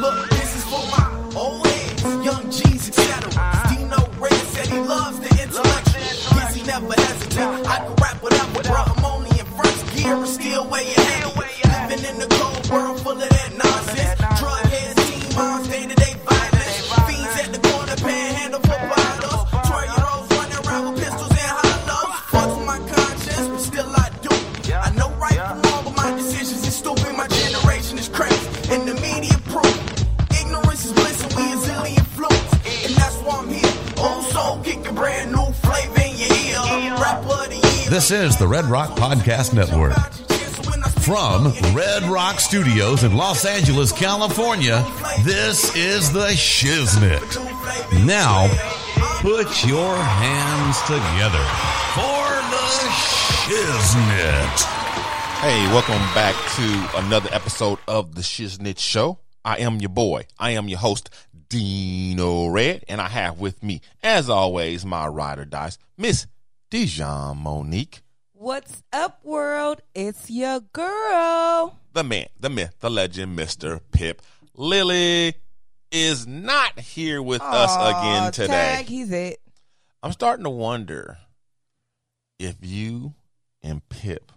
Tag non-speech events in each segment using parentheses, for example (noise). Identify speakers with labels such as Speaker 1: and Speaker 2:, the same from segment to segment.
Speaker 1: Look, this is for my old heads, young G's, etc. Dino Red said he loves the intellectual. Yes, he never hesitate. I can rap whatever, bro. I'm only in first gear and still way ahead. of you. Living in the cold world full of that nonsense. Drug heads, teen moms, day to day violence. Fiends at the corner, panhandle for bottles. Twerk hoes running around with pistols and hollows. Fucks my conscience, but still I do. I know right from wrong, but my decisions is stupid. My generation is crazy, and the media proof. Ignorance is bliss, and we is illy influenced. And that's why I'm here. Old soul kicking brand new flavor in your ear. Rapper of the year.
Speaker 2: This is the Red Rock Podcast Network. From Red Rock Studios in Los Angeles, California, this is The Shiznit. Now, put your hands together for The Shiznit.
Speaker 3: Hey, welcome back to another episode of the Shiznit Show. I am your boy. I am your host, Dino Red, and I have with me, as always, my ride or dies, Miss Dijon Monique,
Speaker 4: What's up, world? It's your girl.
Speaker 3: the man, the myth, the legend, Mister Pip. Lily is not here with us again
Speaker 4: Aw,
Speaker 3: today.
Speaker 4: Tag, he's it.
Speaker 3: I'm starting to wonder if you and Pip,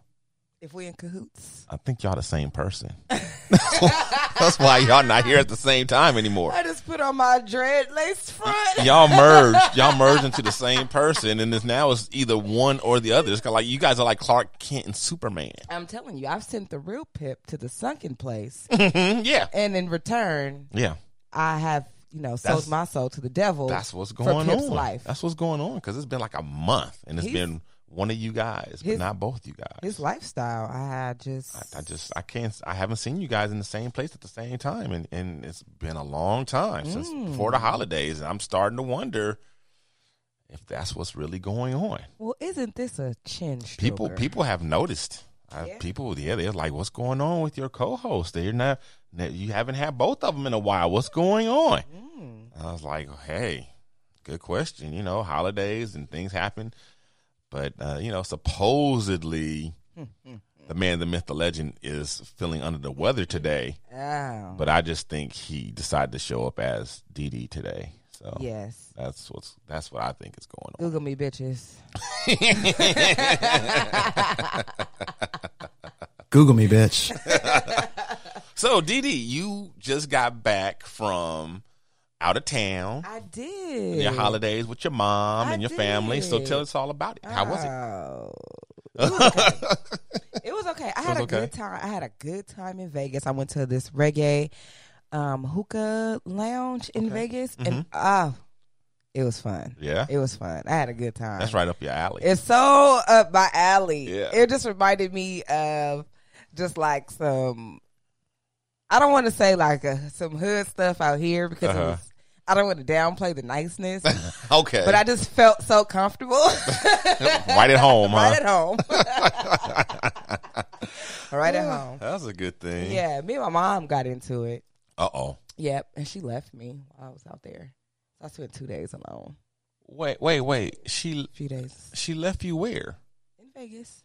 Speaker 4: If we in cahoots.
Speaker 3: I think y'all the same person. (laughs) That's why y'all not here at the same time anymore.
Speaker 4: I just put on my dread lace front.
Speaker 3: y'all merged. Y'all merged into the same person, and it's now it's either one or the other. It's kind of like you guys are like Clark Kent and Superman.
Speaker 4: I'm telling you, I've sent the real Pip to the sunken
Speaker 3: (laughs)
Speaker 4: place, Mm-hmm.
Speaker 3: Mhm, yeah,
Speaker 4: and in return,
Speaker 3: yeah.
Speaker 4: I have you know sold
Speaker 3: That's-
Speaker 4: my soul to the devil.
Speaker 3: That's what's
Speaker 4: for
Speaker 3: going
Speaker 4: Pip's
Speaker 3: on.
Speaker 4: Life.
Speaker 3: That's what's going on because it's been like a month, and it's
Speaker 4: He's-
Speaker 3: been one of you guys, but
Speaker 4: his-
Speaker 3: not both you guys.
Speaker 4: his lifestyle. I just,
Speaker 3: I, I just I can't. I haven't seen you guys in the same place at the same time, and and it's been a long time since
Speaker 4: Mm.
Speaker 3: before the holidays, and I'm starting to wonder if that's what's really going on.
Speaker 4: well, isn't this a chin?
Speaker 3: people
Speaker 4: stroker?
Speaker 3: people have noticed. I,
Speaker 4: Yeah.
Speaker 3: People, yeah, they're like, "What's going on with your co-host? They're not. that You haven't had both of them in a while. What's going on?" I was like, "Hey, good question. You know, holidays and things happen, but uh, you know, supposedly." The man, the myth, the legend is feeling under the weather today,
Speaker 4: Oh,
Speaker 3: but I just think he decided to show up as DD today. So
Speaker 4: yes.
Speaker 3: that's what's that's what I think is going on.
Speaker 4: Google me, bitches.
Speaker 5: Google me, bitch.
Speaker 3: So, Dee Dee, you just got back from out of town,
Speaker 4: I did.
Speaker 3: your holidays with your mom
Speaker 4: I
Speaker 3: and your family. So,
Speaker 4: did.
Speaker 3: tell us all about it. How was it?
Speaker 4: Oh. It was okay.
Speaker 3: (laughs)
Speaker 4: It was okay. I had
Speaker 3: was
Speaker 4: a
Speaker 3: okay.
Speaker 4: good time. I had a good time in Vegas. I went to this reggae um, hookah lounge in Vegas, and ah, it was fun.
Speaker 3: Mm-hmm. Yeah.
Speaker 4: it was fun. I had a good time.
Speaker 3: That's right up your alley.
Speaker 4: It's so up my alley.
Speaker 3: Yeah.
Speaker 4: It just reminded me of just like some. I don't want to say like uh some hood stuff out here because it
Speaker 3: Uh-huh.
Speaker 4: was, I don't want to downplay the niceness,
Speaker 3: (laughs)
Speaker 4: but
Speaker 3: (laughs) okay.
Speaker 4: I just felt so comfortable. (laughs)
Speaker 3: right at home, huh?
Speaker 4: right at home.
Speaker 3: (laughs)
Speaker 4: (laughs) right at home.
Speaker 3: That's a good thing.
Speaker 4: Yeah, me and my mom got into it.
Speaker 3: Uh oh.
Speaker 4: Yep, and she left me while I was out there. So I spent two days alone.
Speaker 3: Wait, wait, wait. She
Speaker 4: A few days
Speaker 3: she left you where?
Speaker 4: in Vegas.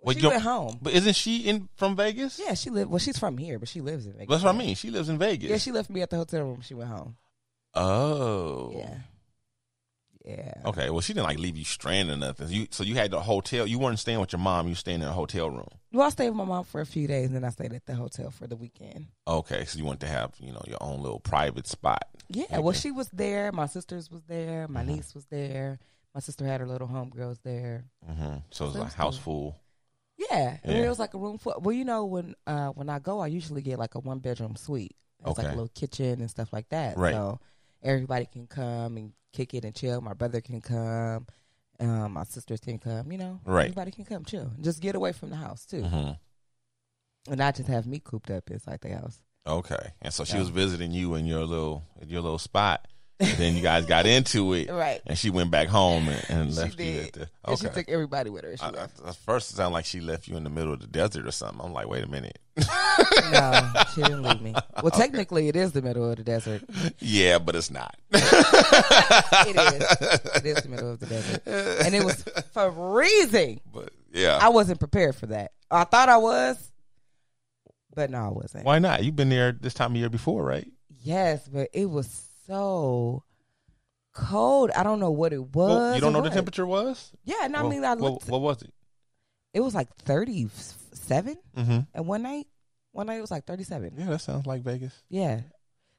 Speaker 3: Well,
Speaker 4: she
Speaker 3: your-
Speaker 4: went home.
Speaker 3: But isn't she in from Vegas?
Speaker 4: Yeah, she lived. Well, she's from here, but she lives in Vegas.
Speaker 3: That's what I mean. She lives in Vegas.
Speaker 4: Yeah, she left me at the hotel room. She went home.
Speaker 3: oh.
Speaker 4: Yeah, yeah.
Speaker 3: Okay. Well, she didn't like leave you stranded or nothing. You so you had the hotel. You weren't staying with your mom. You were staying in a hotel room.
Speaker 4: Well, I stayed with my mom for a few days, and then I stayed at the hotel for the weekend.
Speaker 3: Okay, so you want to have you know your own little private spot.
Speaker 4: Yeah, well, she was there. My sisters was there. My
Speaker 3: Uh-huh.
Speaker 4: niece was there. My sister had her little homegirls there.
Speaker 3: hmm So it's
Speaker 4: Sounds
Speaker 3: like house
Speaker 4: cool.
Speaker 3: full.
Speaker 4: Yeah, and
Speaker 3: Yeah.
Speaker 4: it was like a room full. Well, you know when uh when I go, I usually get like a one bedroom suite. It's like
Speaker 3: Okay.
Speaker 4: a little kitchen and stuff like that.
Speaker 3: Right.
Speaker 4: So everybody can come and kick it and chill. My brother can come. Um, my sisters can come. You know,
Speaker 3: Right.
Speaker 4: Everybody can come chill. Just get away from the house too,
Speaker 3: hmm Mm-hmm.
Speaker 4: and not just have me cooped up inside the house.
Speaker 3: Okay, and so she
Speaker 4: Yeah. (laughs)
Speaker 3: was visiting you in your little in your little spot, then you guys got into it,
Speaker 4: Right.
Speaker 3: And she went back home and, and
Speaker 4: She
Speaker 3: left you at
Speaker 4: did.
Speaker 3: the.
Speaker 4: And she took everybody with her. She
Speaker 3: I,
Speaker 4: left.
Speaker 3: I- at first, it sounded like she left you in the middle of the desert or something. I'm like, wait a minute. (laughs)
Speaker 4: No, she didn't leave me. Well, technically, it is the middle of the desert.
Speaker 3: yeah, but it's not. (laughs)
Speaker 4: It is. It is the middle of the desert, and it
Speaker 3: (laughs)
Speaker 4: was freezing.
Speaker 3: but yeah,
Speaker 4: I wasn't prepared for that. I thought I was, but no, I wasn't.
Speaker 3: why not? You've been there this time of year before, right?
Speaker 4: Yes, but it was so cold. I don't know what it was.
Speaker 3: Well, you don't
Speaker 4: or
Speaker 3: know the
Speaker 4: what.
Speaker 3: temperature was.
Speaker 4: Yeah, no,
Speaker 3: Well,
Speaker 4: I mean, I
Speaker 3: well,
Speaker 4: looked.
Speaker 3: what was it?
Speaker 4: it was like thirty-seven,
Speaker 3: Mm-hmm.
Speaker 4: and one night, one night it was like thirty-seven.
Speaker 3: Yeah, that sounds like
Speaker 4: (laughs)
Speaker 3: Vegas. (laughs)
Speaker 4: Yeah.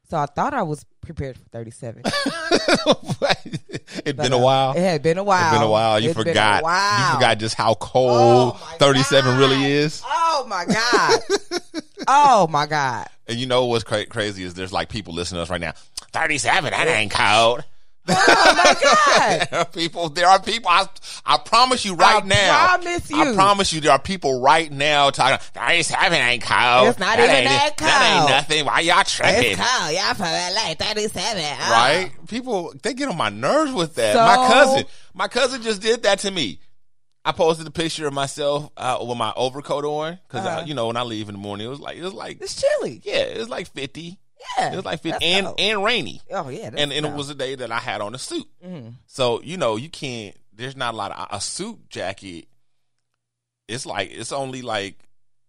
Speaker 4: So I thought I was prepared for
Speaker 3: (laughs)
Speaker 4: 37.
Speaker 3: It'd
Speaker 4: But,
Speaker 3: been a
Speaker 4: uh,
Speaker 3: while.
Speaker 4: It had been a while.
Speaker 3: It's been a while. You
Speaker 4: It's been a
Speaker 3: forgot.
Speaker 4: while.
Speaker 3: You forgot just how cold
Speaker 4: Oh, my
Speaker 3: 37 really
Speaker 4: God.
Speaker 3: is.
Speaker 4: Oh my God. oh my God.
Speaker 3: And you know what's cra- crazy is there's like people listening to us right now. 37, that ain't cold. (laughs)
Speaker 4: Oh my God.
Speaker 3: There are people. There are people. I, I promise you right
Speaker 4: I
Speaker 3: now.
Speaker 4: promise
Speaker 3: I
Speaker 4: you.
Speaker 3: promise you. There are people right now talking. 37 ain't cold.
Speaker 4: It's not even
Speaker 3: ain't,
Speaker 4: that
Speaker 3: That ain't
Speaker 4: cold."
Speaker 3: nothing. Why y'all tripping?
Speaker 4: cold. Y'all from LA. 37. Oh.
Speaker 3: right? People they get on my nerves with that.
Speaker 4: So-
Speaker 3: my cousin, my cousin just did that to me. I posted a picture of myself uh, with my overcoat on because
Speaker 4: Uh-huh.
Speaker 3: you know when I leave in the morning, it was like it was like
Speaker 4: It's chilly.
Speaker 3: yeah, it was like fifty.
Speaker 4: Yeah.
Speaker 3: It was like fifty
Speaker 4: That's
Speaker 3: and
Speaker 4: cold.
Speaker 3: and rainy,
Speaker 4: Oh yeah. that's
Speaker 3: and and it
Speaker 4: cold.
Speaker 3: was a day that I had on a suit.
Speaker 4: Mhm.
Speaker 3: So you know you can't. There's not a lot of a suit jacket. It's like it's only like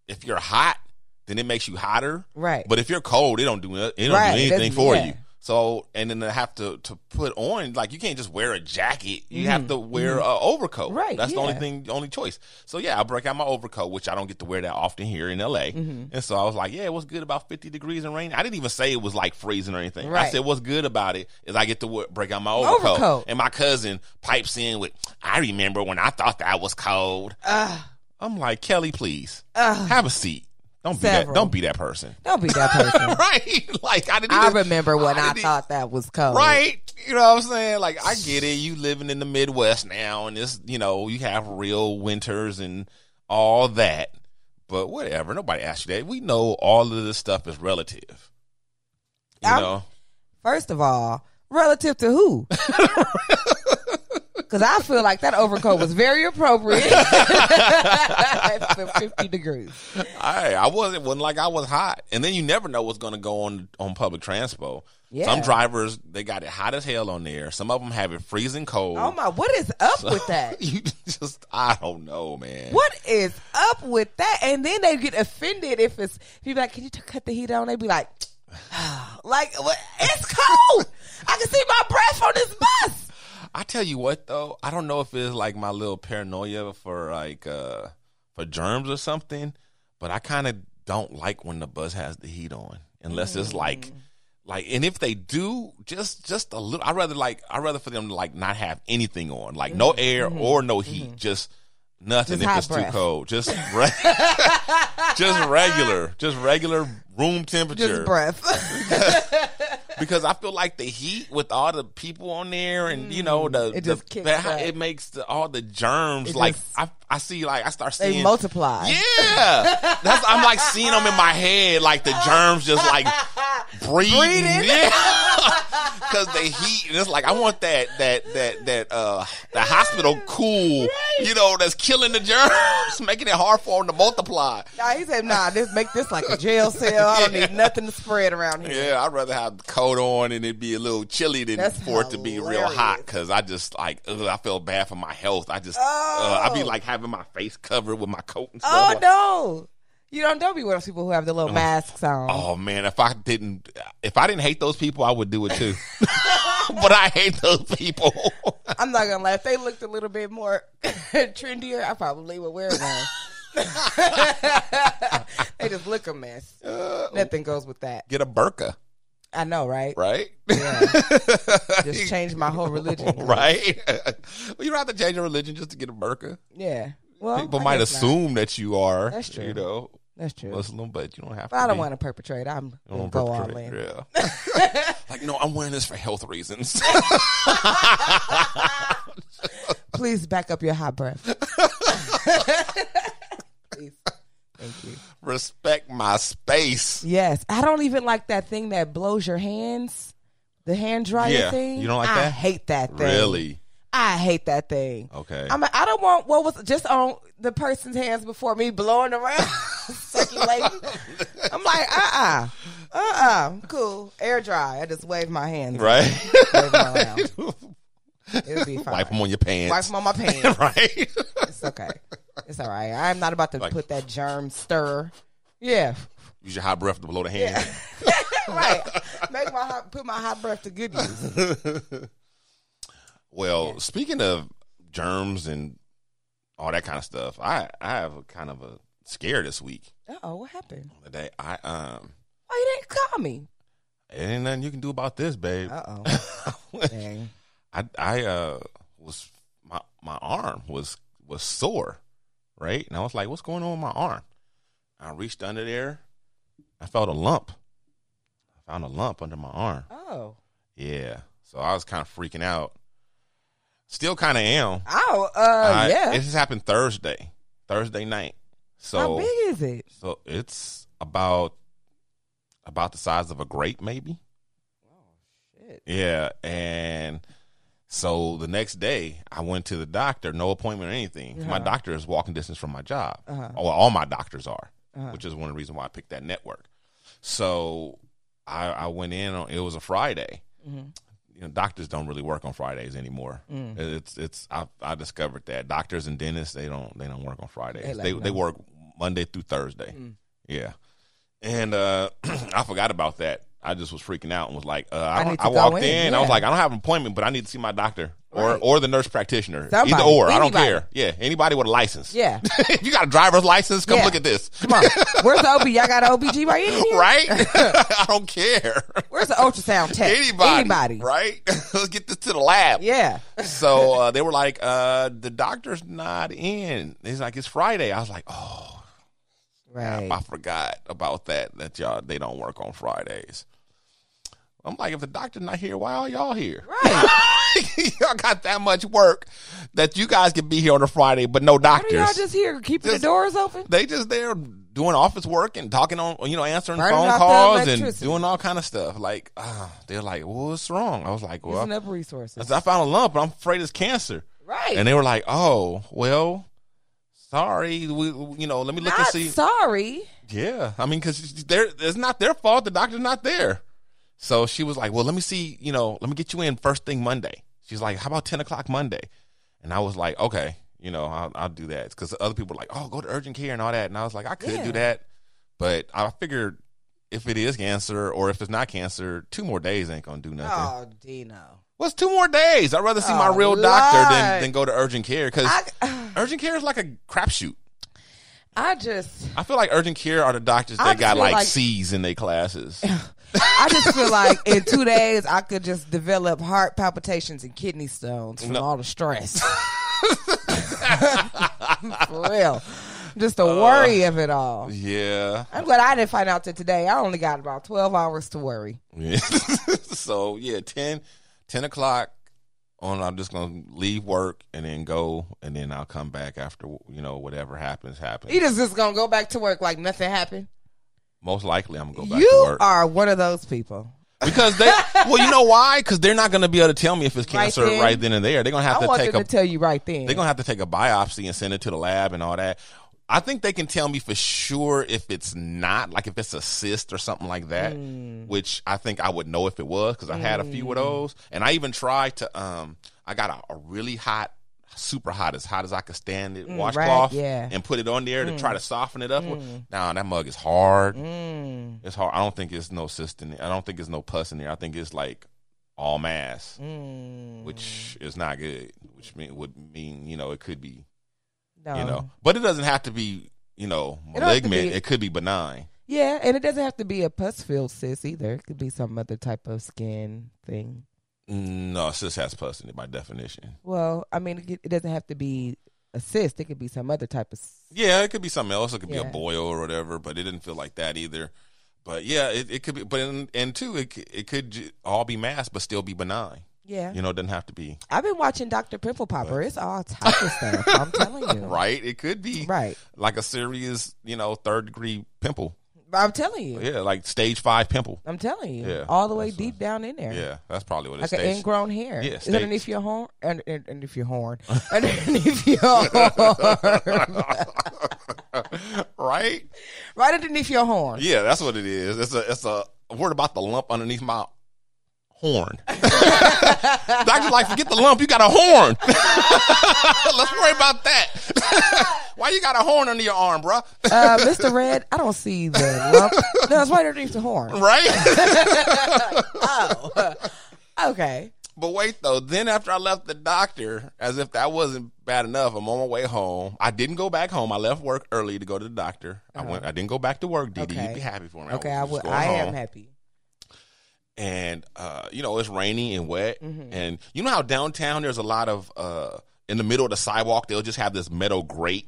Speaker 3: if you're hot, then it makes you hotter.
Speaker 4: Right.
Speaker 3: But if you're cold, it don't do it. It don't
Speaker 4: Right,
Speaker 3: do
Speaker 4: it
Speaker 3: anything
Speaker 4: doesn't-
Speaker 3: for
Speaker 4: yeah.
Speaker 3: you. So and then to have to to put on like you can't just wear a jacket. You have to wear a overcoat.
Speaker 4: Mm-hmm. Right,
Speaker 3: That's the only
Speaker 4: yeah.
Speaker 3: thing, only choice. So yeah, I break out my overcoat, which I don't get to wear that often here in LA.
Speaker 4: Mm-hmm.
Speaker 3: And so I was like, yeah, it was good about fifty degrees and rain. I didn't even say it was like freezing or anything. I
Speaker 4: Right.
Speaker 3: said what's good about it is I get to wear, break out my overcoat.
Speaker 4: Overcoat.
Speaker 3: And my cousin pipes in with, I remember when I thought that was cold. I'm like Kelly, please have a seat. Don't be that.
Speaker 4: Several.
Speaker 3: Don't be that person (laughs)
Speaker 4: Don't be that person.
Speaker 3: right? Like I didn't.
Speaker 4: I
Speaker 3: Even,
Speaker 4: remember when I,
Speaker 3: didn't e-
Speaker 4: thought that was cold.
Speaker 3: Right, you know what I'm saying? Like I get it. You living in the Midwest now, and this, you know, you have real winters and all that. But whatever. Nobody asked you that. We know all of this stuff is relative. You
Speaker 4: I'm-
Speaker 3: know,
Speaker 4: First of all, relative
Speaker 3: (laughs)
Speaker 4: to who? Because I feel like that overcoat was very appropriate (laughs) for
Speaker 3: (laughs)
Speaker 4: 50 degrees.
Speaker 3: I I wasn't. wasn't like I was hot, and then you never know what's going to go on on public transport.
Speaker 4: Yeah.
Speaker 3: Some drivers they got it hot as hell on there. Some of them have it freezing cold.
Speaker 4: Oh my, what is up with
Speaker 3: (laughs)
Speaker 4: that?
Speaker 3: you just I don't know, man.
Speaker 4: What is up with that? And then they get offended if it's if you be like, can you t- cut the heat on? They be like, (sighs) like what? it's cold. I can see my breath on this bus.
Speaker 3: I tell you what though, I don't know if it's like my little paranoia for like uh for germs or something, but I kind of don't like when the bus has the heat on unless it's like
Speaker 4: Mm.
Speaker 3: like and if they do just just a little I'd rather like I'd rather for them to like not have anything on, like no air or no heat, just nothing
Speaker 4: Mm-hmm. Just
Speaker 3: if
Speaker 4: hot
Speaker 3: it's too
Speaker 4: breath.
Speaker 3: cold. Just re- (laughs)
Speaker 4: (laughs)
Speaker 3: just regular, just regular room temperature
Speaker 4: Just breath.
Speaker 3: because I feel like the heat with all the people on there and you know the
Speaker 4: Mm, it
Speaker 3: the-
Speaker 4: just kicks
Speaker 3: that-
Speaker 4: up.
Speaker 3: it makes the, all the germs
Speaker 4: It
Speaker 3: like
Speaker 4: just-
Speaker 3: I I see like I start seeing
Speaker 4: (laughs) they multiply.
Speaker 3: Yeah, that's I'm like seeing them in my head like the germs just
Speaker 4: (laughs)
Speaker 3: like breathing.
Speaker 4: Breathing.
Speaker 3: (laughs) Cause the heat, and it's like I want that that that that uh the hospital cool, you know, that's killing the germs, (laughs) making it hard for them to multiply.
Speaker 4: Nah, he said, nah, this make this like a jail cell. I don't need nothing to spread around here.
Speaker 3: Yeah, I'd rather have the coat on and it be a little chilly than
Speaker 4: That's
Speaker 3: for it to be real
Speaker 4: hilarious.
Speaker 3: hot because I just like ugh, I feel bad for my health. I just uh, I be like having my face covered with my coat and stuff.
Speaker 4: Oh
Speaker 3: Like,
Speaker 4: no. You don't don't be one of those people who have the little masks on.
Speaker 3: Oh man, if I didn't if I didn't hate those people, I would do it too. (laughs) but I hate those people. (laughs)
Speaker 4: I'm not gonna lie. If they looked a little bit more (laughs) trendier, I probably would wear one. (laughs) they just look a mess. Nothing goes with that.
Speaker 3: Get a burqa,
Speaker 4: I know, right?
Speaker 3: Uh, right? (laughs)
Speaker 4: Just change my whole religion.
Speaker 3: right? (laughs) well, you don't have to change your religion just to get a burqa.
Speaker 4: Yeah. Well,
Speaker 3: People
Speaker 4: Oh, I
Speaker 3: might
Speaker 4: guess not.
Speaker 3: assume that you are,
Speaker 4: That's
Speaker 3: you
Speaker 4: true.
Speaker 3: know,
Speaker 4: that's true.
Speaker 3: Muslim, but you don't have
Speaker 4: but
Speaker 3: to.
Speaker 4: I don't
Speaker 3: be.
Speaker 4: want to perpetrate. I'm gonna
Speaker 3: Don't
Speaker 4: go all
Speaker 3: perpetrate,
Speaker 4: in.
Speaker 3: Yeah.
Speaker 4: (laughs)
Speaker 3: like, no, I'm wearing this for health reasons. (laughs)
Speaker 4: Please back up your hot
Speaker 3: (laughs)
Speaker 4: breath. Please. Thank you.
Speaker 3: Respect my space.
Speaker 4: Yes, I don't even like that thing that blows your hands. The hand dryer
Speaker 3: Yeah.
Speaker 4: thing.
Speaker 3: You don't like
Speaker 4: I
Speaker 3: that?
Speaker 4: hate that thing.
Speaker 3: Really?
Speaker 4: I hate that thing.
Speaker 3: Okay.
Speaker 4: I'm. A, I don't want what was just on the person's hands before me blowing
Speaker 3: (laughs)
Speaker 4: around, (laughs) circulating. I'm like, uh uh-uh, uh, Cool. Air dry. I just wave my hands. (laughs)
Speaker 3: Right?
Speaker 4: Wave 'em around.
Speaker 3: (laughs)
Speaker 4: It'll be fine.
Speaker 3: Wipe them on your pants.
Speaker 4: Wipe 'em on my pants.
Speaker 3: (laughs) right?
Speaker 4: It's okay. It's all right. I'm not about to
Speaker 3: Like-
Speaker 4: put that germ stir. Yeah. (laughs)
Speaker 3: Use your hot breath to blow the hand.
Speaker 4: right. Make my hot, put my hot breath to good use.
Speaker 3: Well, speaking of germs and all that kind of stuff, I I have a kind of a scare this week.
Speaker 4: Uh oh, what happened?
Speaker 3: Today, I um,
Speaker 4: Why you didn't call me?
Speaker 3: it ain't nothing you can do about this, babe.
Speaker 4: Uh oh.
Speaker 3: (laughs)
Speaker 4: Dang.
Speaker 3: I I uh was my my arm was was sore, right? And I was like, "What's going on with my arm?" I reached under there. I felt a lump. I found a lump under my arm.
Speaker 4: Oh.
Speaker 3: Yeah. So I was kind of freaking out. Still kind of am.
Speaker 4: Oh, uh,
Speaker 3: I-
Speaker 4: yeah.
Speaker 3: This has happened Thursday. Thursday night. So
Speaker 4: How big is it?
Speaker 3: So it's about about the size of a grape, maybe.
Speaker 4: Oh, shit.
Speaker 3: Yeah, and so the next day I went to the doctor. No appointment or anything. My doctor is walking distance from my job.
Speaker 4: Uh-huh.
Speaker 3: Well, all my doctors are, which is one of the reasons why I picked that network. So I, I went in. on It was a Friday.
Speaker 4: Mm-hmm.
Speaker 3: You know, doctors don't really work on Fridays anymore.
Speaker 4: Mm.
Speaker 3: It's it's I, I discovered that doctors and dentists they don't they don't work on Fridays.
Speaker 4: They
Speaker 3: They
Speaker 4: like,
Speaker 3: they,
Speaker 4: no.
Speaker 3: work Monday through Thursday.
Speaker 4: Mm.
Speaker 3: Yeah. And uh, (clears throat) I forgot about that. I just was freaking out and was like, uh, I,
Speaker 4: I
Speaker 3: don't-
Speaker 4: need to
Speaker 3: I walked
Speaker 4: go
Speaker 3: in.
Speaker 4: in,
Speaker 3: I was
Speaker 4: yeah.
Speaker 3: like, I don't have an appointment, but I need to see my doctor or
Speaker 4: Right.
Speaker 3: or the nurse practitioner.
Speaker 4: Somebody,
Speaker 3: Either or, I don't
Speaker 4: anybody.
Speaker 3: care. Yeah, anybody with a license.
Speaker 4: Yeah.
Speaker 3: (laughs) if you got a driver's license, come
Speaker 4: Yeah.
Speaker 3: look at this. (laughs)
Speaker 4: Come on. (laughs) Where's the OB? Y'all got an OBG right in here? (laughs)
Speaker 3: Right? I don't care.
Speaker 4: Where's the ultrasound tech?
Speaker 3: Anybody,
Speaker 4: Anybody.
Speaker 3: right? (laughs) Let's get this to the lab.
Speaker 4: Yeah.
Speaker 3: So uh, they were like, uh, the doctor's not in. He's like, it's Friday. I was like, oh,
Speaker 4: Right.
Speaker 3: I forgot about that. That y'all they don't work on Fridays. I'm like, if the doctor's not here, why are y'all here?
Speaker 4: Right.
Speaker 3: (laughs) y'all got that much work that you guys could be here on a Friday, but no
Speaker 4: Why do
Speaker 3: doctors.
Speaker 4: y'all just here keeping
Speaker 3: Just-
Speaker 4: the doors open?
Speaker 3: they just there doing office work and talking on, you know, answering
Speaker 4: Burning
Speaker 3: phone
Speaker 4: off the
Speaker 3: calls and
Speaker 4: electricity.
Speaker 3: doing all kind of stuff. Like, uh, they're like, well, what's wrong? I was like, well,
Speaker 4: Using up resources.
Speaker 3: I found a lump, and I'm afraid it's cancer.
Speaker 4: Right.
Speaker 3: And they were like, oh, well, sorry, we, you know, let me look
Speaker 4: Not
Speaker 3: and see.
Speaker 4: sorry.
Speaker 3: Yeah, I mean, because it's not their fault. The doctor's not there, so she was like, "Well, let me see. You know, let me get you in first thing Monday." She's like, "How about ten o'clock Monday?" And I was like, "Okay, you know, I'll, I'll do that." Because other people were like, "Oh, go to urgent care and all that," and I was like, "I could
Speaker 4: Yeah.
Speaker 3: do that," but I figured if it is cancer or if it's not cancer, two more days ain't gonna do nothing.
Speaker 4: Oh, Dino.
Speaker 3: What's two more days? I'd rather see my
Speaker 4: Oh,
Speaker 3: real doctor than,
Speaker 4: Lord.
Speaker 3: than go to urgent care because
Speaker 4: I-
Speaker 3: urgent care is like a crapshoot.
Speaker 4: I just,
Speaker 3: I feel like urgent care are the doctors
Speaker 4: I
Speaker 3: that
Speaker 4: just
Speaker 3: got
Speaker 4: feel
Speaker 3: like,
Speaker 4: like-
Speaker 3: C's in their
Speaker 4: (laughs)
Speaker 3: classes.
Speaker 4: I just feel like in two days I could just develop heart palpitations and kidney stones from
Speaker 3: No.
Speaker 4: all
Speaker 3: (laughs)
Speaker 4: the stress. (laughs) For real, just
Speaker 3: Uh,
Speaker 4: the worry of it all.
Speaker 3: yeah.
Speaker 4: I'm glad I didn't find out that today. I only got about 12 hours to worry.
Speaker 3: (laughs) so yeah, 10, 10 o'clock on I'm just gonna leave work and then go and then I'll come back after you know, whatever happens, happens.
Speaker 4: He just just gonna go back to work like nothing happened.
Speaker 3: Most likely I'm gonna go back to
Speaker 4: You
Speaker 3: work.
Speaker 4: are one of those people.
Speaker 3: because they well, you know why? Because they're not gonna be able to tell me if it's
Speaker 4: Right
Speaker 3: cancer right
Speaker 4: then.
Speaker 3: then, and there. They're gonna have
Speaker 4: I
Speaker 3: to
Speaker 4: want
Speaker 3: take
Speaker 4: them
Speaker 3: a
Speaker 4: to tell you right then.
Speaker 3: they're gonna have to take a biopsy and send it to the lab and all that. I think they can tell me for sure if it's not like if it's a cyst or something like that, which I think I would know if it was because I've had a few of those, and I even tried to. Um, I got a, a really hot, super hot, as hot as I could stand it, washcloth,
Speaker 4: yeah.
Speaker 3: and put it on there to try to soften it up. Nah, that mug is hard.
Speaker 4: Mm,
Speaker 3: It's hard. I don't think it's no cyst in there. I don't think it's no pus in there. I think it's like all mass
Speaker 4: Mm.
Speaker 3: which is not good. Which mean, would mean you know it could be
Speaker 4: no.
Speaker 3: you know, but it doesn't have to be you know
Speaker 4: Oh. It don't have to
Speaker 3: malignant.
Speaker 4: be-
Speaker 3: It could be benign.
Speaker 4: Yeah, and it doesn't have to be a pus filled cyst either. It could be some other type of skin thing.
Speaker 3: No, cyst has pus in it by definition.
Speaker 4: Well, I mean, it, could- it doesn't have to be a cyst. It could be some other type of. s-
Speaker 3: Yeah, it could be something else. It could be
Speaker 4: Yeah.
Speaker 3: a boil or whatever. But it didn't feel like that either. But yeah, it, it could be. But in, and two, it c- it could j- all be mass, but still be benign.
Speaker 4: Yeah,
Speaker 3: You know, it doesn't have to be
Speaker 4: I've been watching Doctor Pimple Popper. It's all type of stuff.
Speaker 3: (laughs)
Speaker 4: I'm telling you.
Speaker 3: right. It could be
Speaker 4: Right.
Speaker 3: like a serious you know third degree pimple.
Speaker 4: I'm telling you.
Speaker 3: Yeah, like stage five pimple.
Speaker 4: I'm telling you.
Speaker 3: Yeah,
Speaker 4: all the way
Speaker 3: that's
Speaker 4: deep down in there.
Speaker 3: Yeah, that's probably what it's
Speaker 4: Like an
Speaker 3: stage.
Speaker 4: ingrown hair.
Speaker 3: Yeah,
Speaker 4: It's
Speaker 3: stage-
Speaker 4: underneath your horn. Under, under- underneath
Speaker 3: (laughs)
Speaker 4: your horn. underneath your horn.
Speaker 3: right?
Speaker 4: right underneath your horn.
Speaker 3: Yeah, that's what it is. It's a it's a word about the lump underneath my horn. (laughs) Doctor's like, forget the lump, you got a horn. (laughs) Let's worry about that. (laughs) Why you got a horn under your arm, bruh? (laughs)
Speaker 4: Uh, Mr. Red, I don't see the lump. No, it's right underneath
Speaker 3: (laughs)
Speaker 4: the horn.
Speaker 3: right?
Speaker 4: Okay.
Speaker 3: but wait though, then after I left the doctor, as if that wasn't bad enough, I'm on my way home. I didn't go back home. I left work early to go to the doctor. I went I didn't go back to work, Didi.
Speaker 4: Uh-huh. Okay.
Speaker 3: You'd be happy for me.
Speaker 4: Okay, I
Speaker 3: was just
Speaker 4: would.
Speaker 3: Oh, going
Speaker 4: I am
Speaker 3: home.
Speaker 4: happy.
Speaker 3: and uh, you know it's rainy and wet,
Speaker 4: Mm-hmm.
Speaker 3: and you know how downtown there's a lot of uh, in the middle of the sidewalk they'll just have this metal grate.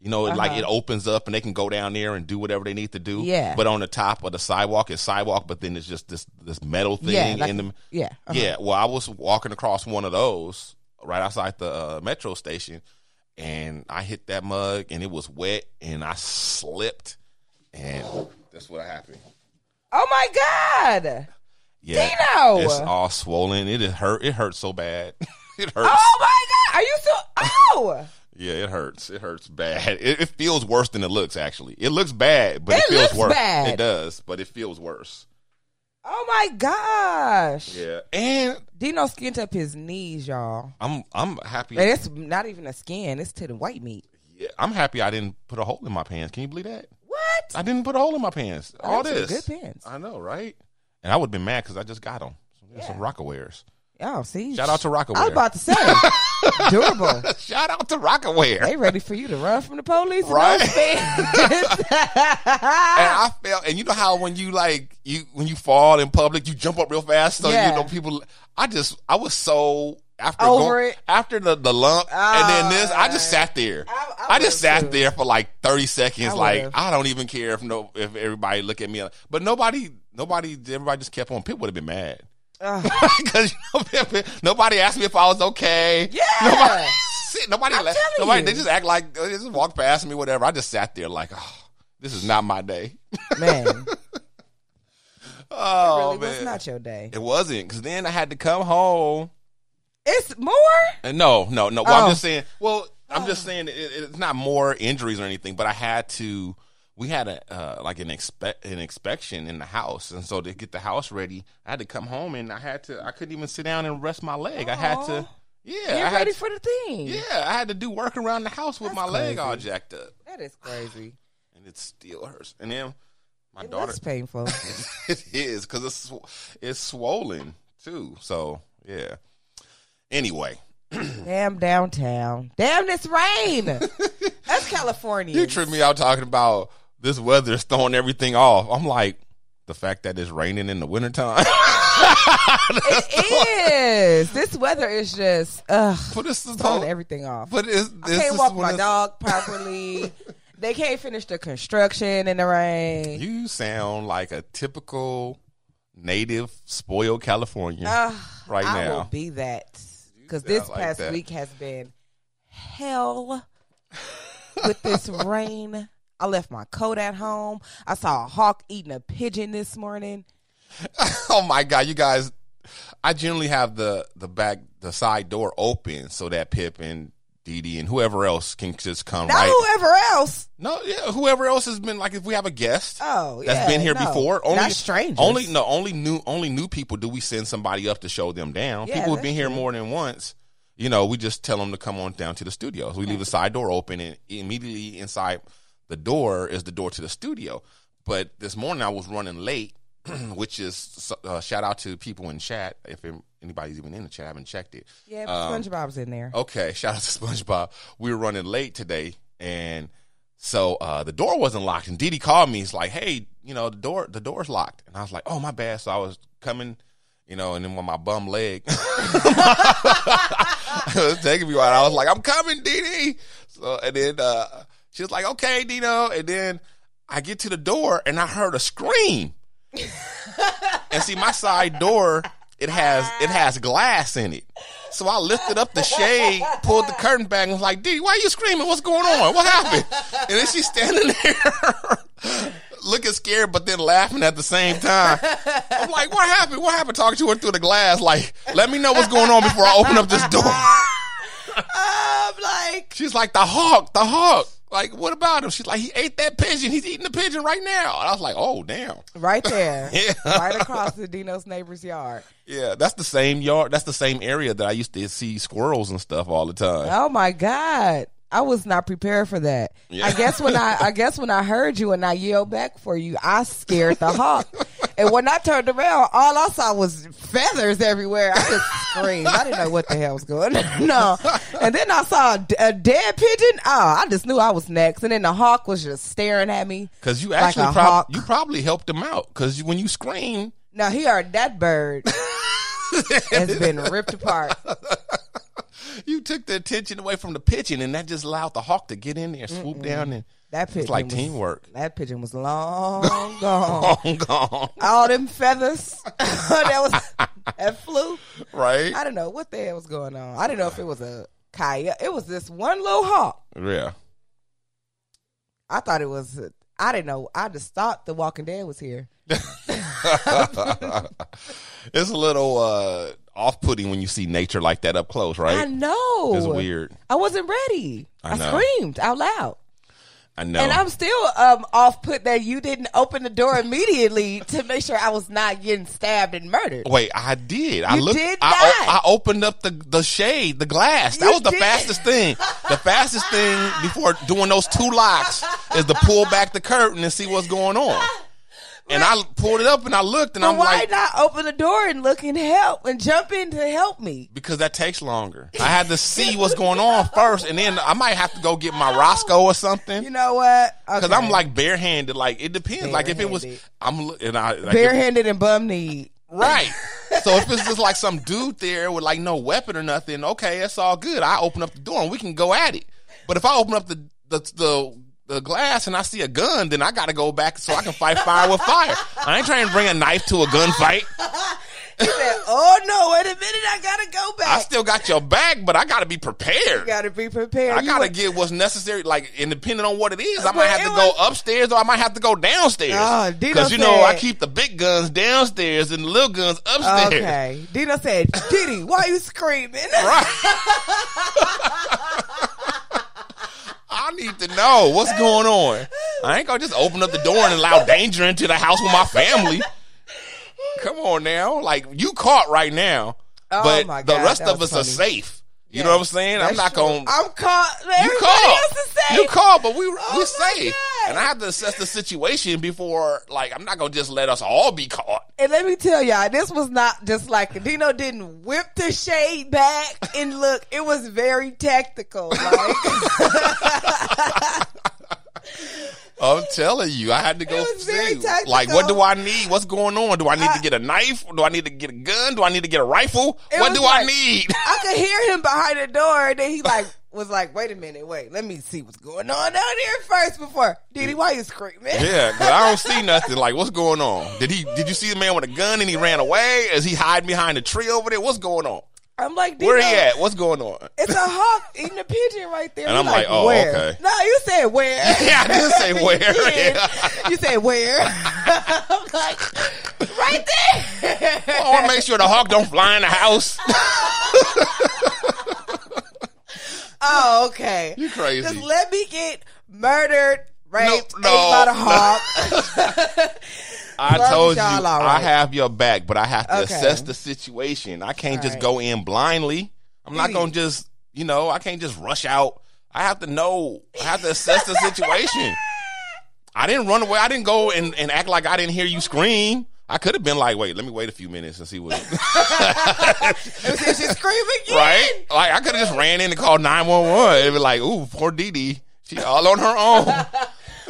Speaker 3: You know, it like
Speaker 4: Uh-huh.
Speaker 3: it opens up and they can go down there and do whatever they need to do.
Speaker 4: Yeah.
Speaker 3: But on the top of the sidewalk is sidewalk, but then it's just this this metal thing
Speaker 4: Yeah. like-
Speaker 3: in the
Speaker 4: yeah. uh-huh.
Speaker 3: yeah, well, I was walking across one of those right outside the uh, metro station, and I hit that mug, and it was wet, and I slipped, and that's what happened.
Speaker 4: Oh my God.
Speaker 3: Yeah,
Speaker 4: Dino!
Speaker 3: it's all swollen. It is hurt. It hurts so bad. (laughs) it hurts.
Speaker 4: Oh my God. Are you so? Oh.
Speaker 3: Yeah, it hurts. It hurts bad. It, it feels worse than it looks. Actually, it looks bad, but it,
Speaker 4: It
Speaker 3: feels
Speaker 4: looks
Speaker 3: worse.
Speaker 4: bad.
Speaker 3: It does, but it feels worse.
Speaker 4: Oh my gosh.
Speaker 3: Yeah, and
Speaker 4: Dino skinned up his knees, y'all.
Speaker 3: I'm I'm happy.
Speaker 4: And it's not even a skin. It's to the white meat.
Speaker 3: Yeah, I'm happy I didn't put a hole in my pants. Can you believe that?
Speaker 4: What?
Speaker 3: I didn't put a hole in my pants.
Speaker 4: Oh,
Speaker 3: All
Speaker 4: those are
Speaker 3: this
Speaker 4: good pants.
Speaker 3: I know, right? And I would have been mad because I just got them. Some Rockawares. (laughs)
Speaker 4: Oh, see.
Speaker 3: Shout out to Rockaware.
Speaker 4: I was about to say.
Speaker 3: (laughs)
Speaker 4: durable.
Speaker 3: Shout out to Rockaware.
Speaker 4: They ready for you to run from the police, and
Speaker 3: Right.
Speaker 4: those
Speaker 3: (laughs)
Speaker 4: fans.
Speaker 3: and I felt, and you know how when you like you when you fall in public, you jump up real fast, so
Speaker 4: Yeah.
Speaker 3: you know people. I just I was so after
Speaker 4: Over
Speaker 3: going-
Speaker 4: it. Uh,
Speaker 3: after the the lump, and then this, I just sat there.
Speaker 4: I- I
Speaker 3: I, just sat
Speaker 4: would've too.
Speaker 3: there for like thirty seconds,
Speaker 4: I
Speaker 3: like
Speaker 4: would've.
Speaker 3: I don't even care if no if everybody look at me, but nobody nobody everybody just kept on. People would have been mad. (laughs)
Speaker 4: Ugh.
Speaker 3: Because (laughs) nobody asked me if I was okay.
Speaker 4: Yeah.
Speaker 3: Nobody. Shit, Nobody.
Speaker 4: I'm
Speaker 3: la-
Speaker 4: telling
Speaker 3: nobody.
Speaker 4: you.
Speaker 3: They just act like they just walk past me, whatever. I just sat there like, oh, this is not my day. (laughs)
Speaker 4: Man.
Speaker 3: Oh
Speaker 4: really, it's
Speaker 3: man,
Speaker 4: not your day.
Speaker 3: it wasn't because then I had to come home.
Speaker 4: It's more.
Speaker 3: And no, no, no. Well,
Speaker 4: Oh.
Speaker 3: I'm just saying. Well, I'm just saying it, it- it's not more injuries or anything, but I had to. We had a uh, like an expect an inspection in the house, and so to get the house ready, I had to come home and I had to. I couldn't even sit down and rest my leg. I had
Speaker 4: Aw.
Speaker 3: to. Yeah,
Speaker 4: You're
Speaker 3: I had
Speaker 4: Oh. ready
Speaker 3: to-
Speaker 4: for the thing.
Speaker 3: Yeah, I had to do work around the house with
Speaker 4: That's
Speaker 3: my leg all
Speaker 4: crazy.
Speaker 3: jacked up,
Speaker 4: That is crazy.
Speaker 3: and it still hurts. And then (sighs) (laughs) my
Speaker 4: It
Speaker 3: daughter, (laughs)
Speaker 4: looks painful.
Speaker 3: it is because it's sw- it's swollen too. So yeah. Anyway,
Speaker 4: Damn downtown. Damn
Speaker 3: (laughs)
Speaker 4: this rain. That's California.
Speaker 3: you tripped me out talking about this weather is throwing everything off. I'm like. The fact that it's raining in the wintertime. (laughs)
Speaker 4: It is. This weather is just ugh.
Speaker 3: but this is
Speaker 4: Throwing
Speaker 3: all-
Speaker 4: everything off.
Speaker 3: but it's,
Speaker 4: I
Speaker 3: this
Speaker 4: can't
Speaker 3: is
Speaker 4: walk
Speaker 3: when
Speaker 4: my
Speaker 3: it's-
Speaker 4: dog
Speaker 3: (laughs)
Speaker 4: properly. they can't finish the construction in the rain.
Speaker 3: You sound like a typical native spoiled Californian
Speaker 4: Ugh,
Speaker 3: right
Speaker 4: Uh, I
Speaker 3: now.
Speaker 4: will be that because
Speaker 3: You sound
Speaker 4: this
Speaker 3: like
Speaker 4: past
Speaker 3: that.
Speaker 4: week has been
Speaker 3: (laughs)
Speaker 4: hell with this rain. I left my coat at home. I saw a hawk eating a pigeon this morning.
Speaker 3: (laughs) oh my god, you guys! I generally have the the back the side door open so that Pip and Dee Dee and whoever else can just come
Speaker 4: Not
Speaker 3: right.
Speaker 4: whoever else.
Speaker 3: No, yeah, whoever else has been like if we have a guest.
Speaker 4: Oh,
Speaker 3: that's
Speaker 4: yeah,
Speaker 3: been here
Speaker 4: no.
Speaker 3: before.
Speaker 4: Not strangers.
Speaker 3: Only no, only new, only new people. Do we send somebody up to show them down?
Speaker 4: Yeah,
Speaker 3: people have
Speaker 4: that's
Speaker 3: been here more than once. You know, we just tell them to come on down to the studio. So we leave the side door open, and immediately inside the door is the door to the studio. But this morning I was running late, (clears throat) which is uh, shout out to people in chat. If anybody's even in the chat, I haven't checked it.
Speaker 4: Yeah, but
Speaker 3: Um,
Speaker 4: SpongeBob's in there.
Speaker 3: Okay, shout out to SpongeBob. We were running late today, and so uh, the door wasn't locked. And Didi called me. He's like, "Hey, you know the door, the door's locked." And I was like, "Oh my bad." So I was coming, you know, and then with my bum leg, (laughs) it was taking me a while. I was like, "I'm coming, Didi." So and then uh, she was like, "Okay, Dino." And then I get to the door, and I heard a scream. And see, my side door it has it has glass in it. So I lifted up the shade, pulled the curtain back, and was like, "Dee, why are you screaming? What's going on? What happened?" And then she's standing (laughs) there, looking scared, but then laughing at the same time. I'm like, what happened? What happened? Talking to her through the glass. Like, let me know what's going on before I open up this door.
Speaker 4: (laughs) I'm
Speaker 3: (laughs)
Speaker 4: like,
Speaker 3: She's like, the hawk, the hawk. Like, what about him? She's like, he ate that pigeon. He's eating the pigeon right now. And I was like, oh, damn.
Speaker 4: right there,
Speaker 3: Yeah.
Speaker 4: right across the Dino's neighbor's yard.
Speaker 3: Yeah, that's the same yard. That's the same area that I used to see squirrels and stuff all the time.
Speaker 4: Oh my God. I was not prepared for that. I guess when I
Speaker 3: (laughs)
Speaker 4: I guess when I heard you and I yelled back for you, I scared the hawk. and when I turned around, all I saw was feathers everywhere. I just screamed. I didn't know what the hell was going on. (laughs) no. And then I saw a, d- a dead pigeon. Oh, I just knew I was next. And then the hawk was just staring at me.
Speaker 3: Because you
Speaker 4: like
Speaker 3: actually
Speaker 4: a
Speaker 3: prob-
Speaker 4: hawk.
Speaker 3: you probably helped him out. Because when you scream,
Speaker 4: Now he heard
Speaker 3: (laughs)
Speaker 4: that bird has been ripped apart.
Speaker 3: you took the attention away from the pigeon, and that just allowed the hawk to get in there, swoop down, and
Speaker 4: That pigeon
Speaker 3: it's like
Speaker 4: was-
Speaker 3: teamwork.
Speaker 4: That pigeon was long gone.
Speaker 3: Long (laughs) gone,
Speaker 4: all them feathers (laughs) that
Speaker 3: (laughs)
Speaker 4: was that flew.
Speaker 3: right?
Speaker 4: I don't know what the hell was going on. I didn't know if it was a coyote. It was this one little hawk.
Speaker 3: yeah.
Speaker 4: I thought it was. a- I didn't know. I just thought the Walking Dead was here.
Speaker 3: It's a little uh, off-putting when you see nature like that up close,
Speaker 4: I
Speaker 3: right?
Speaker 4: know.
Speaker 3: It's weird.
Speaker 4: I wasn't ready.
Speaker 3: I
Speaker 4: I,
Speaker 3: know. Oh.
Speaker 4: screamed out loud.
Speaker 3: I know.
Speaker 4: And I'm still um, off put that you didn't open the door immediately to make sure I was not getting stabbed and murdered.
Speaker 3: Wait, I did. I
Speaker 4: You
Speaker 3: looked.
Speaker 4: did
Speaker 3: I, o- I
Speaker 4: not.
Speaker 3: opened up the the shade, the glass. That
Speaker 4: You
Speaker 3: was the
Speaker 4: did.
Speaker 3: fastest thing. The
Speaker 4: (laughs)
Speaker 3: fastest thing before doing those two locks is to pull back the curtain and see what's going on. And I pulled it up and I looked and
Speaker 4: But
Speaker 3: I'm
Speaker 4: why
Speaker 3: like,
Speaker 4: not open the door and look and help and jump in to help me?
Speaker 3: because that takes longer. I had to see what's going on first, and then I might have to go get my Roscoe or something.
Speaker 4: You know what?
Speaker 3: Cause I'm like barehanded, like it depends. Like if it was,
Speaker 4: Barehanded.
Speaker 3: I'm look- and I like if-
Speaker 4: barehanded and bum kneed.
Speaker 3: Right. so if it's just like some dude there with like no weapon or nothing, okay, that's all good. I open up the door and we can go at it. But if I open up the the the, the glass and I see a gun, then I got to go back so I can fight fire with fire. I ain't trying to bring a knife to a gunfight.
Speaker 4: He said, "Oh no! Wait a minute! I gotta go
Speaker 3: I
Speaker 4: back.
Speaker 3: still got your back, but I got to be
Speaker 4: I
Speaker 3: prepared.
Speaker 4: gotta be prepared.
Speaker 3: I
Speaker 4: You
Speaker 3: gotta
Speaker 4: were-
Speaker 3: get what's necessary, like, and depending on what it is, I
Speaker 4: But
Speaker 3: might have
Speaker 4: it
Speaker 3: to
Speaker 4: was-
Speaker 3: go upstairs or I might have to go downstairs.
Speaker 4: Oh, Dino
Speaker 3: Because, you know, I
Speaker 4: said-
Speaker 3: keep the big guns downstairs and the little guns upstairs.
Speaker 4: Okay, Dino said, "Diddy, why you screaming?"
Speaker 3: Right. I need to know what's going on. I ain't gonna just open up the door and allow danger into the house with my family. Come on now, like you caught right now,
Speaker 4: Oh
Speaker 3: but
Speaker 4: my
Speaker 3: the
Speaker 4: God,
Speaker 3: rest
Speaker 4: that
Speaker 3: of us
Speaker 4: was
Speaker 3: are
Speaker 4: funny.
Speaker 3: safe. You know what I'm saying? I'm not gonna.
Speaker 4: (laughs) I'm caught. Oh, Everybody
Speaker 3: you called.
Speaker 4: else is safe. Oh
Speaker 3: You called, but we we
Speaker 4: my
Speaker 3: safe.
Speaker 4: God.
Speaker 3: And I have to assess the situation before. Like I'm not gonna just let us all be caught.
Speaker 4: And let me tell y'all, this was not just like Dino didn't whip the shade back and look. It was very tactical. Like, (laughs)
Speaker 3: I'm telling you, I had to go
Speaker 4: It was very
Speaker 3: see.
Speaker 4: tactical.
Speaker 3: Like, what do I need? What's going on? Do I need to get a knife? Do I need to get a gun? Do I need to get a rifle?
Speaker 4: It
Speaker 3: What
Speaker 4: was
Speaker 3: do I
Speaker 4: like-
Speaker 3: need?
Speaker 4: I could hear him behind the door, and then he like was like, "Wait a minute, wait, let me see what's going on down here first before Diddy, why you screaming?"
Speaker 3: Yeah, but I don't see nothing. Like, what's going on? Did he? Did you see the man with a gun and he ran away? Is he hiding behind a tree over there? What's going on?
Speaker 4: I'm like, Dino,
Speaker 3: Where he at? What's going on?
Speaker 4: It's a hawk eating a pigeon right there.
Speaker 3: And
Speaker 4: We
Speaker 3: I'm like, oh,
Speaker 4: where?
Speaker 3: okay.
Speaker 4: No, you said where?
Speaker 3: (laughs) Yeah, I did say
Speaker 4: (laughs) You
Speaker 3: where,
Speaker 4: did.
Speaker 3: yeah.
Speaker 4: You said where? (laughs) I'm like, right
Speaker 3: (laughs)
Speaker 4: there.
Speaker 3: I want to make sure the hawk don't fly in the
Speaker 4: (laughs)
Speaker 3: house.
Speaker 4: oh, okay.
Speaker 3: You crazy.
Speaker 4: Just let me get murdered, raped,
Speaker 3: no,
Speaker 4: ate by
Speaker 3: (laughs) no.
Speaker 4: the hawk.
Speaker 3: I
Speaker 4: Love
Speaker 3: told you,
Speaker 4: y'all all
Speaker 3: I
Speaker 4: right.
Speaker 3: have your back, but I have to
Speaker 4: Okay.
Speaker 3: assess the situation. I can't just
Speaker 4: right.
Speaker 3: go in blindly. I'm not
Speaker 4: Mm.
Speaker 3: going to just, you know, I can't just rush out. I have to know. I have to assess the
Speaker 4: (laughs)
Speaker 3: situation. I didn't run away. I didn't go and, and act like I didn't hear you scream. I could have been like, wait, let me wait a few minutes and see what.
Speaker 4: And she screaming again.
Speaker 3: right? Like I could have just ran in and called nine one one. It'd be like, ooh, poor Dee Dee. She all on her
Speaker 4: (laughs)
Speaker 3: own.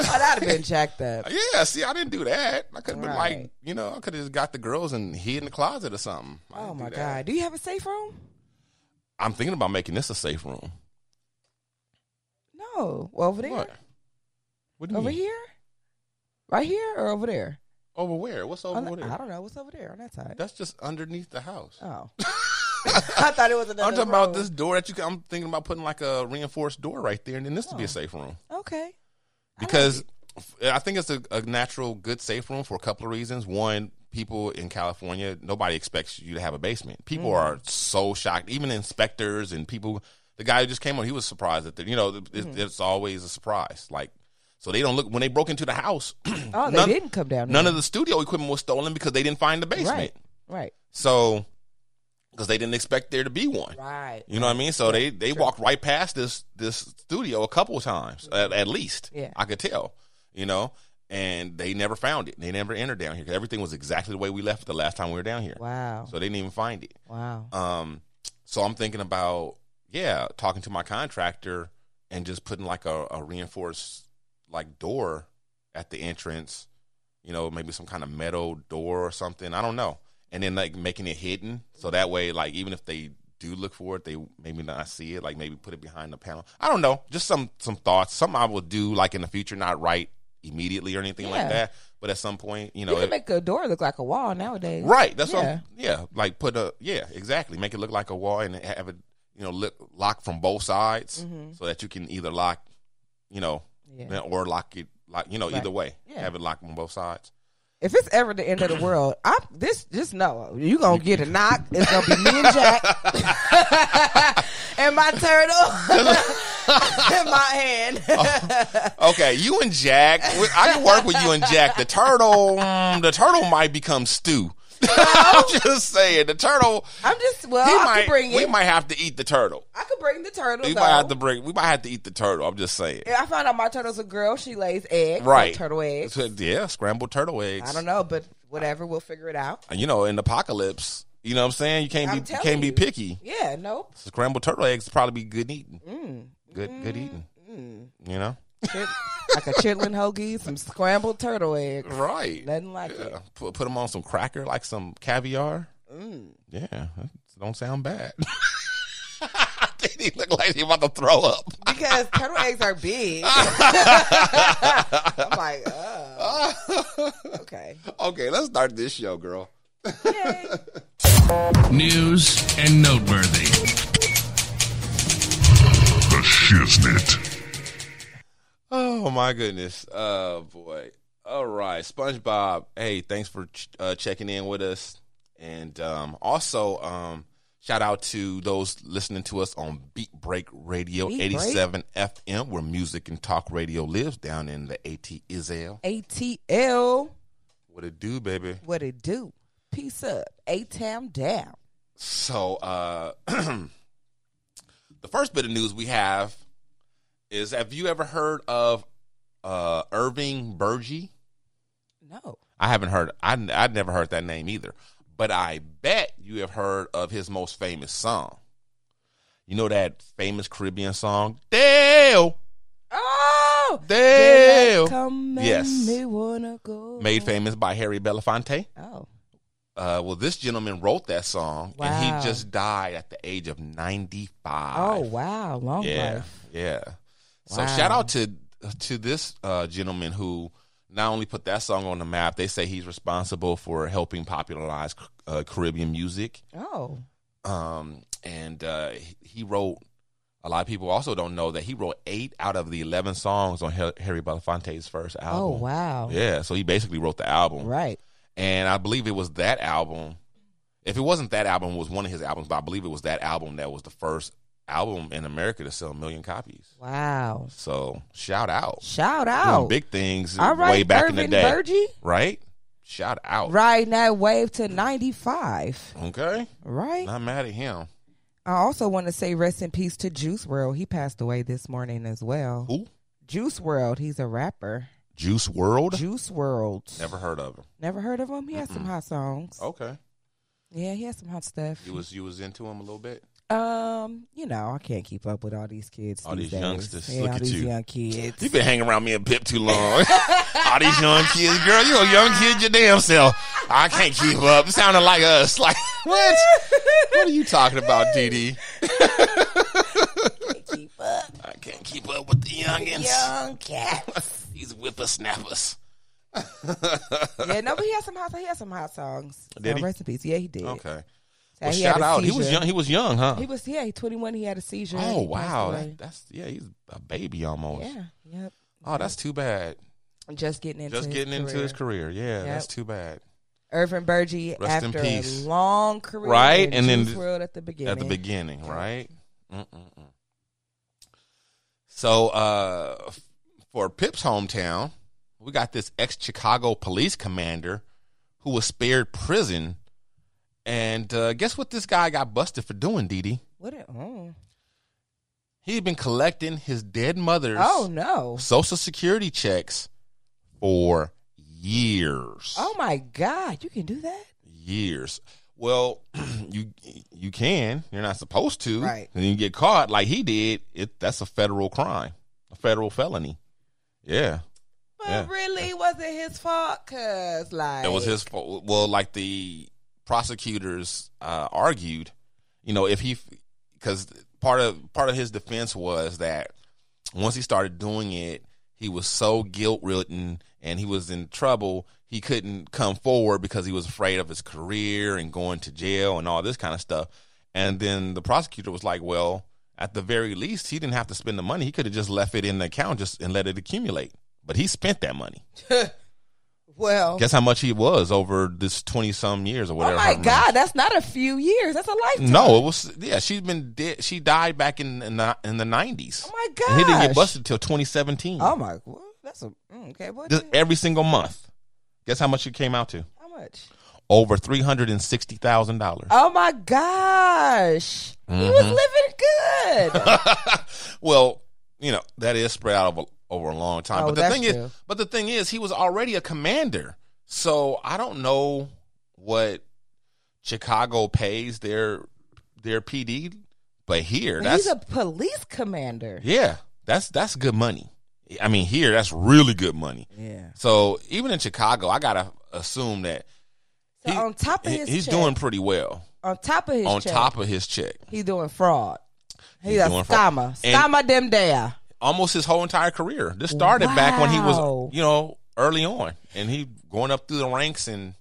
Speaker 4: Oh, that'd have been jacked up.
Speaker 3: Yeah, see, I didn't do that. I could have been like,
Speaker 4: Right.
Speaker 3: you know, I could have just got the girls and hid in the closet or something. I
Speaker 4: Oh
Speaker 3: didn't do
Speaker 4: my
Speaker 3: that.
Speaker 4: god. Do you have a safe room?
Speaker 3: I'm thinking about making this a safe room.
Speaker 4: No. Well, over there.
Speaker 3: What? Hmm. What do you
Speaker 4: Over
Speaker 3: mean?
Speaker 4: here. Right here or over there?
Speaker 3: Over where? What's over
Speaker 4: On the-
Speaker 3: there?
Speaker 4: I don't know what's over there on that side.
Speaker 3: That's just underneath the house.
Speaker 4: Oh. (laughs) I thought it was another
Speaker 3: I'm talking about
Speaker 4: room.
Speaker 3: this door that you. Can,
Speaker 4: Oh.
Speaker 3: I'm thinking about putting like a reinforced door right there, and then this would be a safe room
Speaker 4: Okay.
Speaker 3: because I think it's a, a natural, good, safe room for a couple of reasons. One, people in California, nobody expects you to have a basement. People are
Speaker 4: Mm-hmm.
Speaker 3: so shocked, even inspectors and people. The guy who just came on, he was surprised that they- you know it's,
Speaker 4: Mm-hmm.
Speaker 3: it's always a surprise. Like, so they don't look when they broke into the house. (clears throat)
Speaker 4: Oh, they
Speaker 3: none-
Speaker 4: didn't come down.
Speaker 3: None
Speaker 4: there.
Speaker 3: of the studio equipment was stolen because they didn't find the basement.
Speaker 4: right, right,
Speaker 3: So, because they didn't expect there to be one.
Speaker 4: right.
Speaker 3: You know what I mean? So they they walked right past this this studio a couple of times at, at least.
Speaker 4: Yeah.
Speaker 3: I could tell. You know, and they never found it. They never entered down here 'cause everything was exactly the way we left it the last time we were down here.
Speaker 4: Wow,
Speaker 3: So they didn't even find it.
Speaker 4: wow.
Speaker 3: Um, so I'm thinking about yeah, talking to my contractor and just putting like a, a reinforced like door at the entrance. You know, maybe some kind of metal door or something. I don't know. And then like making it hidden so that way, like even if they do look for it, they maybe not see it. Like maybe put it behind the panel. I don't know. Just some some thoughts. Some I will do like in the future, not right immediately or anything
Speaker 4: Yeah.
Speaker 3: like that. But at some point, you know,
Speaker 4: You can
Speaker 3: it-
Speaker 4: make a door look like a wall nowadays.
Speaker 3: Right. That's what.
Speaker 4: yeah.
Speaker 3: I'm, yeah. Like put a yeah. Exactly. Make it look like a wall and have it you know look, lock from both sides so that you can either lock you know
Speaker 4: Mm-hmm. Yeah.
Speaker 3: or lock it like you know
Speaker 4: Right.
Speaker 3: either way.
Speaker 4: Yeah.
Speaker 3: Have it locked on both sides. (laughs)
Speaker 4: If it's ever the end of
Speaker 3: (clears throat)
Speaker 4: the world, I this just know you gonna
Speaker 3: (laughs)
Speaker 4: get a knock. It's gonna be me and Jack and my turtle (laughs) in my
Speaker 3: (laughs)
Speaker 4: hand.
Speaker 3: Oh. Okay, you and Jack. we- I can work with you and Jack. The turtle, mm, the turtle might become stew. (laughs) I'm just saying, the turtle.
Speaker 4: I'm just well,
Speaker 3: he
Speaker 4: I
Speaker 3: might,
Speaker 4: could bring
Speaker 3: we
Speaker 4: it.
Speaker 3: might have to eat the turtle.
Speaker 4: I could bring the turtle.
Speaker 3: We
Speaker 4: though.
Speaker 3: might have to bring. We might have to eat the turtle. I'm just saying.
Speaker 4: I found out my turtle's a girl. She lays eggs, so
Speaker 3: Right.
Speaker 4: turtle eggs.
Speaker 3: So, yeah, scrambled turtle eggs.
Speaker 4: I don't know, but whatever, we'll figure it out.
Speaker 3: you know, in the apocalypse, you know what I'm saying? You can't
Speaker 4: I'm
Speaker 3: be you
Speaker 4: telling
Speaker 3: can't be
Speaker 4: you.
Speaker 3: picky.
Speaker 4: Yeah, nope.
Speaker 3: Scrambled turtle eggs would probably be good eating.
Speaker 4: Mm.
Speaker 3: Good good eating.
Speaker 4: Mm-hmm.
Speaker 3: You know?
Speaker 4: Chit- like a chitlin hoagie, some scrambled turtle eggs.
Speaker 3: Right.
Speaker 4: Nothing like it.
Speaker 3: Put, put them on some cracker, like some caviar.
Speaker 4: Mm.
Speaker 3: Yeah. that don't sound bad. (laughs) Did he look like he about to throw up? (laughs)
Speaker 4: Because turtle eggs are big. I'm like, oh. Okay.
Speaker 3: Okay, let's start this show, girl.
Speaker 6: News and noteworthy.
Speaker 7: The Shiznit.
Speaker 3: Oh my goodness. Oh boy. All right, SpongeBob. Hey, thanks for ch- uh, checking in with us, and um, also um, shout out to those listening to us on Beat Break Radio,
Speaker 4: Beat Break?
Speaker 3: eighty-seven FM, where music and talk radio lives down in the AT Israel.
Speaker 4: ATL,
Speaker 3: What it do, baby?
Speaker 4: what it do? Peace up. A-Town down.
Speaker 3: So uh, (clears throat) the first bit of news we have is: Have you ever heard of uh, Irving Berge?
Speaker 4: No.
Speaker 3: I haven't heard. I I'd never heard that name either. But I bet you have heard of his most famous song. You know that famous Caribbean song, Dale,
Speaker 4: Oh! Did that
Speaker 3: Dale,
Speaker 4: Come
Speaker 3: Yes.
Speaker 4: yes. me wanna go.
Speaker 3: made famous by Harry Belafonte.
Speaker 4: Oh.
Speaker 3: Uh, well, this gentleman wrote that song, and
Speaker 4: Wow.
Speaker 3: he just died at the age of ninety-five.
Speaker 4: Oh, wow. Long
Speaker 3: yeah,
Speaker 4: life.
Speaker 3: yeah. So
Speaker 4: Wow.
Speaker 3: shout out to to this uh, gentleman who not only put that song on the map. They say he's responsible for helping popularize uh, Caribbean music.
Speaker 4: Oh.
Speaker 3: Um, and uh, he- he wrote. A lot of people also don't know that he wrote eight out of the eleven songs on Har- Harry Belafonte's first
Speaker 4: Oh,
Speaker 3: album.
Speaker 4: wow.
Speaker 3: Yeah, so he basically wrote the album,
Speaker 4: Right.
Speaker 3: and I believe it was that album. If it wasn't that album, it was one of his albums, but I believe it was that album that was the first album in America to sell a million copies.
Speaker 4: Wow.
Speaker 3: So shout out,
Speaker 4: Shout
Speaker 3: Doing
Speaker 4: out.
Speaker 3: big things
Speaker 4: All right,
Speaker 3: way back in the
Speaker 4: Irvin
Speaker 3: day,
Speaker 4: Berge.
Speaker 3: right? Shout out,
Speaker 4: Riding that wave to 95.
Speaker 3: Okay,
Speaker 4: Right?
Speaker 3: not mad at him.
Speaker 4: I also want to say rest in peace to Juice World. He passed away this morning as well.
Speaker 3: Who?
Speaker 4: Juice World, he's a rapper.
Speaker 3: Juice World.
Speaker 4: Juice World.
Speaker 3: Never heard of him.
Speaker 4: Never heard of him. He had some hot songs.
Speaker 3: Okay.
Speaker 4: Yeah, he had some hot stuff.
Speaker 3: You was you was into him a little bit.
Speaker 4: um, you know, I can't keep up with all these kids.
Speaker 3: All these
Speaker 4: days.
Speaker 3: youngsters.
Speaker 4: Yeah,
Speaker 3: Look
Speaker 4: all
Speaker 3: at
Speaker 4: these
Speaker 3: you.
Speaker 4: young kids.
Speaker 3: You've been hanging around me and Pip too long. (laughs) All these young kids, girl, you a young kid your damn self. I can't keep up. It sounded like us. (laughs) Like what? What are you talking about, Dee Dee?
Speaker 4: Can't keep up.
Speaker 3: (laughs) I can't keep up with the youngins. (laughs)
Speaker 4: Young cats.
Speaker 3: These whippersnappers.
Speaker 4: yeah, no, but he had some hot. He had some hot songs.
Speaker 3: Did
Speaker 4: So
Speaker 3: he?
Speaker 4: Rest in peace. Yeah, he did.
Speaker 3: Okay.
Speaker 4: So
Speaker 3: Well,
Speaker 4: he had
Speaker 3: shout
Speaker 4: a
Speaker 3: out. He was
Speaker 4: seizure.
Speaker 3: young. He was young, huh?
Speaker 4: He was yeah. He twenty one. He had a seizure.
Speaker 3: oh
Speaker 4: He passed
Speaker 3: wow.
Speaker 4: away.
Speaker 3: That, that's yeah. He's a baby almost.
Speaker 4: yeah. Yep.
Speaker 3: Oh, that's too bad.
Speaker 4: Just getting into
Speaker 3: Just
Speaker 4: his
Speaker 3: getting into
Speaker 4: career.
Speaker 3: his career. Yeah, that's
Speaker 4: Yep.
Speaker 3: too bad.
Speaker 4: Irvin Berge
Speaker 3: Rest in
Speaker 4: after
Speaker 3: peace.
Speaker 4: a long career,
Speaker 3: Right,
Speaker 4: in
Speaker 3: and then
Speaker 4: Juice
Speaker 3: th-
Speaker 4: World at the beginning.
Speaker 3: At the beginning, right? Mm-mm-mm. So, uh, for Pip's hometown, we got this ex Chicago police commander who was spared prison. And uh, guess what this guy got busted for doing, Dee Dee?
Speaker 4: What? It, oh.
Speaker 3: He'd been collecting his dead mother's
Speaker 4: oh no!
Speaker 3: social security checks for years.
Speaker 4: Oh my God! You can do that?
Speaker 3: years. Well, (clears throat) you you can. You're not supposed to.
Speaker 4: Right.
Speaker 3: And you get caught like he did. It that's a federal crime, a federal felony. Yeah,
Speaker 4: But
Speaker 3: Yeah.
Speaker 4: really, was it his fault? Cause like
Speaker 3: it was his fault. Well, like the prosecutors uh, argued, you know, if he because part of part of his defense was that once he started doing it, he was so guilt ridden and he was in trouble. He couldn't come forward because he was afraid of his career and going to jail and all this kind of stuff. And then the prosecutor was like, "Well, at the very least, he didn't have to spend the money. He could have just left it in the account just and let it accumulate. But he spent that money.
Speaker 4: Well,
Speaker 3: Guess how much he was over this twenty some years or
Speaker 4: oh
Speaker 3: whatever. I
Speaker 4: my
Speaker 3: remember.
Speaker 4: God! That's not a few years. That's a lifetime.
Speaker 3: No, it was yeah. She's been dead. She died back in in the- in the nineties.
Speaker 4: Oh my
Speaker 3: And he didn't get
Speaker 4: gosh.
Speaker 3: busted till twenty seventeen.
Speaker 4: Oh my. Well, that's a mm, okay. What?
Speaker 3: Just every single month. Guess how much it came out to?
Speaker 4: How much?
Speaker 3: Over three hundred and sixty thousand
Speaker 4: (laughs)
Speaker 3: dollars.
Speaker 4: Oh my gosh! He was
Speaker 3: Mm-hmm.
Speaker 4: living good.
Speaker 3: Well, you know that is spread out over, over a long time.
Speaker 4: Oh,
Speaker 3: but the
Speaker 4: that's
Speaker 3: thing
Speaker 4: true.
Speaker 3: is, but the thing is, he was already a commander. So I don't know what Chicago pays their their PD, but here
Speaker 4: But
Speaker 3: that's
Speaker 4: He's a police commander.
Speaker 3: Yeah, that's that's good money. I mean, here that's really good money.
Speaker 4: Yeah.
Speaker 3: So even in Chicago, I gotta assume that
Speaker 4: So on top of
Speaker 3: he-
Speaker 4: his
Speaker 3: he's
Speaker 4: check-
Speaker 3: doing pretty well.
Speaker 4: on top of his
Speaker 3: on
Speaker 4: check,
Speaker 3: top of his check,
Speaker 4: he's doing fraud. He's,
Speaker 3: He's
Speaker 4: a
Speaker 3: doing fraud.
Speaker 4: scammer.
Speaker 3: And-
Speaker 4: Scammer them there.
Speaker 3: almost his whole entire career. This started back when he
Speaker 4: Wow.
Speaker 3: was, you know, early on, and he going up through the ranks. And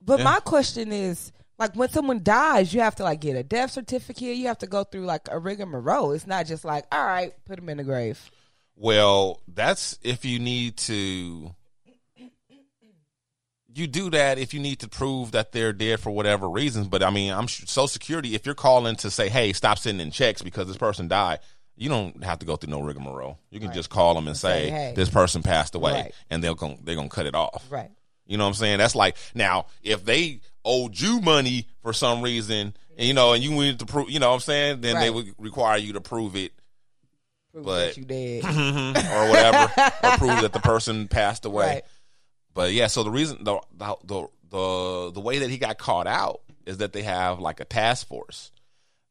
Speaker 4: But
Speaker 3: Yeah.
Speaker 4: my question is, like, when someone dies, you have to like get a death certificate. You have to go through like a rigmarole. It's not just like, all right, put him in the grave.
Speaker 3: well, that's if you need to. You do that if you need to prove that they're dead for whatever reasons. But I mean, I'm sure Social Security. If you're calling to say, "Hey, stop sending checks because this person died," you don't have to go through no rigmarole. You can just call them and say,
Speaker 4: say, "Hey."
Speaker 3: "This person passed away,"
Speaker 4: Right.
Speaker 3: and they'll gon- they're gonna cut it off.
Speaker 4: Right.
Speaker 3: You know what I'm saying? That's like now if they owed you money for some reason, and, you know, and you needed to prove, you know what I'm saying? Then they
Speaker 4: Right.
Speaker 3: would require you to prove it
Speaker 4: Prove
Speaker 3: But-
Speaker 4: that you
Speaker 3: (clears throat)
Speaker 4: dead.
Speaker 3: or whatever, or prove that the person passed away.
Speaker 4: Right.
Speaker 3: But yeah, so the reason the, the the the the way that he got caught out is that they have like a task force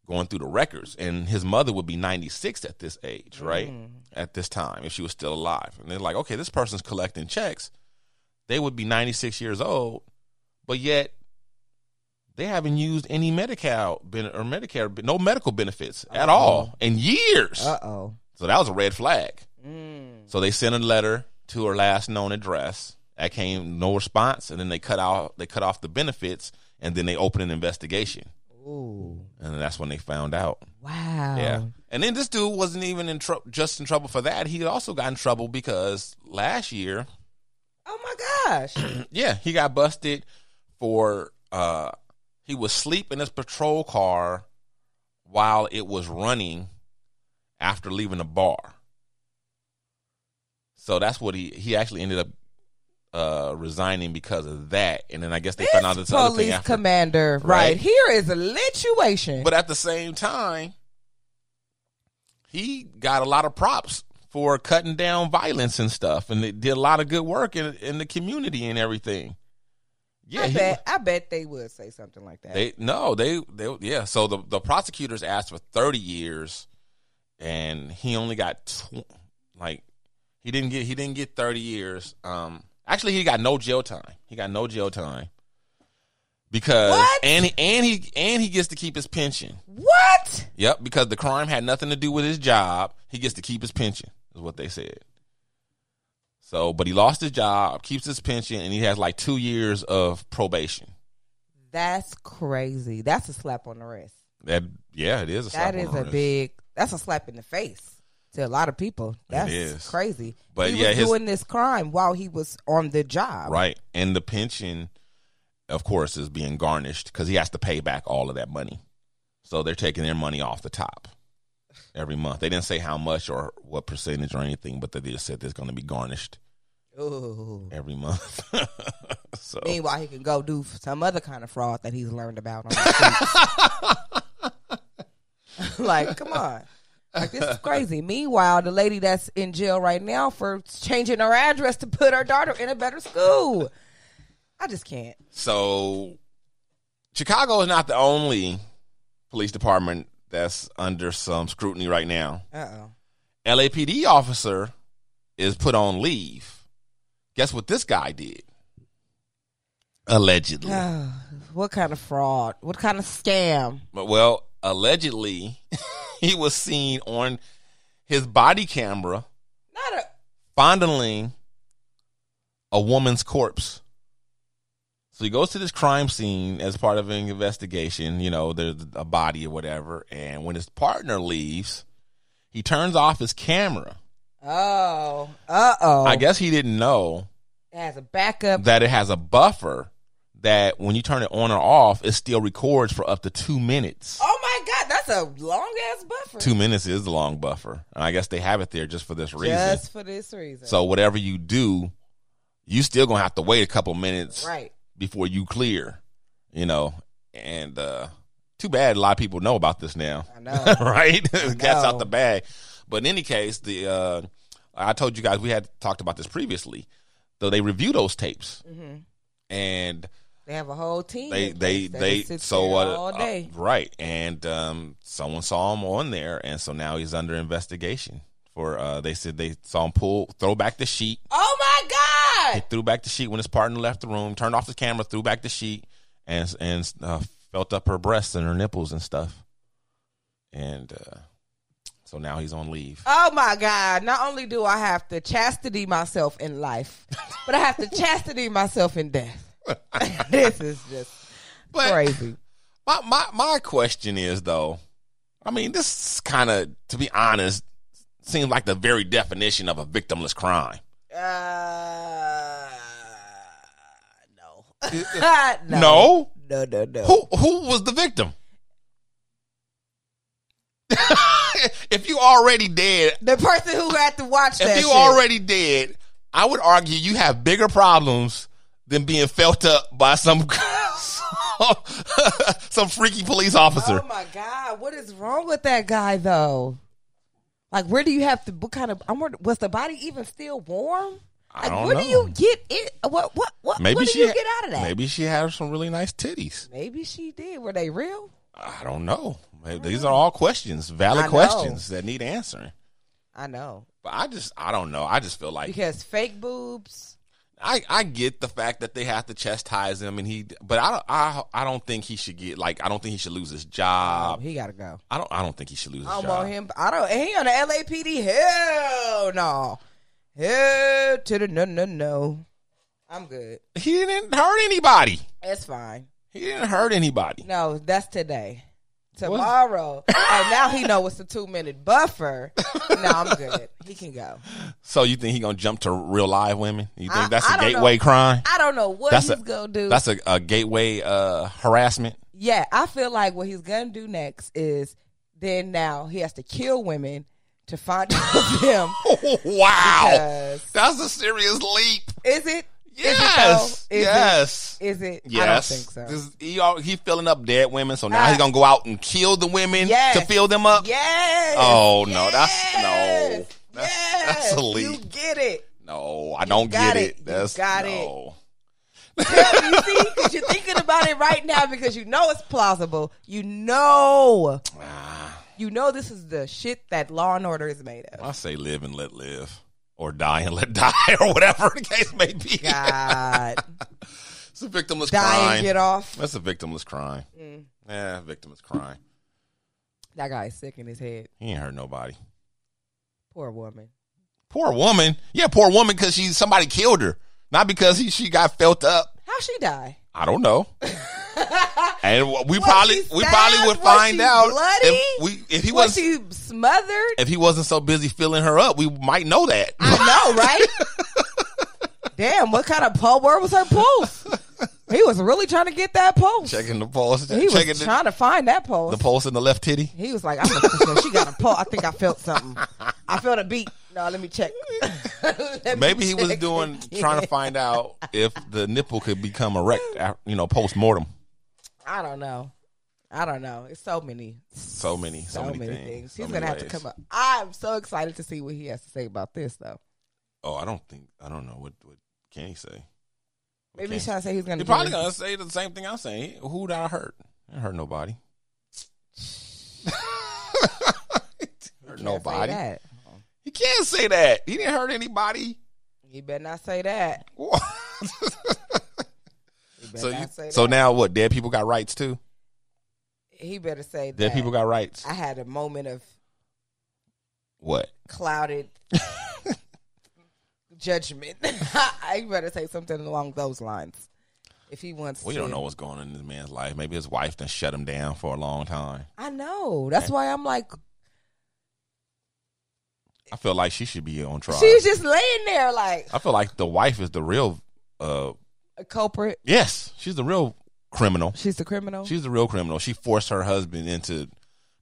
Speaker 3: going through the records, and his mother would be 96 at this age, right? At this time, if she was still alive, and they're like, okay, this person's collecting checks. They would be 96 years old, but yet they haven't used any Medi-Cal ben- or Medicare, no medical benefits at all in years.
Speaker 4: Uh oh.
Speaker 3: So that was a red flag. So they sent a letter to her last known address. That came no response, and then they cut out they cut off the benefits, and then they opened an investigation,
Speaker 4: Ooh.
Speaker 3: and that's when they found out.
Speaker 4: Wow.
Speaker 3: Yeah, and then this dude wasn't even in trouble, just in trouble for that. He also got in trouble because last year,
Speaker 4: Oh my gosh.
Speaker 3: yeah, he got busted for uh he was asleep in his patrol car while it was running after leaving a bar. So that's what he he actually ended up uh resigning because of that. And then I guess they
Speaker 4: this
Speaker 3: found out this other thing
Speaker 4: police
Speaker 3: after.
Speaker 4: commander, right.
Speaker 3: Right.
Speaker 4: here is a lituation.
Speaker 3: But at the same time, he got a lot of props for cutting down violence and stuff and they did a lot of good work in in the community and everything. Yeah,
Speaker 4: I
Speaker 3: he-
Speaker 4: bet, I bet they would say something like that.
Speaker 3: They no, they they yeah. So the the prosecutors asked for thirty years, and he only got tw- like he didn't get he didn't get thirty years. Um, actually, he got no jail time. He got no jail time because
Speaker 4: What?
Speaker 3: and he, and he and he gets to keep his pension.
Speaker 4: what?
Speaker 3: Yep, because the crime had nothing to do with his job. He gets to keep his pension, is what they said. So, but he lost his job, keeps his pension, and he has like two years of probation.
Speaker 4: That's crazy. That's a slap on the wrist.
Speaker 3: That yeah, it is. A slap
Speaker 4: That
Speaker 3: on
Speaker 4: is
Speaker 3: the
Speaker 4: a
Speaker 3: wrist.
Speaker 4: big. That's a slap in the face. to a lot of people. That's
Speaker 3: is.
Speaker 4: crazy.
Speaker 3: But
Speaker 4: he
Speaker 3: yeah,
Speaker 4: was
Speaker 3: his-
Speaker 4: doing this crime while he was on the job.
Speaker 3: Right. And the pension, of course, is being garnished because he has to pay back all of that money. So they're taking their money off the top every month. They didn't say how much or what percentage or anything, but they just said it's going to be garnished
Speaker 4: Ooh.
Speaker 3: every month. (laughs) so
Speaker 4: Meanwhile, he can go do some other kind of fraud that he's learned about. On the
Speaker 3: (laughs)
Speaker 4: streets. (laughs) like, come on. Like, this is crazy. Meanwhile, the lady that's in jail right now for changing her address to put her daughter in a better school. I just can't.
Speaker 3: So Chicago is not the only police department that's under some scrutiny right now.
Speaker 4: Uh oh.
Speaker 3: LAPD officer is put on leave. Guess what this guy did? Allegedly.
Speaker 4: What kind of fraud? What kind of scam?
Speaker 3: But, well, allegedly, (laughs) he was seen on his body camera
Speaker 4: Not a.
Speaker 3: fondling a woman's corpse. So he goes to this crime scene as part of an investigation. You know, there's a body or whatever. And when his partner leaves, he turns off his camera.
Speaker 4: Oh. Uh oh.
Speaker 3: I guess he didn't know
Speaker 4: As a backup.
Speaker 3: that it has a buffer that when you turn it on or off, it still records for up to two minutes.
Speaker 4: oh my God. That's a long ass buffer.
Speaker 3: Two minutes is the long buffer. And I guess they have it there just for this reason.
Speaker 4: Just for this reason.
Speaker 3: So whatever you do, you still gonna have to wait a couple minutes
Speaker 4: Right.
Speaker 3: before you clear. You know, and uh too bad a lot of people know about this now.
Speaker 4: I know.
Speaker 3: (laughs) right? Cats out
Speaker 4: know.
Speaker 3: the bag. But in any case, the uh I told you guys we had talked about this previously. Though they review those tapes.
Speaker 4: Mm-hmm.
Speaker 3: And
Speaker 4: They have a whole team.
Speaker 3: they
Speaker 4: in
Speaker 3: they
Speaker 4: place that
Speaker 3: they
Speaker 4: can sit
Speaker 3: so
Speaker 4: there
Speaker 3: uh,
Speaker 4: all
Speaker 3: uh,
Speaker 4: day.
Speaker 3: right and um someone saw him on there and so now he's under investigation for uh they said they saw him pull throw back the sheet
Speaker 4: oh my
Speaker 3: he
Speaker 4: god!
Speaker 3: threw back the sheet when his partner left the room turned off the camera threw back the sheet and and uh, felt up her breasts and her nipples and stuff and uh so now he's on leave
Speaker 4: Oh my god! Not only do I have to chastity myself in life, (laughs) but I have to chastity myself in death. (laughs) this is just
Speaker 3: But-
Speaker 4: crazy.
Speaker 3: my my my question is though, I mean, this kind of, to be honest, seems like the very definition of a victimless crime.
Speaker 4: Uh, no. (laughs) no.
Speaker 3: No?
Speaker 4: No. No. No.
Speaker 3: Who who was the victim? (laughs) if you already dead,
Speaker 4: The person who had to watch
Speaker 3: if
Speaker 4: that.
Speaker 3: you
Speaker 4: shit.
Speaker 3: already dead, I would argue you have bigger problems than being felt up by some (laughs) some freaky police officer.
Speaker 4: Oh my god! What is wrong with that guy though? Like, where do you have to? What kind of? I'm. wonder- Was the body even still warm?
Speaker 3: I
Speaker 4: Like,
Speaker 3: don't
Speaker 4: where
Speaker 3: know.
Speaker 4: do you get it? What? What? What?
Speaker 3: maybe
Speaker 4: what do
Speaker 3: she
Speaker 4: you
Speaker 3: ha-
Speaker 4: get out of that?
Speaker 3: Maybe she had some really nice titties.
Speaker 4: Maybe she did. Were they real?
Speaker 3: I don't know. These are all questions,
Speaker 4: I
Speaker 3: valid
Speaker 4: know.
Speaker 3: questions that need answering.
Speaker 4: I know
Speaker 3: But I just, I don't know. I just feel like
Speaker 4: because fake boobs.
Speaker 3: I, I get the fact that they have to chastise him, and he, but I don't, I, I don't think he should get like, I don't think he should lose his
Speaker 4: Oh,
Speaker 3: job.
Speaker 4: he gotta go.
Speaker 3: I don't, I don't think he should lose his
Speaker 4: I don't
Speaker 3: job.
Speaker 4: want him. I don't. and He on the LAPD. Hell no. Hell to the no no no. I'm good.
Speaker 3: He didn't hurt anybody.
Speaker 4: It's fine.
Speaker 3: He didn't hurt anybody.
Speaker 4: No, that's today. Tomorrow. oh, now he know it's a two minute buffer. no, I'm good. He can go.
Speaker 3: So you think he gonna jump to real live women? You think
Speaker 4: I-
Speaker 3: that's
Speaker 4: I
Speaker 3: a
Speaker 4: don't
Speaker 3: gateway
Speaker 4: know.
Speaker 3: crime?
Speaker 4: I don't know what
Speaker 3: That's
Speaker 4: he's
Speaker 3: a-
Speaker 4: gonna do.
Speaker 3: That's a, a gateway uh, harassment. (laughs)
Speaker 4: yeah, I feel like what he's gonna do next is then now he has to kill women to find (laughs) them.
Speaker 3: wow,
Speaker 4: Because-
Speaker 3: that's a serious leap.
Speaker 4: Is it? Is
Speaker 3: Yes,
Speaker 4: it though? Is
Speaker 3: yes.
Speaker 4: It, is it?
Speaker 3: Yes,
Speaker 4: I don't think so.
Speaker 3: This- he al- he filling up dead women, so now
Speaker 4: Ah.
Speaker 3: he's gonna go out and kill the women
Speaker 4: Yes.
Speaker 3: to fill them up.
Speaker 4: yes.
Speaker 3: Oh, no, that's- no.
Speaker 4: Yes.
Speaker 3: That's-
Speaker 4: yes.
Speaker 3: that's a
Speaker 4: You
Speaker 3: leap.
Speaker 4: get it.
Speaker 3: No, I don't
Speaker 4: got
Speaker 3: get
Speaker 4: it.
Speaker 3: it.
Speaker 4: You
Speaker 3: That's
Speaker 4: got it.
Speaker 3: no.
Speaker 4: you see, because you're thinking about it right now because you know it's plausible. You know,
Speaker 3: Ah.
Speaker 4: you know this is the shit that Law and Order is
Speaker 3: (laughs)
Speaker 4: made of.
Speaker 3: I say live and let live, or die and let (laughs) die, or whatever the case may be.
Speaker 4: God,
Speaker 3: It's a victimless
Speaker 4: die
Speaker 3: crime.
Speaker 4: and get Mm. off.
Speaker 3: That's a victimless crime. Yeah, victimless crime.
Speaker 4: That guy is sick in his head.
Speaker 3: He ain't hurt nobody.
Speaker 4: Poor woman.
Speaker 3: Poor woman. Yeah, poor woman because she somebody killed her, not because he, she got felt up.
Speaker 4: How she die? (laughs)
Speaker 3: I don't know. and we
Speaker 4: Was
Speaker 3: probably
Speaker 4: she
Speaker 3: we
Speaker 4: stabbed?
Speaker 3: probably would
Speaker 4: Was
Speaker 3: find
Speaker 4: she
Speaker 3: out if
Speaker 4: bloody?
Speaker 3: we if he
Speaker 4: Was
Speaker 3: was
Speaker 4: she smothered?
Speaker 3: if he wasn't so busy filling her up, we might know that.
Speaker 4: I know, right? Damn, what kind of pulse? Where was her pulse? He was really trying to get that
Speaker 3: (laughs)
Speaker 4: pulse.
Speaker 3: checking the pulse,
Speaker 4: he was
Speaker 3: checking the,
Speaker 4: trying to find that pulse.
Speaker 3: the pulse in the left titty.
Speaker 4: He was like, I'm not for sure. She got a pulse. I think I felt something. I felt a beat. No, let me check. (laughs) Let me
Speaker 3: Maybe he was
Speaker 4: check
Speaker 3: doing
Speaker 4: again.
Speaker 3: trying to find out if the nipple could become erect, af- you know, post mortem.
Speaker 4: (laughs) I don't know. I don't know. It's so many,
Speaker 3: So many, so, many, things. so
Speaker 4: He's
Speaker 3: many
Speaker 4: gonna have to
Speaker 3: ways.
Speaker 4: come up. I'm so excited to see what he has to say about this, though.
Speaker 3: Oh, I don't think I don't know what what can he say.
Speaker 4: Maybe
Speaker 3: Okay.
Speaker 4: he's trying to say he's gonna.
Speaker 3: He
Speaker 4: do
Speaker 3: probably
Speaker 4: it.
Speaker 3: gonna say the same thing I'm saying. Who did I hurt? I didn't hurt
Speaker 4: (laughs)
Speaker 3: nobody. hurt
Speaker 4: Can't say
Speaker 3: nobody.
Speaker 4: that.
Speaker 3: He can't say that. He didn't hurt anybody.
Speaker 4: You better not say that.
Speaker 3: (laughs)
Speaker 4: You better
Speaker 3: so you,
Speaker 4: not say
Speaker 3: so
Speaker 4: that.
Speaker 3: now what? Dead people got rights too.
Speaker 4: he better say that.
Speaker 3: Dead people got rights.
Speaker 4: I had a moment of
Speaker 3: What?
Speaker 4: clouded judgment. (laughs) I better say something along those lines. If he wants,
Speaker 3: We
Speaker 4: to.
Speaker 3: don't know what's going on in this man's life. Maybe his wife done shut him down for a long time.
Speaker 4: I know. That's why I'm like,
Speaker 3: I feel like she should be on trial.
Speaker 4: she's just laying there like
Speaker 3: I feel like the wife is the real. uh
Speaker 4: a culprit.
Speaker 3: Yes, she's the real criminal.
Speaker 4: She's the criminal.
Speaker 3: She's the real criminal. She forced her husband into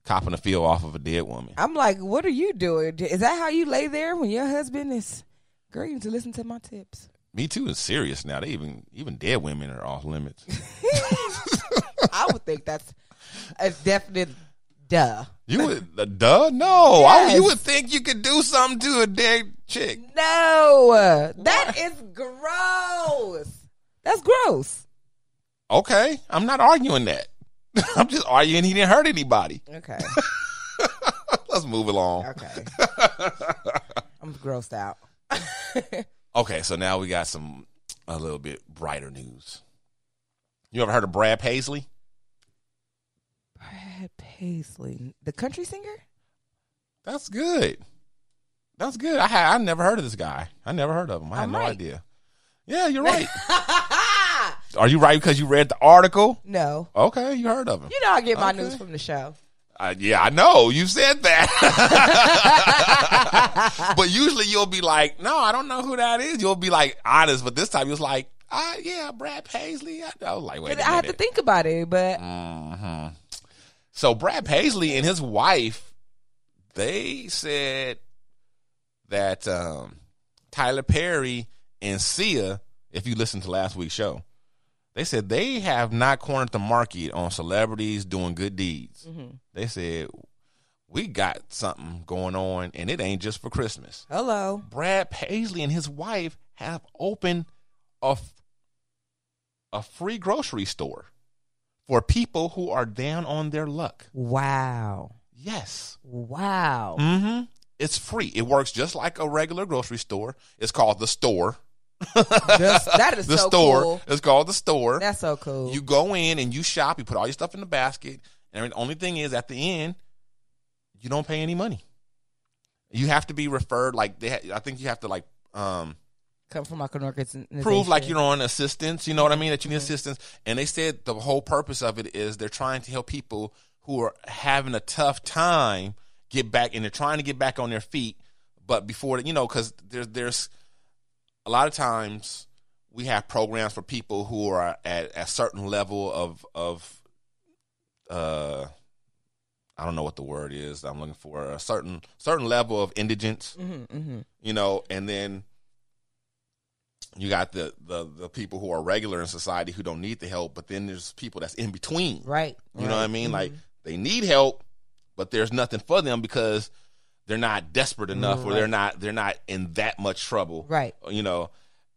Speaker 3: copping a feel off of a dead woman.
Speaker 4: I'm like, what are you doing? Is that how you lay there when your husband is? Girl, you need to listen to my
Speaker 3: (laughs)
Speaker 4: tips.
Speaker 3: Me too is serious now. They even even dead women are off limits.
Speaker 4: I would think that's a definite duh.
Speaker 3: You would (laughs) uh, duh no. I, you
Speaker 4: Yes.
Speaker 3: would think you could do something to a dead chick.
Speaker 4: No, that is gross. That's gross.
Speaker 3: Okay, I'm not arguing that. (laughs) I'm just arguing he didn't hurt anybody.
Speaker 4: Okay,
Speaker 3: Let's move along. (laughs)
Speaker 4: okay. I'm grossed out.
Speaker 3: Okay, so now we got some a little bit brighter news. You ever heard of Brad Paisley?
Speaker 4: Brad Paisley, the country singer.
Speaker 3: That's good. That's good. I had I never heard of this guy. I never heard of him. I had
Speaker 4: I'm
Speaker 3: no
Speaker 4: right.
Speaker 3: idea. Yeah, you're right. (laughs) Are you right because you read the article?
Speaker 4: (laughs) no,
Speaker 3: Okay, you heard of him.
Speaker 4: you know I get my
Speaker 3: Okay.
Speaker 4: news from the show.
Speaker 3: Uh, yeah, I know. You said that. (laughs) but usually you'll be like, no, I don't know who that is. You'll be like honest, but this time you was like, ah, yeah, Brad Paisley. I, I was like, wait a
Speaker 4: But
Speaker 3: minute.
Speaker 4: I have to think about it. But
Speaker 3: Mhm. So Brad Paisley and his wife, they said that um, Tyler Perry and Sia, if you listen to last week's show, they said they have not cornered the market on celebrities doing good deeds. They said we got something going on, and it ain't just for Christmas.
Speaker 4: hello,
Speaker 3: Brad Paisley and his wife have opened a, f- a free grocery store for people who are down on their luck.
Speaker 4: wow,
Speaker 3: Yes.
Speaker 4: wow.
Speaker 3: Mm-hmm. It's free. It works just like a regular grocery store. It's called the store.
Speaker 4: That's- that
Speaker 3: (laughs)
Speaker 4: is
Speaker 3: the
Speaker 4: so
Speaker 3: store.
Speaker 4: cool.
Speaker 3: It's called the store.
Speaker 4: That's so cool.
Speaker 3: You go in and you shop. You put all your stuff in the basket. And the only thing is, at the end, you don't pay any money. You have to be referred. Like they, ha- I think you have to like um
Speaker 4: Come from my organization.
Speaker 3: prove like you're on assistance. You know what I mean? That you need assistance. And they said the whole purpose of it is they're trying to help people who are having a tough time get back, and they're trying to get back on their feet. But before you know, because there's there's a lot of times we have programs for people who are at a certain level of of uh I don't know what the word is I'm looking for a certain certain level of indigence you know and then you got the, the the people who are regular in society who don't need the help but then there's people that's in between
Speaker 4: right. Mm-hmm.
Speaker 3: you know what I mean? Like they need help, but there's nothing for them because they're not desperate enough or they're not they're not in that much trouble.
Speaker 4: Right.
Speaker 3: You know.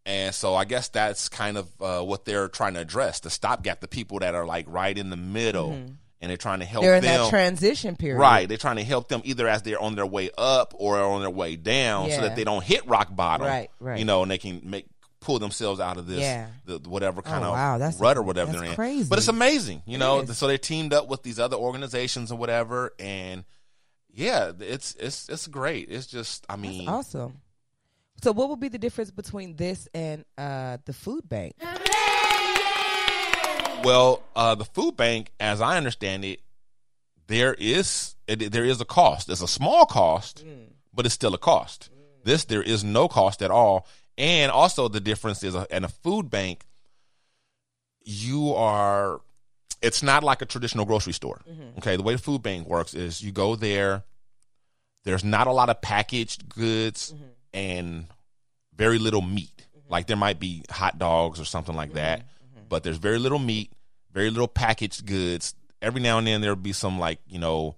Speaker 3: And so I guess that's kind of uh, what they're trying to address, the stopgap, the people that are like right in the middle and they're trying to help
Speaker 4: Mm-hmm. They're in
Speaker 3: them.
Speaker 4: that transition period.
Speaker 3: Right. They're trying to help them either as they're on their way up or on their way down so
Speaker 4: Yeah.
Speaker 3: that they don't hit rock bottom.
Speaker 4: Right, right.
Speaker 3: You know, and they can make pull themselves out of this
Speaker 4: Yeah.
Speaker 3: the, whatever kind
Speaker 4: Oh,
Speaker 3: of
Speaker 4: wow, that's-
Speaker 3: rut or whatever
Speaker 4: that's
Speaker 3: they're in.
Speaker 4: crazy.
Speaker 3: But it's amazing, you know.
Speaker 4: is.
Speaker 3: So they're teamed up with these other organizations and whatever and yeah, it's it's it's great. It's just I mean
Speaker 4: Awesome. So what would be the difference between this and uh, the food bank?
Speaker 3: Well, uh, the food bank, as I understand it, there is it, there is a cost. It's a small cost, but it's still a cost. This there is no cost at all, and also the difference is, uh, in a food bank, you are. It's not like a traditional grocery store.
Speaker 4: Mm-hmm.
Speaker 3: Okay, the way the food bank works is you go there. There's not a lot of packaged goods
Speaker 4: Mm-hmm.
Speaker 3: and very little meat. Like there might be hot dogs or something like that,
Speaker 4: Mm-hmm.
Speaker 3: but there's very little meat, very little packaged goods. Every now and then there'll be some like you know,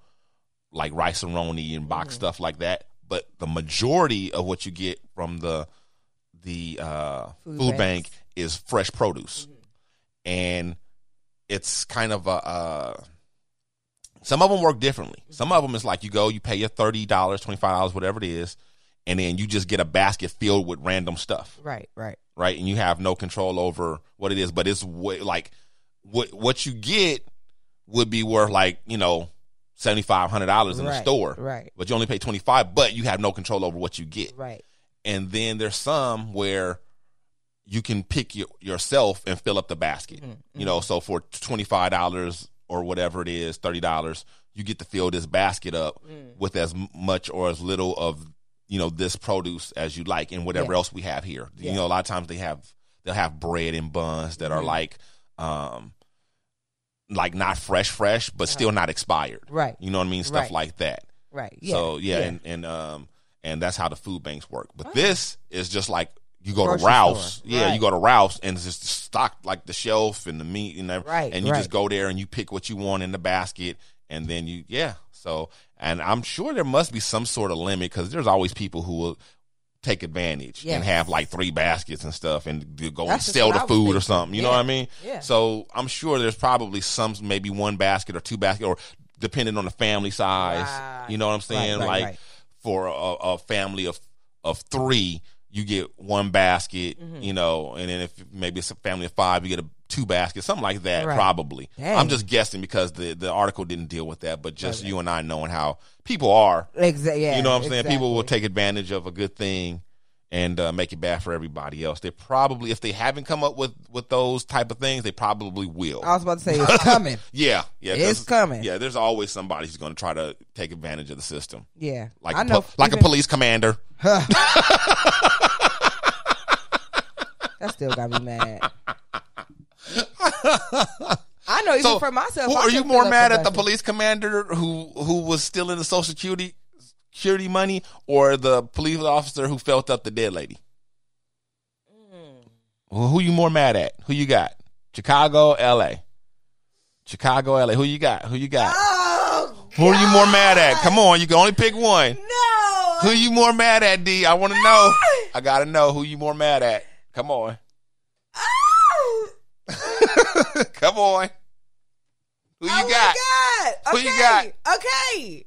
Speaker 3: like rice and roni and
Speaker 4: Mm-hmm.
Speaker 3: box stuff like that. But the majority of what you get from the the uh, food,
Speaker 4: Food
Speaker 3: bank
Speaker 4: banks. Mm-hmm.
Speaker 3: is fresh produce, and it's kind of a. Uh, some of them work differently. Some of them is like you go, you pay your thirty dollars, twenty five dollars, whatever it is, and then you just get a basket filled with random stuff,
Speaker 4: Right, right.
Speaker 3: right? And you have no control over what it is, but it's wa- like what what you get would be worth like you know seventy five hundred dollars in the
Speaker 4: Right,
Speaker 3: store,
Speaker 4: right.
Speaker 3: But you only pay twenty five, but you have no control over what you get,
Speaker 4: Right.
Speaker 3: and then there's some where you can pick your, yourself and fill up the basket.
Speaker 4: Mm,
Speaker 3: You know, so for twenty five dollars or whatever it is, thirty dollars, you get to fill this basket up
Speaker 4: Mm.
Speaker 3: with as m- much or as little of you know this produce as you like, and whatever
Speaker 4: Yeah.
Speaker 3: else we have here. You
Speaker 4: Yeah. Mm-hmm.
Speaker 3: know, a lot of times they have they'll have bread and buns that are like, um, like not fresh, fresh, but still not expired.
Speaker 4: Right.
Speaker 3: You know what I mean? Stuff
Speaker 4: Right.
Speaker 3: like that.
Speaker 4: Right.
Speaker 3: So yeah,
Speaker 4: yeah.
Speaker 3: And, and um and that's how the food banks work. But this is just like you go to
Speaker 4: Grocery
Speaker 3: Ralph's.
Speaker 4: store.
Speaker 3: Yeah,
Speaker 4: Right.
Speaker 3: you go to Ralph's and it's just stocked like the shelf and the meat and everything.
Speaker 4: Right,
Speaker 3: and you just
Speaker 4: right.
Speaker 3: go there and you pick what you want in the basket and then you yeah. So and I'm sure there must be some sort of limit because there's always people who will take advantage and
Speaker 4: Yes.
Speaker 3: have like three baskets and stuff and do- go
Speaker 4: That's
Speaker 3: and
Speaker 4: just
Speaker 3: sell
Speaker 4: what
Speaker 3: the
Speaker 4: I was
Speaker 3: food or
Speaker 4: thinking.
Speaker 3: something. You know
Speaker 4: Yeah,
Speaker 3: what I mean?
Speaker 4: yeah.
Speaker 3: So I'm sure there's probably some maybe one basket or two basket or depending on the family size.
Speaker 4: Ah, Right.
Speaker 3: You know what I'm saying?
Speaker 4: right,
Speaker 3: like
Speaker 4: right.
Speaker 3: for a, a family of of three, you get one basket,
Speaker 4: Mm-hmm.
Speaker 3: you know, and then if maybe it's a family of five, you get a two baskets, something like that,
Speaker 4: Right.
Speaker 3: probably.
Speaker 4: Dang.
Speaker 3: I'm just guessing because the the article didn't deal with that, but just you and I knowing how people are.
Speaker 4: Exactly. Yeah,
Speaker 3: you know what I'm saying? People will
Speaker 4: exactly.
Speaker 3: take advantage of a good thing and uh, make it bad for everybody else. They probably, if they haven't come up with with those type of things, they probably will.
Speaker 4: I was about to say
Speaker 3: (laughs)
Speaker 4: it's coming.
Speaker 3: yeah, yeah,
Speaker 4: It's
Speaker 3: 'cause-
Speaker 4: coming.
Speaker 3: Yeah, there's always somebody who's going to try to take advantage of the system
Speaker 4: Yeah.
Speaker 3: like
Speaker 4: I
Speaker 3: a
Speaker 4: know.
Speaker 3: po- like a
Speaker 4: even-
Speaker 3: police commander.
Speaker 4: That still got me
Speaker 3: (laughs)
Speaker 4: mad. I know even
Speaker 3: So,
Speaker 4: for myself.
Speaker 3: who
Speaker 4: I
Speaker 3: are you
Speaker 4: could
Speaker 3: more
Speaker 4: feel
Speaker 3: mad at the
Speaker 4: somebody.
Speaker 3: police commander who who was stealing the social security security money, or the police officer who felt up the dead lady?
Speaker 4: Mm.
Speaker 3: Well, who you more mad at? Who you got? Chicago, L.A. Chicago, L.A. Who you got? Who you got?
Speaker 4: Oh
Speaker 3: who are you more mad at? Come on, you can only pick one.
Speaker 4: no!
Speaker 3: Who you more mad at, D? I want to
Speaker 4: (laughs)
Speaker 3: know. I gotta know who you more mad at. Come on, (laughs)
Speaker 4: Oh,
Speaker 3: come on. Who you
Speaker 4: oh
Speaker 3: got?
Speaker 4: my God.
Speaker 3: Who
Speaker 4: okay.
Speaker 3: you got?
Speaker 4: Okay.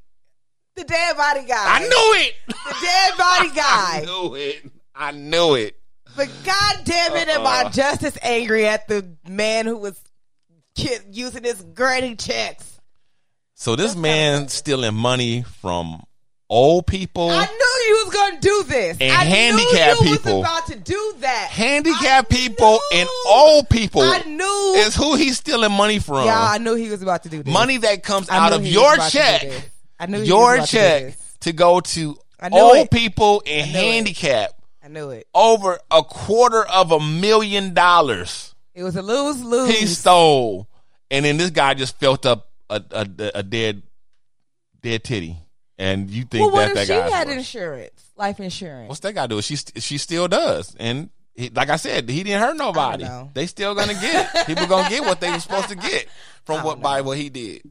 Speaker 4: The dead body guy.
Speaker 3: I knew it. (laughs)
Speaker 4: The dead body
Speaker 3: I
Speaker 4: guy.
Speaker 3: knew it. I knew it.
Speaker 4: But God damn it, am
Speaker 3: Uh-uh.
Speaker 4: I just as angry at the man who was ki- using his granny checks?
Speaker 3: So this man stealing money from old people,
Speaker 4: I knew you was gonna do this.
Speaker 3: And
Speaker 4: I
Speaker 3: handicapped
Speaker 4: knew you
Speaker 3: people.
Speaker 4: was about to do that.
Speaker 3: handicapped
Speaker 4: I
Speaker 3: people,
Speaker 4: knew-
Speaker 3: and old people
Speaker 4: I knew.
Speaker 3: is who he's stealing money from.
Speaker 4: yeah, I knew he was about to do this.
Speaker 3: money that comes
Speaker 4: I
Speaker 3: out
Speaker 4: knew
Speaker 3: of
Speaker 4: he was
Speaker 3: your
Speaker 4: about to do
Speaker 3: check,
Speaker 4: this. I knew he was
Speaker 3: your
Speaker 4: about to do
Speaker 3: check
Speaker 4: this.
Speaker 3: to go to
Speaker 4: I knew
Speaker 3: old
Speaker 4: it.
Speaker 3: people and
Speaker 4: I knew it.
Speaker 3: handicap
Speaker 4: I knew it.
Speaker 3: over a quarter of a million dollars
Speaker 4: It was a lose lose.
Speaker 3: he stole, and then this guy just felt up a a, a dead dead titty, and you think
Speaker 4: well, what
Speaker 3: that that
Speaker 4: if she
Speaker 3: guy's
Speaker 4: had
Speaker 3: worth-
Speaker 4: insurance, life insurance?
Speaker 3: What's that got to do? with- She st- she still does, and he, like I said, he didn't hurt nobody.
Speaker 4: know.
Speaker 3: They still gonna get it. People gonna get what they were
Speaker 4: (laughs)
Speaker 3: supposed to get from what by what he did.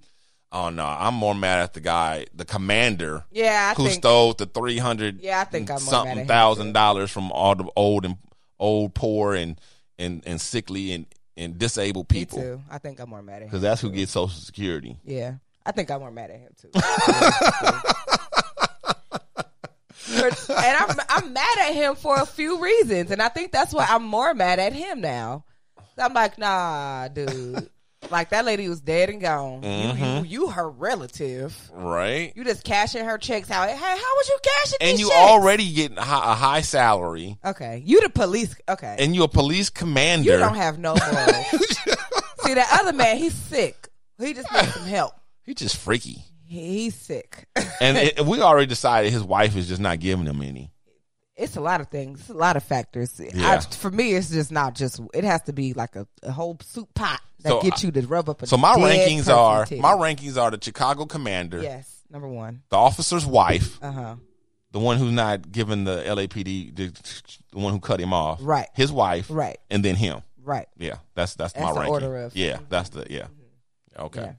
Speaker 3: Oh no, I'm more mad at the guy, the commander,
Speaker 4: yeah, I
Speaker 3: who
Speaker 4: think.
Speaker 3: stole the three hundred,
Speaker 4: Yeah, I think I'm more mad at
Speaker 3: something
Speaker 4: him,
Speaker 3: thousand dollars from all the old and old poor and and and sickly and and disabled
Speaker 4: Me
Speaker 3: people
Speaker 4: too. I think I'm more mad at him.
Speaker 3: because that's who gets Social Security.
Speaker 4: Yeah, I think I'm more mad at him too.
Speaker 3: (laughs)
Speaker 4: For- and I'm I'm mad at him for a few reasons, and I think that's why I'm more mad at him now. I'm like, nah, dude. Like that lady was dead and gone.
Speaker 3: Mm-hmm.
Speaker 4: You, you, you her relative.
Speaker 3: Right.
Speaker 4: You just cashing her checks out. Hey, how was you cashing?
Speaker 3: and
Speaker 4: these
Speaker 3: you
Speaker 4: checks?
Speaker 3: already get a hi- a high salary,
Speaker 4: okay. You the police. Okay.
Speaker 3: and you're a police commander. (laughs)
Speaker 4: you don't have no morals. See that other man, he's sick. He just needs some help.
Speaker 3: He just freaky.
Speaker 4: He, he's sick. (laughs)
Speaker 3: And it, we already decided his wife is just not giving him any.
Speaker 4: it's a lot of things. It's a lot of factors.
Speaker 3: Yeah.
Speaker 4: I, for me, it's just not just. It has to be like a, a whole soup pot that
Speaker 3: So uh,
Speaker 4: gets you to rub up. A
Speaker 3: So my
Speaker 4: dead
Speaker 3: rankings
Speaker 4: person's
Speaker 3: are
Speaker 4: titty.
Speaker 3: my rankings are the Chicago commander,
Speaker 4: yes, number one.
Speaker 3: the officer's wife,
Speaker 4: Uh huh.
Speaker 3: the one who's not giving the LAPD the, the one who cut him off,
Speaker 4: Right.
Speaker 3: His wife,
Speaker 4: Right.
Speaker 3: and then him.
Speaker 4: Right.
Speaker 3: Yeah, that's that's, my
Speaker 4: That's the
Speaker 3: ranking.
Speaker 4: order of- Mm-hmm.
Speaker 3: yeah, that's the yeah. Okay.
Speaker 4: Yeah.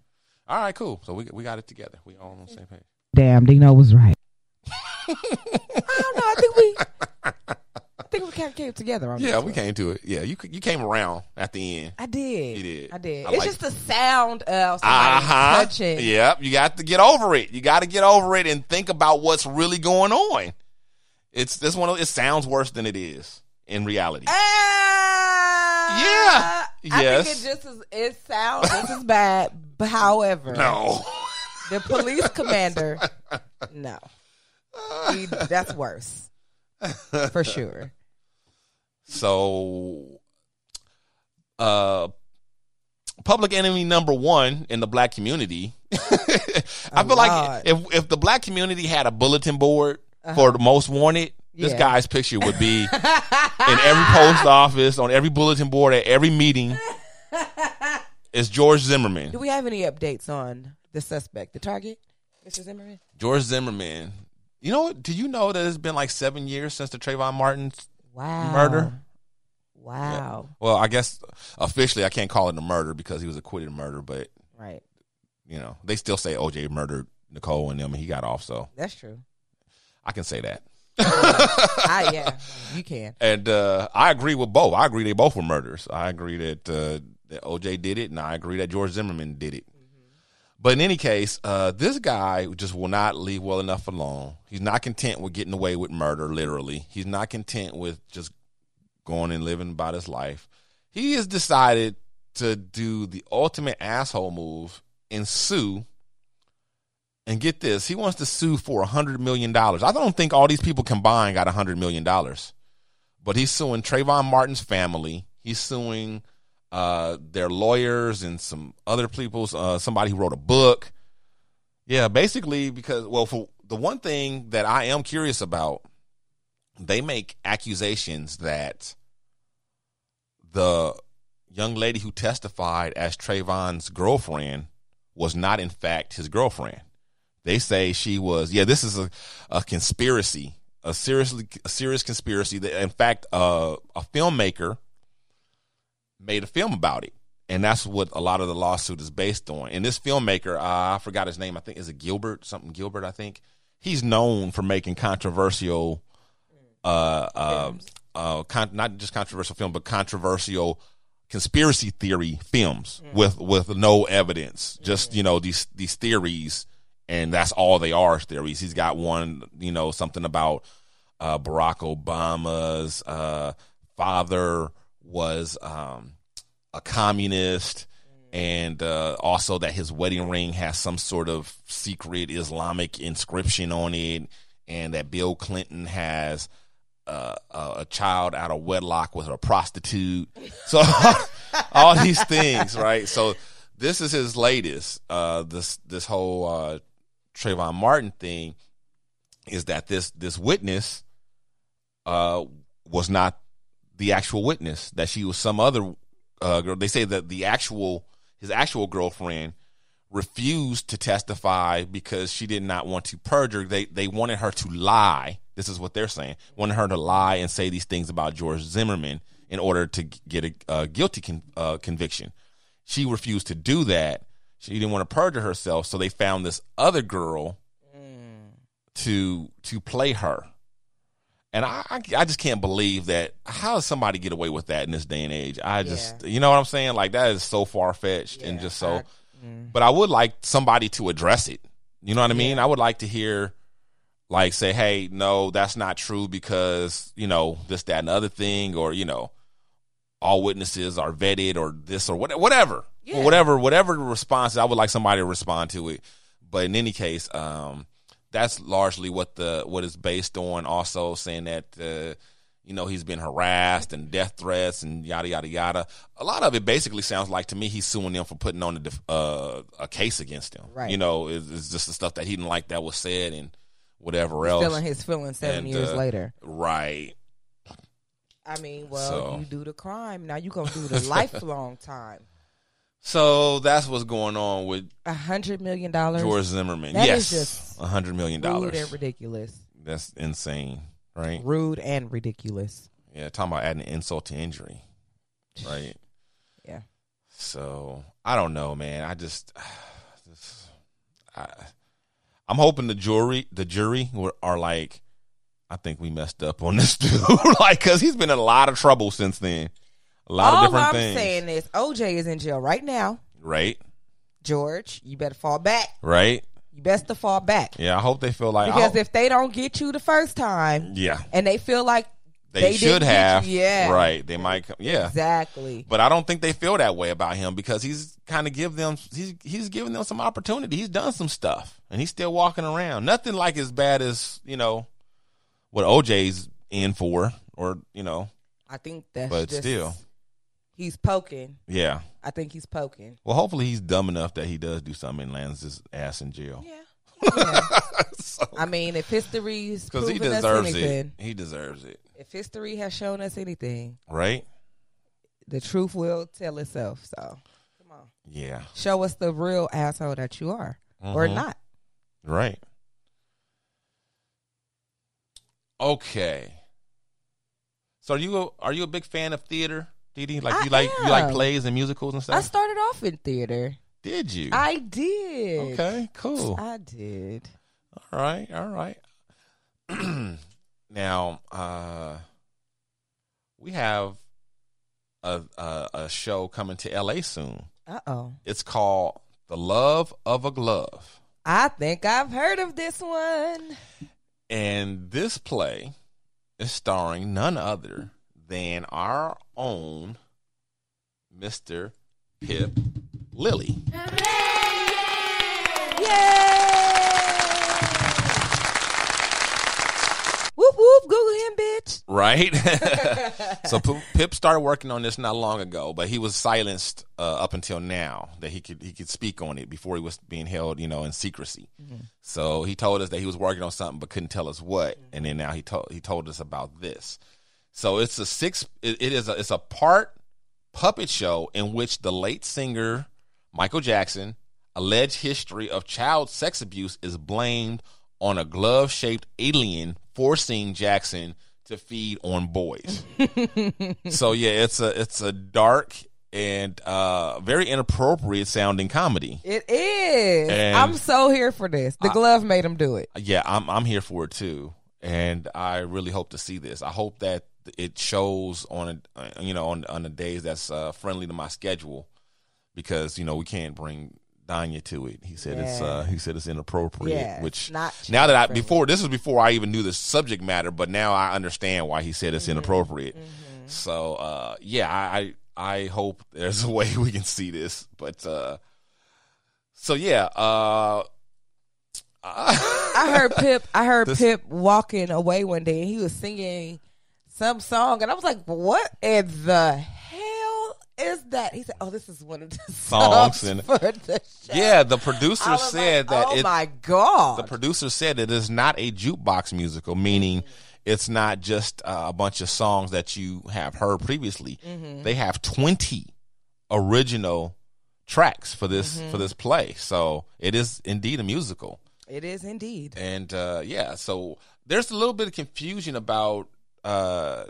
Speaker 3: All right, cool. So we we got it together. We all on the same page.
Speaker 4: Damn, Dino was right. (laughs) I don't know. I think we. I think we kind of came together. On
Speaker 3: Yeah,
Speaker 4: this
Speaker 3: we
Speaker 4: one.
Speaker 3: came to it. Yeah, you c- you came around at the end.
Speaker 4: I did.
Speaker 3: You did.
Speaker 4: I did.
Speaker 3: I
Speaker 4: it's
Speaker 3: like
Speaker 4: just the sound of
Speaker 3: Uh
Speaker 4: somebody
Speaker 3: huh.
Speaker 4: touching.
Speaker 3: Yep. You got to get over it. You got to get over it and think about what's really going on. It's this one. of- It sounds worse than it is in reality.
Speaker 4: Ah!
Speaker 3: Yeah.
Speaker 4: I
Speaker 3: Yes.
Speaker 4: think it just is, it sounds just as bad. But however,
Speaker 3: No.
Speaker 4: the police
Speaker 3: (laughs)
Speaker 4: commander, no, He- that's worse for sure.
Speaker 3: So, uh, public enemy number one in the black community. (laughs) I feel like
Speaker 4: Lord.
Speaker 3: if if the black community had a bulletin board for the most wanted, this
Speaker 4: Uh-huh. Yeah.
Speaker 3: guy's picture would
Speaker 4: (laughs)
Speaker 3: be in every post office, on every bulletin board, at every meeting. It's George Zimmerman.
Speaker 4: Do we have any updates on the suspect, the target, Mr. Zimmerman?
Speaker 3: George Zimmerman. You know, do you know that it's been like seven years since the Trayvon Martin
Speaker 4: Wow,
Speaker 3: murder?
Speaker 4: Wow,
Speaker 3: Well, I guess officially I can't call it a murder because he was acquitted of murder, but
Speaker 4: right?
Speaker 3: you know, they still say OJ murdered Nicole and them and he got off, so
Speaker 4: That's true.
Speaker 3: I can say that.
Speaker 4: I yeah, you can.
Speaker 3: And uh, I agree with both. I agree they both were murders. I agree that uh, that OJ did it and I agree that George Zimmerman did it. But in any case, uh, this guy just will not leave well enough alone. He's not content with getting away with murder, literally. He's not content with just going and living about his life. He has decided to do the ultimate asshole move and sue. And get this, he wants to sue for $100 million. I don't think all these people combined got $100 million. But he's suing Trayvon Martin's family. He's suing uh, their lawyers and some other people's, uh, somebody who wrote a book. Yeah, basically because well, for the one thing that I am curious about, they make accusations that the young lady who testified as Trayvon's girlfriend was not in fact his girlfriend. They say she was. Yeah, this is a, a conspiracy, a seriously a serious conspiracy. That in fact, uh, a filmmaker made a film about it. And that's what a lot of the lawsuit is based on. And this filmmaker, uh, I forgot his name. I think is it Gilbert something Gilbert. I think he's known for making controversial, uh, uh, uh, con- not just controversial film, but controversial conspiracy theory films with with no evidence. Just you know these these theories, and that's all they are theories. He's got one, you know, something about uh, Barack Obama's uh, father was um, a communist, and uh, also that his wedding ring has some sort of secret Islamic inscription on it, and that Bill Clinton has uh, a, a child out of wedlock with a prostitute. (laughs) So all these things, right? So this is his latest. Uh, this this whole uh, Trayvon Martin thing is that this this witness uh, was not the actual witness. That she was some other uh, girl. They say that the actual his actual girlfriend refused to testify because she did not want to perjure. They they wanted her to lie. This is what they're saying. Wanted her to lie and say these things about George Zimmerman in order to g- get a, uh guilty con, uh, conviction. She refused to do that. She didn't want to perjure herself, so they found this other girl to to play her. And I, I I just can't believe that. How does somebody get away with that in this day and age? I just, you know what I'm saying? Like that is so far fetched and
Speaker 4: Yeah,
Speaker 3: just so. But I would like somebody to address it. You know what I mean? I would like to hear, like, say, hey, no, that's not true because you know this, that, and the other thing, or you know, all witnesses are vetted, or this, or what, whatever,
Speaker 4: Yeah.
Speaker 3: whatever, whatever the response. I would like somebody to respond to it. But in any case, um, that's largely what the what is based on. Also saying that uh, you know, he's been harassed and death threats and yada yada yada. A lot of it basically sounds like to me he's suing them for putting on a def- uh, a case against him.
Speaker 4: Right.
Speaker 3: You know, it's, it's just the stuff that he didn't like that was said and whatever else.
Speaker 4: Feeling his feelings seven
Speaker 3: And,
Speaker 4: years
Speaker 3: uh,
Speaker 4: later.
Speaker 3: Right.
Speaker 4: I mean, well,
Speaker 3: so-
Speaker 4: you do the crime. Now you going to do the lifelong time.
Speaker 3: So that's what's going on with
Speaker 4: A $100 million. dollars?
Speaker 3: George Zimmerman.
Speaker 4: That
Speaker 3: yes,
Speaker 4: is just
Speaker 3: a hundred million
Speaker 4: Rude and
Speaker 3: dollars.
Speaker 4: ridiculous.
Speaker 3: That's insane, right?
Speaker 4: Rude and ridiculous.
Speaker 3: Yeah, talking about adding insult to injury, right?
Speaker 4: Yeah.
Speaker 3: So I don't know, man. I just, (sighs) just I, I'm hoping the jury, the jury were, are like, I think we messed up on (laughs) this dude, like, cause he's been in a lot of trouble since then, a lot
Speaker 4: All
Speaker 3: of different
Speaker 4: I'm
Speaker 3: things,
Speaker 4: saying is OJ is in jail right now.
Speaker 3: right?
Speaker 4: George, you better fall back.
Speaker 3: Right?
Speaker 4: You best to fall back.
Speaker 3: Yeah, I hope they feel like, I
Speaker 4: Because
Speaker 3: hope-
Speaker 4: if they don't get you the first time
Speaker 3: yeah,
Speaker 4: and they feel like
Speaker 3: they,
Speaker 4: they
Speaker 3: should
Speaker 4: didn't get
Speaker 3: have,
Speaker 4: you- yeah.
Speaker 3: right? They might, come, yeah,
Speaker 4: exactly
Speaker 3: But I don't think they feel that way about him because he's kind of give them he's he's giving them some opportunity. He's done some stuff and he's still walking around. Nothing like as bad as you know what OJ's in for, or you know,
Speaker 4: I think that's
Speaker 3: but
Speaker 4: just-
Speaker 3: still,
Speaker 4: he's poking.
Speaker 3: yeah.
Speaker 4: I think he's poking.
Speaker 3: Well, hopefully he's dumb enough that he does do something and lands his ass in jail
Speaker 4: Yeah.
Speaker 3: (laughs)
Speaker 4: I mean, if history is
Speaker 3: because
Speaker 4: proven
Speaker 3: he deserves
Speaker 4: us anything,
Speaker 3: it. He deserves it,
Speaker 4: if history has shown us anything,
Speaker 3: right?
Speaker 4: the truth will tell itself. So
Speaker 3: Yeah,
Speaker 4: show us the real asshole that you are,
Speaker 3: Mm-hmm.
Speaker 4: or not.
Speaker 3: right. Okay. So are you a, are you a big fan of theater, Dee Dee? Like
Speaker 4: I
Speaker 3: you like you like
Speaker 4: am.
Speaker 3: plays and musicals and
Speaker 4: I
Speaker 3: stuff?
Speaker 4: started off in theater.
Speaker 3: Did you?
Speaker 4: I did.
Speaker 3: okay, cool.
Speaker 4: I did.
Speaker 3: all right, all right. (clears throat) now, uh we have a, a a show coming to LA soon.
Speaker 4: Uh oh.
Speaker 3: It's called The Love of a Glove.
Speaker 4: I think I've heard of this one.
Speaker 3: And this play is starring none other than our own Mr. Pip Lilly.
Speaker 4: Yay! Whoop whoop, Google him, bitch.
Speaker 3: right? (laughs) so P- Pip started working on this not long ago, but he was silenced uh, up until now that he could he could speak on it before he was being held, you know, in secrecy. So he told us that he was working on something but couldn't tell us what, and then now he told he told us about this. So it's a six. It, it is a it's a part puppet show in which the late singer Michael Jackson alleged history of child sex abuse is blamed on a glove shaped alien forcing Jackson to feed on boys. so yeah, it's a it's a dark and uh very inappropriate sounding comedy.
Speaker 4: It is.
Speaker 3: And-
Speaker 4: I'm so here for this. The glove made him do it.
Speaker 3: Yeah, I'm I'm here for it too, and I really hope to see this. I hope that it shows on a uh, you know on on the days that's uh, friendly to my schedule, because you know we can't bring Danya to it. He said it's uh, he said it's inappropriate,
Speaker 4: Yeah,
Speaker 3: which
Speaker 4: not
Speaker 3: now that I
Speaker 4: child-friendly.
Speaker 3: before this was before I even knew the subject matter, but now I understand why he said it's
Speaker 4: Mm-hmm.
Speaker 3: inappropriate. So uh, yeah, I, I I hope there's a (laughs) way we can see this, but uh, so yeah. Uh,
Speaker 4: I
Speaker 3: (laughs)
Speaker 4: heard Pip. I heard
Speaker 3: This-
Speaker 4: Pip walking away one day, and he was singing some song, and I was like, "What in the hell is that?" He said, "Oh, this is one of the (laughs) songs,
Speaker 3: Songs and-
Speaker 4: for the show."
Speaker 3: Yeah, the
Speaker 4: I
Speaker 3: producer
Speaker 4: was
Speaker 3: said
Speaker 4: like,
Speaker 3: that
Speaker 4: "Oh
Speaker 3: it,
Speaker 4: my god!"
Speaker 3: the producer said it is not a jukebox musical, meaning it's not just uh, a bunch of songs that you have heard previously.
Speaker 4: Mm-hmm.
Speaker 3: They have 20 original tracks for this
Speaker 4: Mm-hmm.
Speaker 3: for this play. So, it is indeed a musical.
Speaker 4: it is indeed.
Speaker 3: And uh, yeah, so there's a little bit of confusion about uh,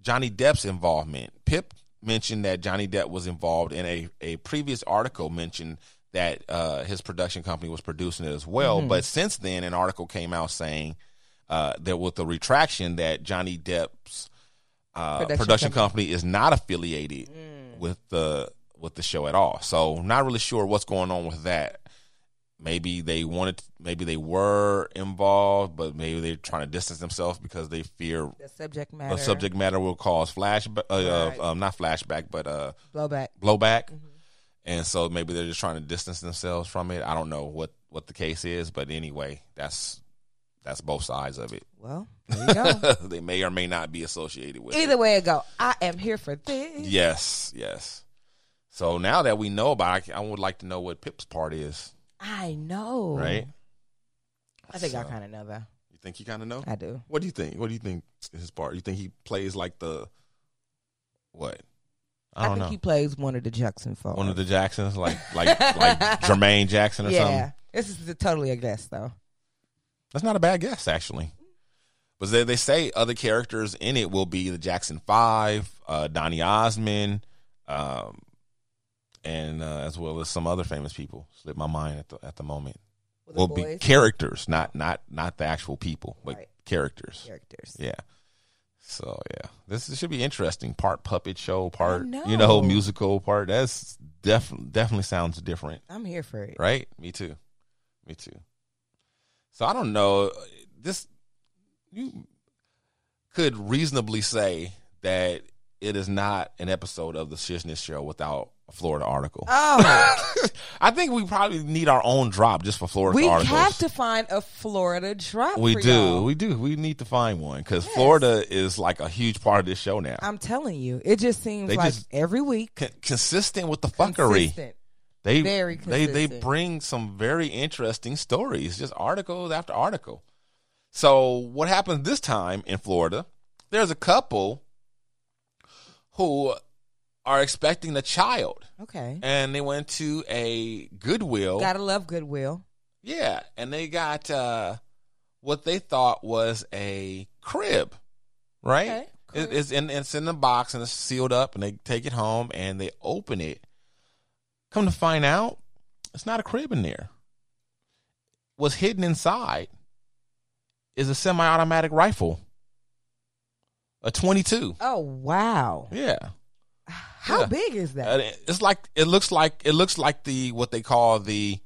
Speaker 3: Johnny Depp's involvement. Pip mentioned that Johnny Depp was involved in a, a previous article mentioned that uh, his production company was producing it as well. But since then, an article came out saying uh, that with the retraction that Johnny Depp's uh,
Speaker 4: Production Mm.
Speaker 3: production, company. is not affiliated with the with the show at all. So not really sure what's going on with that maybe they wanted maybe they were involved but maybe they're trying to distance themselves because they fear
Speaker 4: The subject matter.
Speaker 3: the subject matter will cause flashback uh,
Speaker 4: Right. Mm-hmm.
Speaker 3: uh, um, not flashback but uh,
Speaker 4: blowback.
Speaker 3: blowback and so maybe they're just trying to distance themselves from it i don't know what what the case is but anyway that's That's both sides of it.
Speaker 4: Well, there you go.
Speaker 3: (laughs)
Speaker 4: (laughs)
Speaker 3: they may or may not be associated with it.
Speaker 4: Either way it go, I am here for this.
Speaker 3: Yes, yes. So now that we know about, it, I would like to know what Pip's part is,
Speaker 4: I know.
Speaker 3: right?
Speaker 4: I think I
Speaker 3: So-
Speaker 4: kind of know though.
Speaker 3: You think you kind of know?
Speaker 4: I do.
Speaker 3: What do you think? What do you think is his part? You think he plays like the what? I don't
Speaker 4: think
Speaker 3: know.
Speaker 4: he plays one of the Jackson four.
Speaker 3: One of the Jacksons, like
Speaker 4: (laughs)
Speaker 3: like like Jermaine Jackson or
Speaker 4: yeah.
Speaker 3: something.
Speaker 4: This is the- totally a guess though.
Speaker 3: That's not a bad guess actually. But they, they say other characters in it will be the Jackson Five, uh, Donny Osmond, um, and uh, as well as some other famous people. Slipped my mind at the at the moment.
Speaker 4: With the
Speaker 3: Will be
Speaker 4: boys.
Speaker 3: characters, not not not the actual people, but
Speaker 4: Right.
Speaker 3: characters.
Speaker 4: characters.
Speaker 3: Yeah. So yeah, this this should be interesting. Part puppet show, part you
Speaker 4: know.
Speaker 3: know musical part. That's definitely definitely sounds different,
Speaker 4: I'm here for it.
Speaker 3: right? Me too, me too. So I don't know. This you could reasonably say that it is not an episode of the Shiznit Show without a Florida article. (laughs)
Speaker 4: Oh,
Speaker 3: I think we probably need our own drop just for Florida
Speaker 4: we
Speaker 3: articles.
Speaker 4: have to find a Florida drop.
Speaker 3: we
Speaker 4: for
Speaker 3: do,
Speaker 4: y'all.
Speaker 3: we do. We need to find one because
Speaker 4: Yes. Um,
Speaker 3: Florida is like a huge part of this show now.
Speaker 4: I'm telling you, it just seems
Speaker 3: They
Speaker 4: like
Speaker 3: just-
Speaker 4: every week.
Speaker 3: con- consistent with the fuckery.
Speaker 4: consistent.
Speaker 3: They
Speaker 4: Very
Speaker 3: they they
Speaker 4: consistent.
Speaker 3: bring some very interesting stories, just article after article. So what happened this time in Florida? There's a couple who are expecting a child,
Speaker 4: Okay.
Speaker 3: and they went to a Goodwill.
Speaker 4: Gotta love Goodwill.
Speaker 3: yeah, and they got uh, what they thought was a crib, right?
Speaker 4: Okay,
Speaker 3: It-
Speaker 4: crib.
Speaker 3: it's in it's in the box and it's sealed up, and they take it home and they open it. Come to find out, it's not a crib in there. What's hidden inside is a semi-automatic rifle, a twenty-two.
Speaker 4: Oh wow!
Speaker 3: Yeah,
Speaker 4: How
Speaker 3: Yeah.
Speaker 4: big is that?
Speaker 3: Uh, it's like it looks like it looks like the what they call the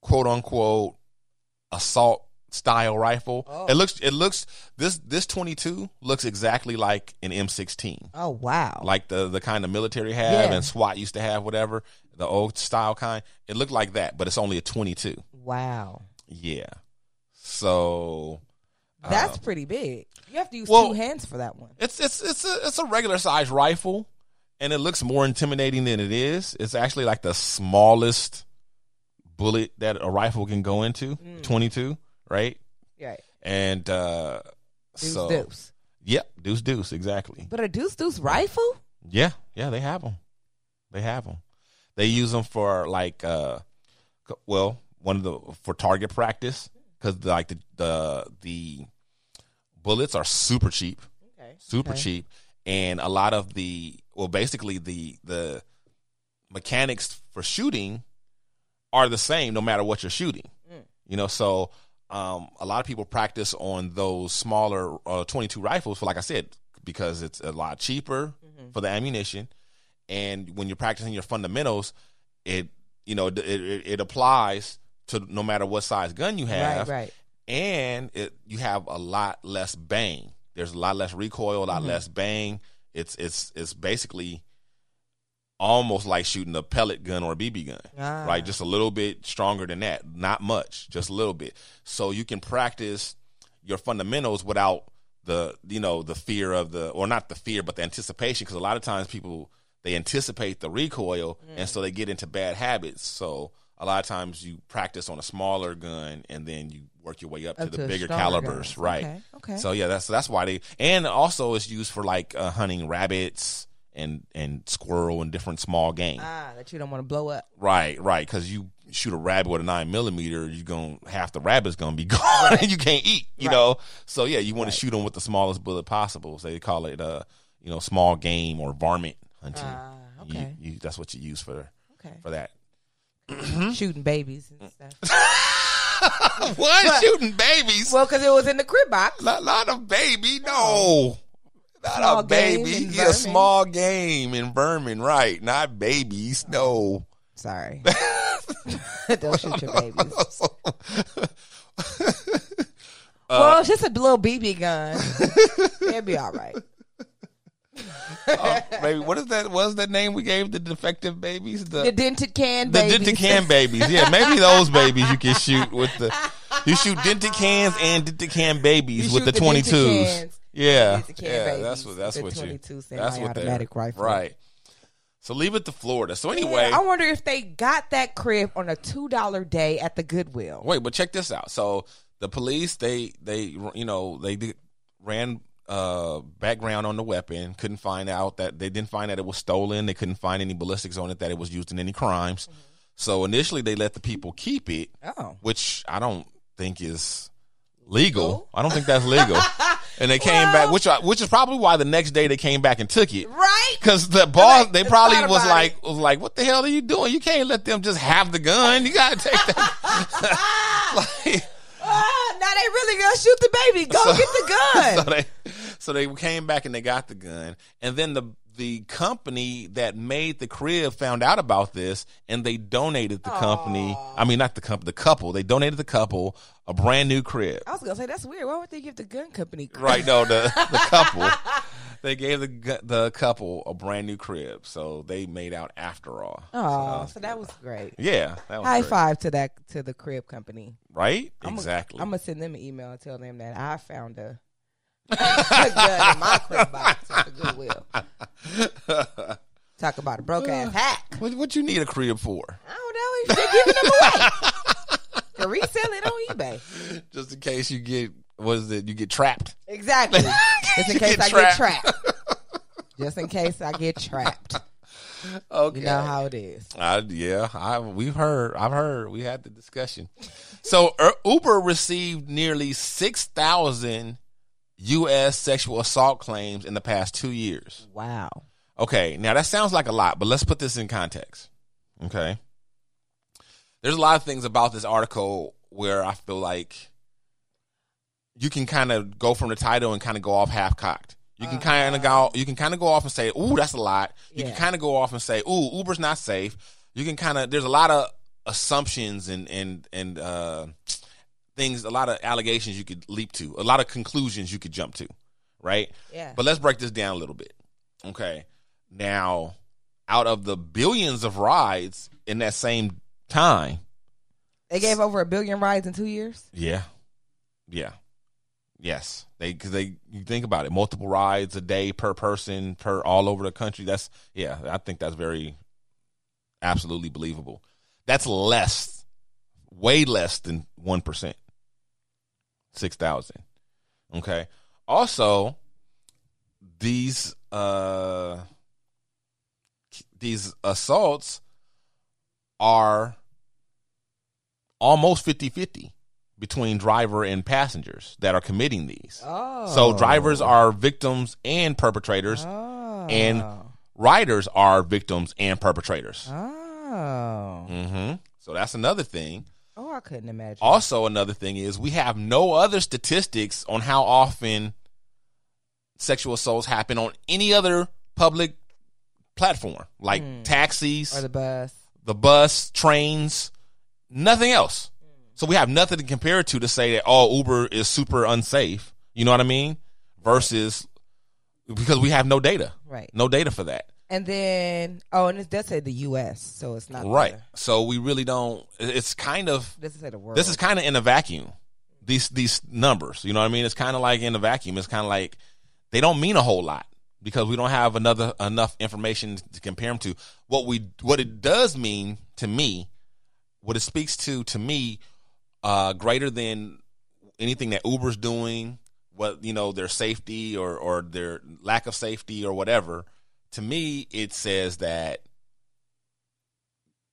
Speaker 3: quote unquote assault style rifle.
Speaker 4: Oh.
Speaker 3: It looks it looks this this twenty two looks exactly like an M sixteen.
Speaker 4: oh wow!
Speaker 3: Like the the kind of military have
Speaker 4: Yeah.
Speaker 3: and SWAT used to have, whatever, the old style kind. It looked like that, but it's only a twenty two.
Speaker 4: wow,
Speaker 3: Yeah. So
Speaker 4: that's pretty big. You have to use
Speaker 3: well-
Speaker 4: two hands for that one.
Speaker 3: It's it's it's a it's a regular sized rifle, and it looks more intimidating than it is. It's actually like the smallest bullet that a rifle can go into,
Speaker 4: Mm.
Speaker 3: twenty two, right?
Speaker 4: Right?
Speaker 3: And uh,
Speaker 4: Deuce
Speaker 3: so
Speaker 4: deuce.
Speaker 3: yep, deuce deuce, exactly.
Speaker 4: But a deuce deuce rifle?
Speaker 3: Yeah, yeah, they have them. They have them. They use them for like, uh, c- well, one of the for target practice because like the, the the bullets are super cheap,
Speaker 4: Okay.
Speaker 3: super
Speaker 4: Okay.
Speaker 3: cheap, and a lot of the well, basically the the mechanics for shooting are the same no matter what you're shooting.
Speaker 4: Mm.
Speaker 3: You know, so um, a lot of people practice on those smaller uh, 22 rifles for, like I said, because it's a lot cheaper
Speaker 4: Mm-hmm.
Speaker 3: for the ammunition, and when you're practicing your fundamentals, it you know it it, it applies to no matter what size gun you have,
Speaker 4: Right, right.
Speaker 3: and it, you have a lot less bang. There's a lot less recoil, a lot
Speaker 4: Mm-hmm.
Speaker 3: less bang. It's it's it's basically almost like shooting a pellet gun or a BB gun,
Speaker 4: Ah.
Speaker 3: right? Just a little bit stronger than that, not much, just a little bit. So you can practice your fundamentals without the you know the fear of the or not the fear but the anticipation because a lot of times people they anticipate the recoil and so they get into bad habits so a lot of times you practice on a smaller gun and then you work your way up, to
Speaker 4: Up to
Speaker 3: the
Speaker 4: a
Speaker 3: bigger
Speaker 4: stronger
Speaker 3: calibers
Speaker 4: guns.
Speaker 3: right
Speaker 4: Okay, okay.
Speaker 3: so yeah that's that's why they and also it's used for like uh, hunting rabbits and and squirrel and different small game
Speaker 4: Ah, that you don't want to blow up.
Speaker 3: Right, right. Because you shoot a rabbit with a nine millimeter, you're gonna half the rabbit's gonna be (laughs) gone, and you can't eat. You know, so yeah, you want to shoot them with the smallest bullet possible. So they call it, uh, you know, small game or varmint hunting.
Speaker 4: Ah,
Speaker 3: You-
Speaker 4: okay.
Speaker 3: you, that's what you use for
Speaker 4: Okay.
Speaker 3: for that. (laughs)
Speaker 4: Hmm? Shooting babies
Speaker 3: Mm.
Speaker 4: and stuff. (laughs)
Speaker 3: what shooting babies?
Speaker 4: well, because it was in the crib box.
Speaker 3: not, not a baby, no. Not
Speaker 4: Small
Speaker 3: a
Speaker 4: game
Speaker 3: baby.
Speaker 4: and
Speaker 3: Yeah,
Speaker 4: vermin.
Speaker 3: small game in vermin, right? Not babies, no.
Speaker 4: (laughs)
Speaker 3: (laughs)
Speaker 4: Sorry. don't shoot your babies.
Speaker 3: Uh,
Speaker 4: well, it's just a little BB
Speaker 3: (laughs)
Speaker 4: gun. It'll be all right.
Speaker 3: baby. What is that? What is that name we gave the defective babies?
Speaker 4: The dented can
Speaker 3: the
Speaker 4: babies.
Speaker 3: dented can babies. Yeah, maybe those babies you can shoot with the You shoot dented cans and dented can babies
Speaker 4: You
Speaker 3: with the
Speaker 4: shoot the
Speaker 3: twenty
Speaker 4: dented
Speaker 3: twos.
Speaker 4: cans.
Speaker 3: Yeah,
Speaker 4: Dented can
Speaker 3: yeah,
Speaker 4: babies
Speaker 3: that's what that's
Speaker 4: with
Speaker 3: what you.
Speaker 4: 22
Speaker 3: That's what they
Speaker 4: semi-automatic rifle.
Speaker 3: Right. So leave it to Florida. So
Speaker 4: Yeah,
Speaker 3: anyway,
Speaker 4: I wonder if they got that crib on a two dollar day at the Goodwill.
Speaker 3: wait, but check this out. So the police, they they you know they did, ran uh background on the weapon. Couldn't find out that they didn't find that it was stolen. They couldn't find any ballistics on it that it was used in any crimes. So initially, they let the people keep it,
Speaker 4: Oh,
Speaker 3: which I don't think is legal. I don't think that's legal. and they came back, which I, which is probably why the next day they came back and took it.
Speaker 4: right.
Speaker 3: Cause the boss,
Speaker 4: Like,
Speaker 3: they
Speaker 4: it's
Speaker 3: probably
Speaker 4: not
Speaker 3: was
Speaker 4: about
Speaker 3: like, was like, what the hell are you doing? You can't let them just have the gun. You gotta take
Speaker 4: (laughs)
Speaker 3: that. (laughs) Like,
Speaker 4: Ah, now they really gonna shoot the baby. Go get
Speaker 3: (laughs)
Speaker 4: the
Speaker 3: so
Speaker 4: gun.
Speaker 3: they, so they came back and they got the gun, and then the the company that made the crib found out about this, and they donated the company. I mean, not the company, the couple. They donated the couple a brand new
Speaker 4: (laughs)
Speaker 3: crib.
Speaker 4: I was gonna say that's weird. Why would they give the gun company? crib?
Speaker 3: Right? No, the the couple. They gave the gu- the couple a brand new crib, so they made out after all.
Speaker 4: Oh, so that was great.
Speaker 3: Yeah, that was
Speaker 4: High
Speaker 3: great.
Speaker 4: five to that to the crib company.
Speaker 3: Right? exactly.
Speaker 4: I'm gonna send them an email and tell them that I found a, (laughs) a gun in my crib box at the Goodwill. Talk about a
Speaker 3: (sighs)
Speaker 4: broke ass hack.
Speaker 3: what, what you need a crib for?
Speaker 4: I don't know. They're giving them away. They're reselling it on eBay.
Speaker 3: (laughs) Just in case you get was it you get trapped. (laughs)
Speaker 4: Exactly. Just in
Speaker 3: You
Speaker 4: case
Speaker 3: get
Speaker 4: I
Speaker 3: trapped. (laughs)
Speaker 4: get trapped. Just in case I get trapped.
Speaker 3: Okay.
Speaker 4: You know how it is.
Speaker 3: I, yeah, I we've heard. I've heard. We had the discussion. So er, Uber received nearly six thousand U.S. sexual assault claims in the past two years.
Speaker 4: Wow.
Speaker 3: Okay, now that sounds like a lot, but let's put this in context. Okay, there's a lot of things about this article where I feel like you can kind of go from the title and kind of go off half cocked. You can kind of go. You can kind of go off and say, "Ooh, that's a lot." You
Speaker 4: Yeah.
Speaker 3: can kind of go off and say, "Ooh, Uber's not safe." You can kind of. There's a lot of assumptions and and and uh, things. A lot of allegations you could leap to. A lot of conclusions you could jump to. Right.
Speaker 4: Yeah.
Speaker 3: But let's break this down a little bit. Okay. Now, out of the billions of rides in that same time,
Speaker 4: They gave over a billion rides in two years.
Speaker 3: yeah. Yeah. Yes. They cuz they you think about it, multiple rides a day per person per all over the country. That's yeah, I think that's very absolutely believable. That's less way less than 1%. 6,000. Okay. Also, these uh these assaults are almost 50-50 between driver and passengers that are committing these.
Speaker 4: Oh.
Speaker 3: So drivers are victims and perpetrators
Speaker 4: Oh.
Speaker 3: and riders are victims and perpetrators.
Speaker 4: Oh.
Speaker 3: Mhm. So that's another thing.
Speaker 4: Oh, I couldn't imagine.
Speaker 3: Also, another thing is we have no other statistics on how often sexual assaults happen on any other public platform, like taxis,
Speaker 4: Hmm. or the
Speaker 3: the-,
Speaker 4: bus.
Speaker 3: bus, trains, nothing else. So we have nothing to compare it to to say that oh Uber is super unsafe. You know what I mean? Versus because we have no data,
Speaker 4: Right.
Speaker 3: No data for that.
Speaker 4: And then, oh, and it does say the U.S., so it's not
Speaker 3: Right.
Speaker 4: the-
Speaker 3: So we really don't. It's kind of
Speaker 4: it doesn't say the world.
Speaker 3: this is kind of in a vacuum. These these numbers, you know what I mean? It's kind of like in a vacuum. It's kind of like they don't mean a whole lot because we don't have another enough information to compare them to. What we what it does mean to me, what it speaks to to me, uh, greater than anything that Uber's doing, what you know their safety or or their lack of safety or whatever. To me, it says that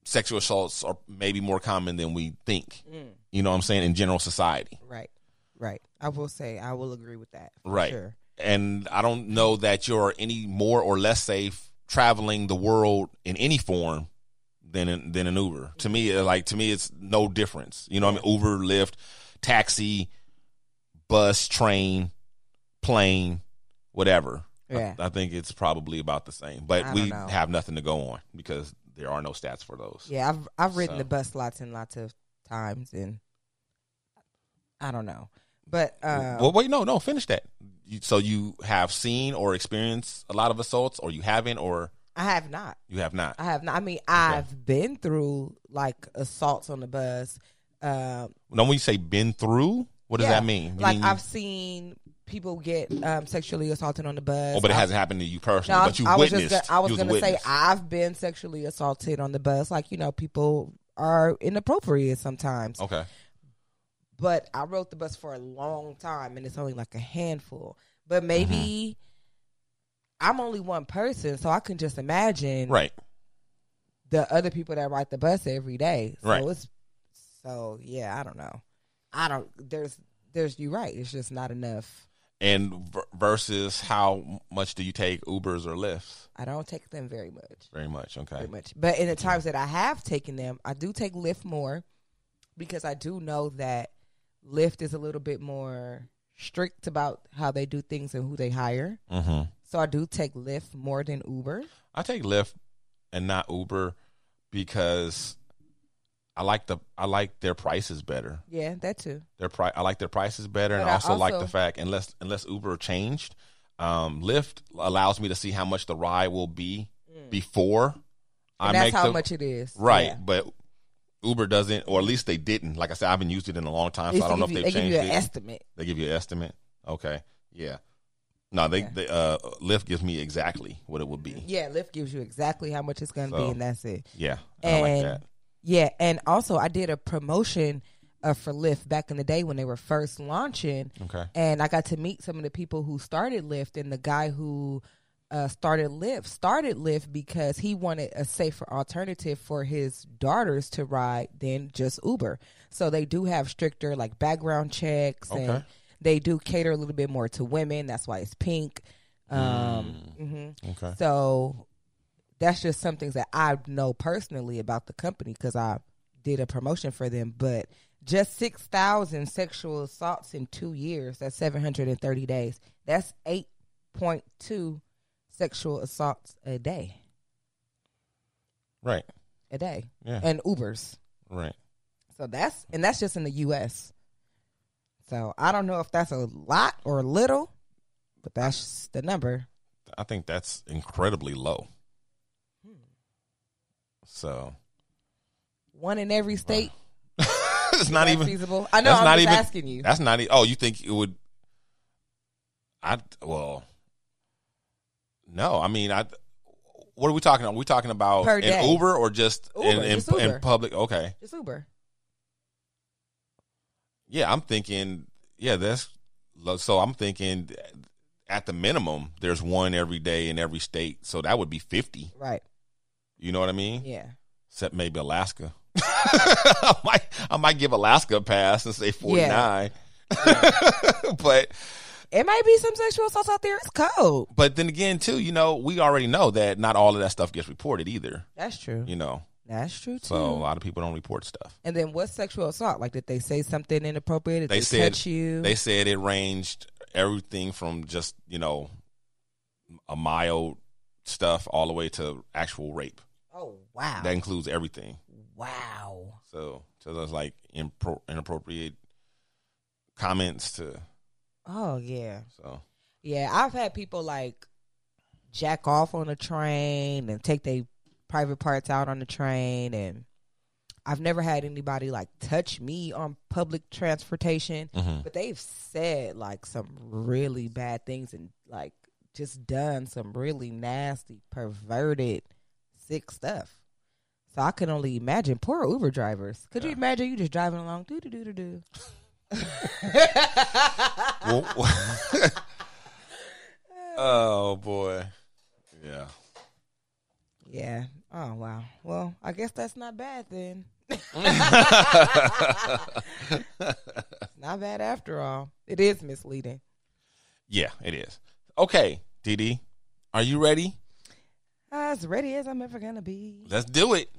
Speaker 3: sexual assaults are maybe more common than we think.
Speaker 4: Mm.
Speaker 3: You know what I'm saying in general society.
Speaker 4: right, right. I will say I will agree with that. for
Speaker 3: Right.
Speaker 4: Sure.
Speaker 3: And I don't know that you're any more or less safe traveling the world in any form than an, than an Uber. To me, uh, like to me, it's no difference. You know, what I mean, Uber, Lyft, taxi, bus, train, plane, whatever. I-
Speaker 4: Yeah.
Speaker 3: I, think it's probably about the same, but
Speaker 4: I
Speaker 3: we
Speaker 4: don't know.
Speaker 3: have nothing to go on because there are no stats for those.
Speaker 4: Yeah, I've I've ridden
Speaker 3: So-
Speaker 4: the bus lots and lots of times, and I don't know, but um,
Speaker 3: well, wait, no, no, finish that. You, so you have seen or experienced a lot of assaults, or you haven't, or
Speaker 4: I have not.
Speaker 3: you have not.
Speaker 4: I have not. I mean, I've been through like assaults on the bus, um,
Speaker 3: Now, when you say been through, what does
Speaker 4: yeah,
Speaker 3: that mean? You
Speaker 4: Like
Speaker 3: mean-
Speaker 4: I've seen people get um, sexually assaulted on the bus.
Speaker 3: oh, but it
Speaker 4: I've-
Speaker 3: hasn't happened to you personally,
Speaker 4: No,
Speaker 3: but you
Speaker 4: I was
Speaker 3: witnessed.
Speaker 4: just gonna, I was,
Speaker 3: You a
Speaker 4: gonna say
Speaker 3: witness.
Speaker 4: I've been sexually assaulted on the bus. Like you know, people are inappropriate sometimes.
Speaker 3: okay.
Speaker 4: But I rode the bus for a long time, and it's only like a handful. But maybe I'm only one person, so I can just imagine
Speaker 3: Mm-hmm. Right.
Speaker 4: the other people that ride the bus every day. So
Speaker 3: Right.
Speaker 4: it's so yeah, I don't know. I don't there's there's you're right. It's just not enough.
Speaker 3: And ver- versus how much do you take Ubers or Lyfts?
Speaker 4: I don't take them very much.
Speaker 3: Very much. Okay.
Speaker 4: Very much. But in the times that I have taken them, I do take Lyft more because I do know that Lyft is a little bit more strict about how they do things and who they hire.
Speaker 3: Mm-hmm.
Speaker 4: So I do take Lyft more than Uber.
Speaker 3: I take Lyft and not Uber because I like the I like their prices better.
Speaker 4: Yeah, that too.
Speaker 3: Their pri- I like their prices better, and
Speaker 4: But
Speaker 3: I
Speaker 4: I
Speaker 3: also, like
Speaker 4: also-
Speaker 3: the fact unless unless Uber changed, um, Lyft allows me to see how much the ride will be before
Speaker 4: Mm. And
Speaker 3: I
Speaker 4: that's
Speaker 3: make
Speaker 4: how
Speaker 3: the
Speaker 4: much it is.
Speaker 3: right.
Speaker 4: Yeah.
Speaker 3: But Uber doesn't, or at least they didn't. Like I said, I haven't used it in a long time, so
Speaker 4: It's-
Speaker 3: I don't know if
Speaker 4: give you-
Speaker 3: they've
Speaker 4: they give
Speaker 3: changed
Speaker 4: you an
Speaker 3: it.
Speaker 4: estimate.
Speaker 3: They give you an estimate. Okay, yeah. No, they, they uh, Lyft gives me exactly what it would be.
Speaker 4: Yeah, Lyft gives you exactly how much it's going to
Speaker 3: So-
Speaker 4: be, and that's it.
Speaker 3: Yeah,
Speaker 4: and
Speaker 3: I like that.
Speaker 4: yeah, and also I did a promotion uh, for Lyft back in the day when they were first launching,
Speaker 3: Okay.
Speaker 4: and I got to meet some of the people who started Lyft, and the guy who uh, started Lyft started Lyft because he wanted a safer alternative for his daughters to ride than just Uber. So they do have stricter like background checks, and
Speaker 3: Okay.
Speaker 4: they do cater a little bit more to women. That's why it's pink. Um, mhm.
Speaker 3: Mm. Okay.
Speaker 4: So that's just some things that I know personally about the company because I did a promotion for them. But just 6,000 sexual assaults in two years, that's 730 days. That's 8.2 sexual assaults a day.
Speaker 3: Right.
Speaker 4: A day.
Speaker 3: Yeah.
Speaker 4: And Ubers.
Speaker 3: Right.
Speaker 4: So that's, and that's just in the U.S. So I don't know if that's a lot or little, but that's the number.
Speaker 3: I think that's incredibly low.
Speaker 4: Hmm.
Speaker 3: So
Speaker 4: One in every state.
Speaker 3: (laughs) it's not
Speaker 4: That's
Speaker 3: even
Speaker 4: feasible. I know,
Speaker 3: That's
Speaker 4: I'm
Speaker 3: not
Speaker 4: just
Speaker 3: even
Speaker 4: asking you.
Speaker 3: That's not. e- Oh, you think it would? I well, no. I mean, I. What are we talking about? Are we talking about
Speaker 4: Per
Speaker 3: in
Speaker 4: day.
Speaker 3: Uber or just in,
Speaker 4: Uber,
Speaker 3: in,
Speaker 4: just Uber.
Speaker 3: in public? Okay,
Speaker 4: It's Uber.
Speaker 3: yeah. I'm thinking. Yeah, that's lo- so. I'm thinking at the minimum, there's one every day in every state. So that would be fifty.
Speaker 4: Right.
Speaker 3: You know what I mean?
Speaker 4: Yeah.
Speaker 3: except maybe Alaska. (laughs) I might I might give Alaska a pass and say forty nine, (laughs) but
Speaker 4: It might be some sexual assaults out there. It's cold.
Speaker 3: but then again, too, you know, we already know that not all of that stuff gets reported either.
Speaker 4: That's true.
Speaker 3: You know,
Speaker 4: That's true too.
Speaker 3: so a lot of people don't report stuff.
Speaker 4: and then what's sexual assault? Like did they say something inappropriate? Did
Speaker 3: They
Speaker 4: they,
Speaker 3: said
Speaker 4: touch you?
Speaker 3: they said it ranged everything from just you know a mild stuff all the way to actual rape.
Speaker 4: oh wow.
Speaker 3: That includes everything.
Speaker 4: wow.
Speaker 3: So so there's like impro- inappropriate comments to
Speaker 4: Oh yeah. (laughs)
Speaker 3: so (laughs)
Speaker 4: Yeah. I've had people like jack off on the train and take their private parts out on the train and I've never had anybody like touch me on public transportation, but they've said like some really bad things and like just done some really nasty, perverted, sick stuff. So I can only imagine poor Uber drivers. Could you imagine you just driving along, do do do do do,
Speaker 3: Well- oh boy, yeah.
Speaker 4: yeah. Oh wow. Well, I guess that's not bad then. (laughs) not bad after all. It is misleading.
Speaker 3: Yeah, it is. Okay, DD, are you ready?
Speaker 4: As ready as I'm ever gonna be.
Speaker 3: Let's do it.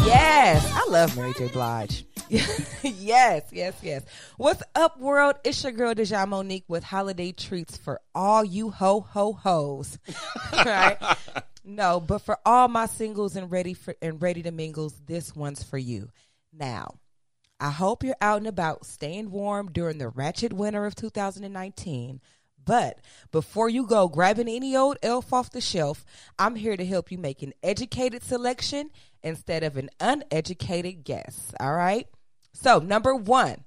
Speaker 4: Yes, I love Mary J. Blige. (laughs) yes, yes, yes. What's up, world? It's your girl Deja Monique with holiday treats for all you ho ho hoes. (laughs) right? No, but for all my singles and ready for and ready to mingles, this one's for you. Now, I hope you're out and about staying warm during the ratchet winter of 2019. But before you go grabbing any old elf off the shelf, I'm here to help you make an educated selection instead of an uneducated guess. All right? So, number one,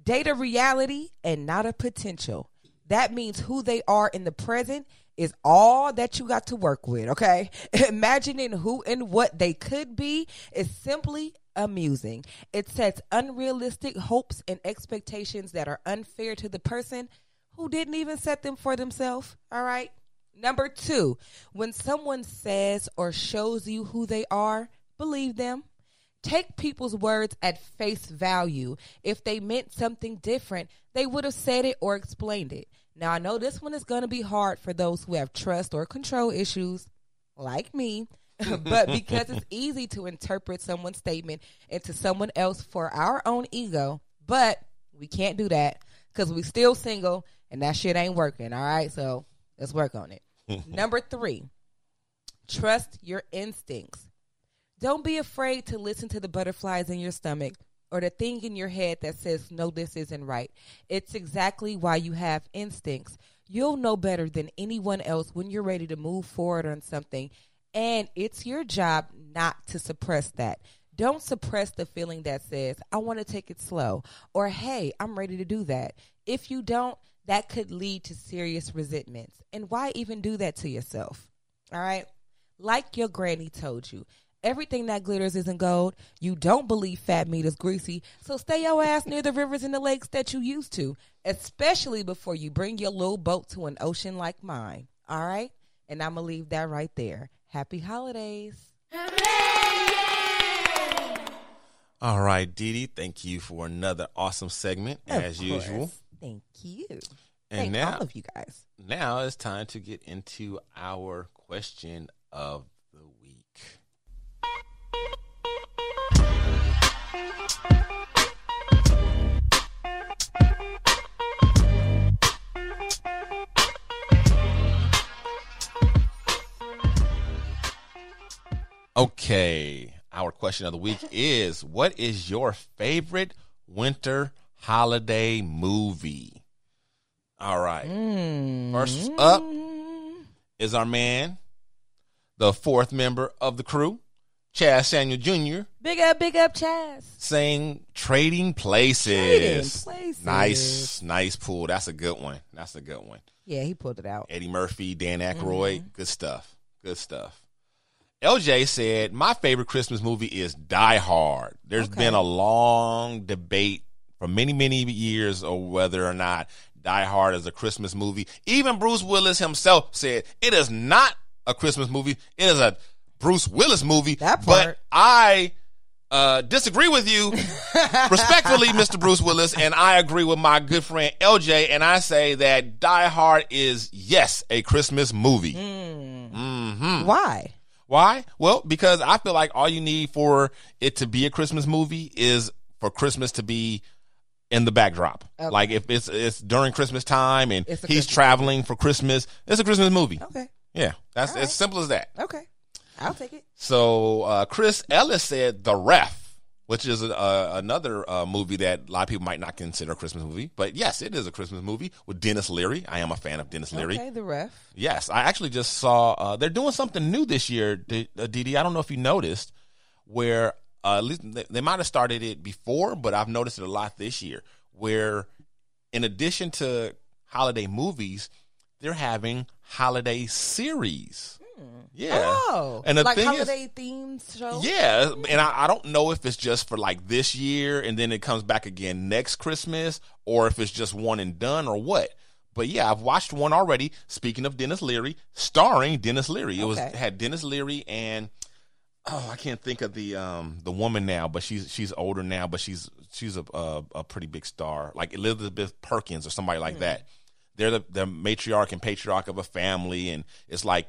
Speaker 4: data reality and not a potential. That means who they are in the present is all that you got to work with, okay? (laughs) Imagining who and what they could be is simply amusing. It sets unrealistic hopes and expectations that are unfair to the person who didn't even set them for themselves, all right? Number two, when someone says or shows you who they are, believe them. Take people's words at face value. If they meant something different, they would have said it or explained it. Now, I know this one is going to be hard for those who have trust or control issues, like me, (laughs) but because it's easy to interpret someone's statement into someone else for our own ego, but we can't do that because we still single and that shit ain't working. All right, so let's work on it. Number three, trust your instincts. Don't be afraid to listen to the butterflies in your stomach or the thing in your head that says, no, this isn't right. It's exactly why you have instincts. You'll know better than anyone else when you're ready to move forward on something. And it's your job not to suppress that. Don't suppress the feeling that says, I want to take it slow, or hey, I'm ready to do that. If you don't, that could lead to serious resentments. And why even do that to yourself? All right? Like your granny told you, everything that glitters isn't gold. You don't believe fat meat is greasy, so stay your ass near the rivers and the lakes that you used to, especially before you bring your little boat to an ocean like mine. All right? And I'm going to leave that right there. Happy holidays.
Speaker 3: All right, Dee Dee, thank you for another awesome segment as
Speaker 4: Of course.
Speaker 3: usual.
Speaker 4: Thank you.
Speaker 3: And
Speaker 4: Thank
Speaker 3: now,
Speaker 4: all of you guys.
Speaker 3: now it's time to get into our question of the week. Okay, our question of the week is what is your favorite winter holiday movie? All right. First
Speaker 4: Mm-hmm.
Speaker 3: up is our man, the fourth member of the crew, Chad Samuel Jr.,
Speaker 4: Big up, big up, Chaz.
Speaker 3: saying Trading Places.
Speaker 4: Trading Places.
Speaker 3: Nice, nice pool. That's a good one. That's a good one.
Speaker 4: Yeah, he pulled it out.
Speaker 3: Eddie Murphy, Dan Aykroyd.
Speaker 4: Mm-hmm.
Speaker 3: Good stuff. Good stuff. LJ said, My favorite Christmas movie is Die Hard. There's been a long debate for many, many years of whether or not Die Hard is a Christmas movie. Even Bruce Willis himself said, It is not a Christmas movie. It is a Bruce Willis movie.
Speaker 4: That
Speaker 3: But
Speaker 4: part.
Speaker 3: I uh, disagree with
Speaker 4: (laughs)
Speaker 3: you respectfully, Mr. Bruce Willis, and I agree with my good friend LJ, and I say that Die Hard is yes a Christmas movie.
Speaker 4: Mm.
Speaker 3: Mm.
Speaker 4: Why?
Speaker 3: Why? Well, because I feel like all you need for it to be a Christmas movie is for Christmas to be in the backdrop.
Speaker 4: Okay.
Speaker 3: Like if it's it's during Christmas time and he's
Speaker 4: It's a Christmas
Speaker 3: traveling for Christmas, it's a Christmas movie.
Speaker 4: Okay,
Speaker 3: Yeah, that's
Speaker 4: All right.
Speaker 3: as simple as that.
Speaker 4: okay. I'll take it.
Speaker 3: So uh, Chris Ellis said The Ref, which is uh, another uh, movie that a lot of people might not consider a Christmas movie, but yes, it is a Christmas movie with Dennis Leary. I am a fan of Dennis Leary.
Speaker 4: Okay, the ref.
Speaker 3: Yes, I actually just saw uh, they're doing something new this year, D- uh, DD. I don't know if you noticed, where uh, at least they, they might have started it before, but I've noticed it a lot this year. Where, in addition to holiday movies, they're having holiday series. Yeah.
Speaker 4: Hmm. Oh,
Speaker 3: and the
Speaker 4: like
Speaker 3: thing is,
Speaker 4: holiday themed show.
Speaker 3: yeah, and I, I don't know if it's just for like this year and then it comes back again next Christmas or if it's just one and done or what. But yeah, I've watched one already. Speaking of Dennis Leary, starring Dennis Leary, it was
Speaker 4: Okay.
Speaker 3: had Dennis Leary and oh, I can't think of the um the woman now, but she's she's older now, but she's she's a a, a pretty big star, like Elizabeth Perkins or somebody like that. They're the, the matriarch and patriarch of a family, and it's like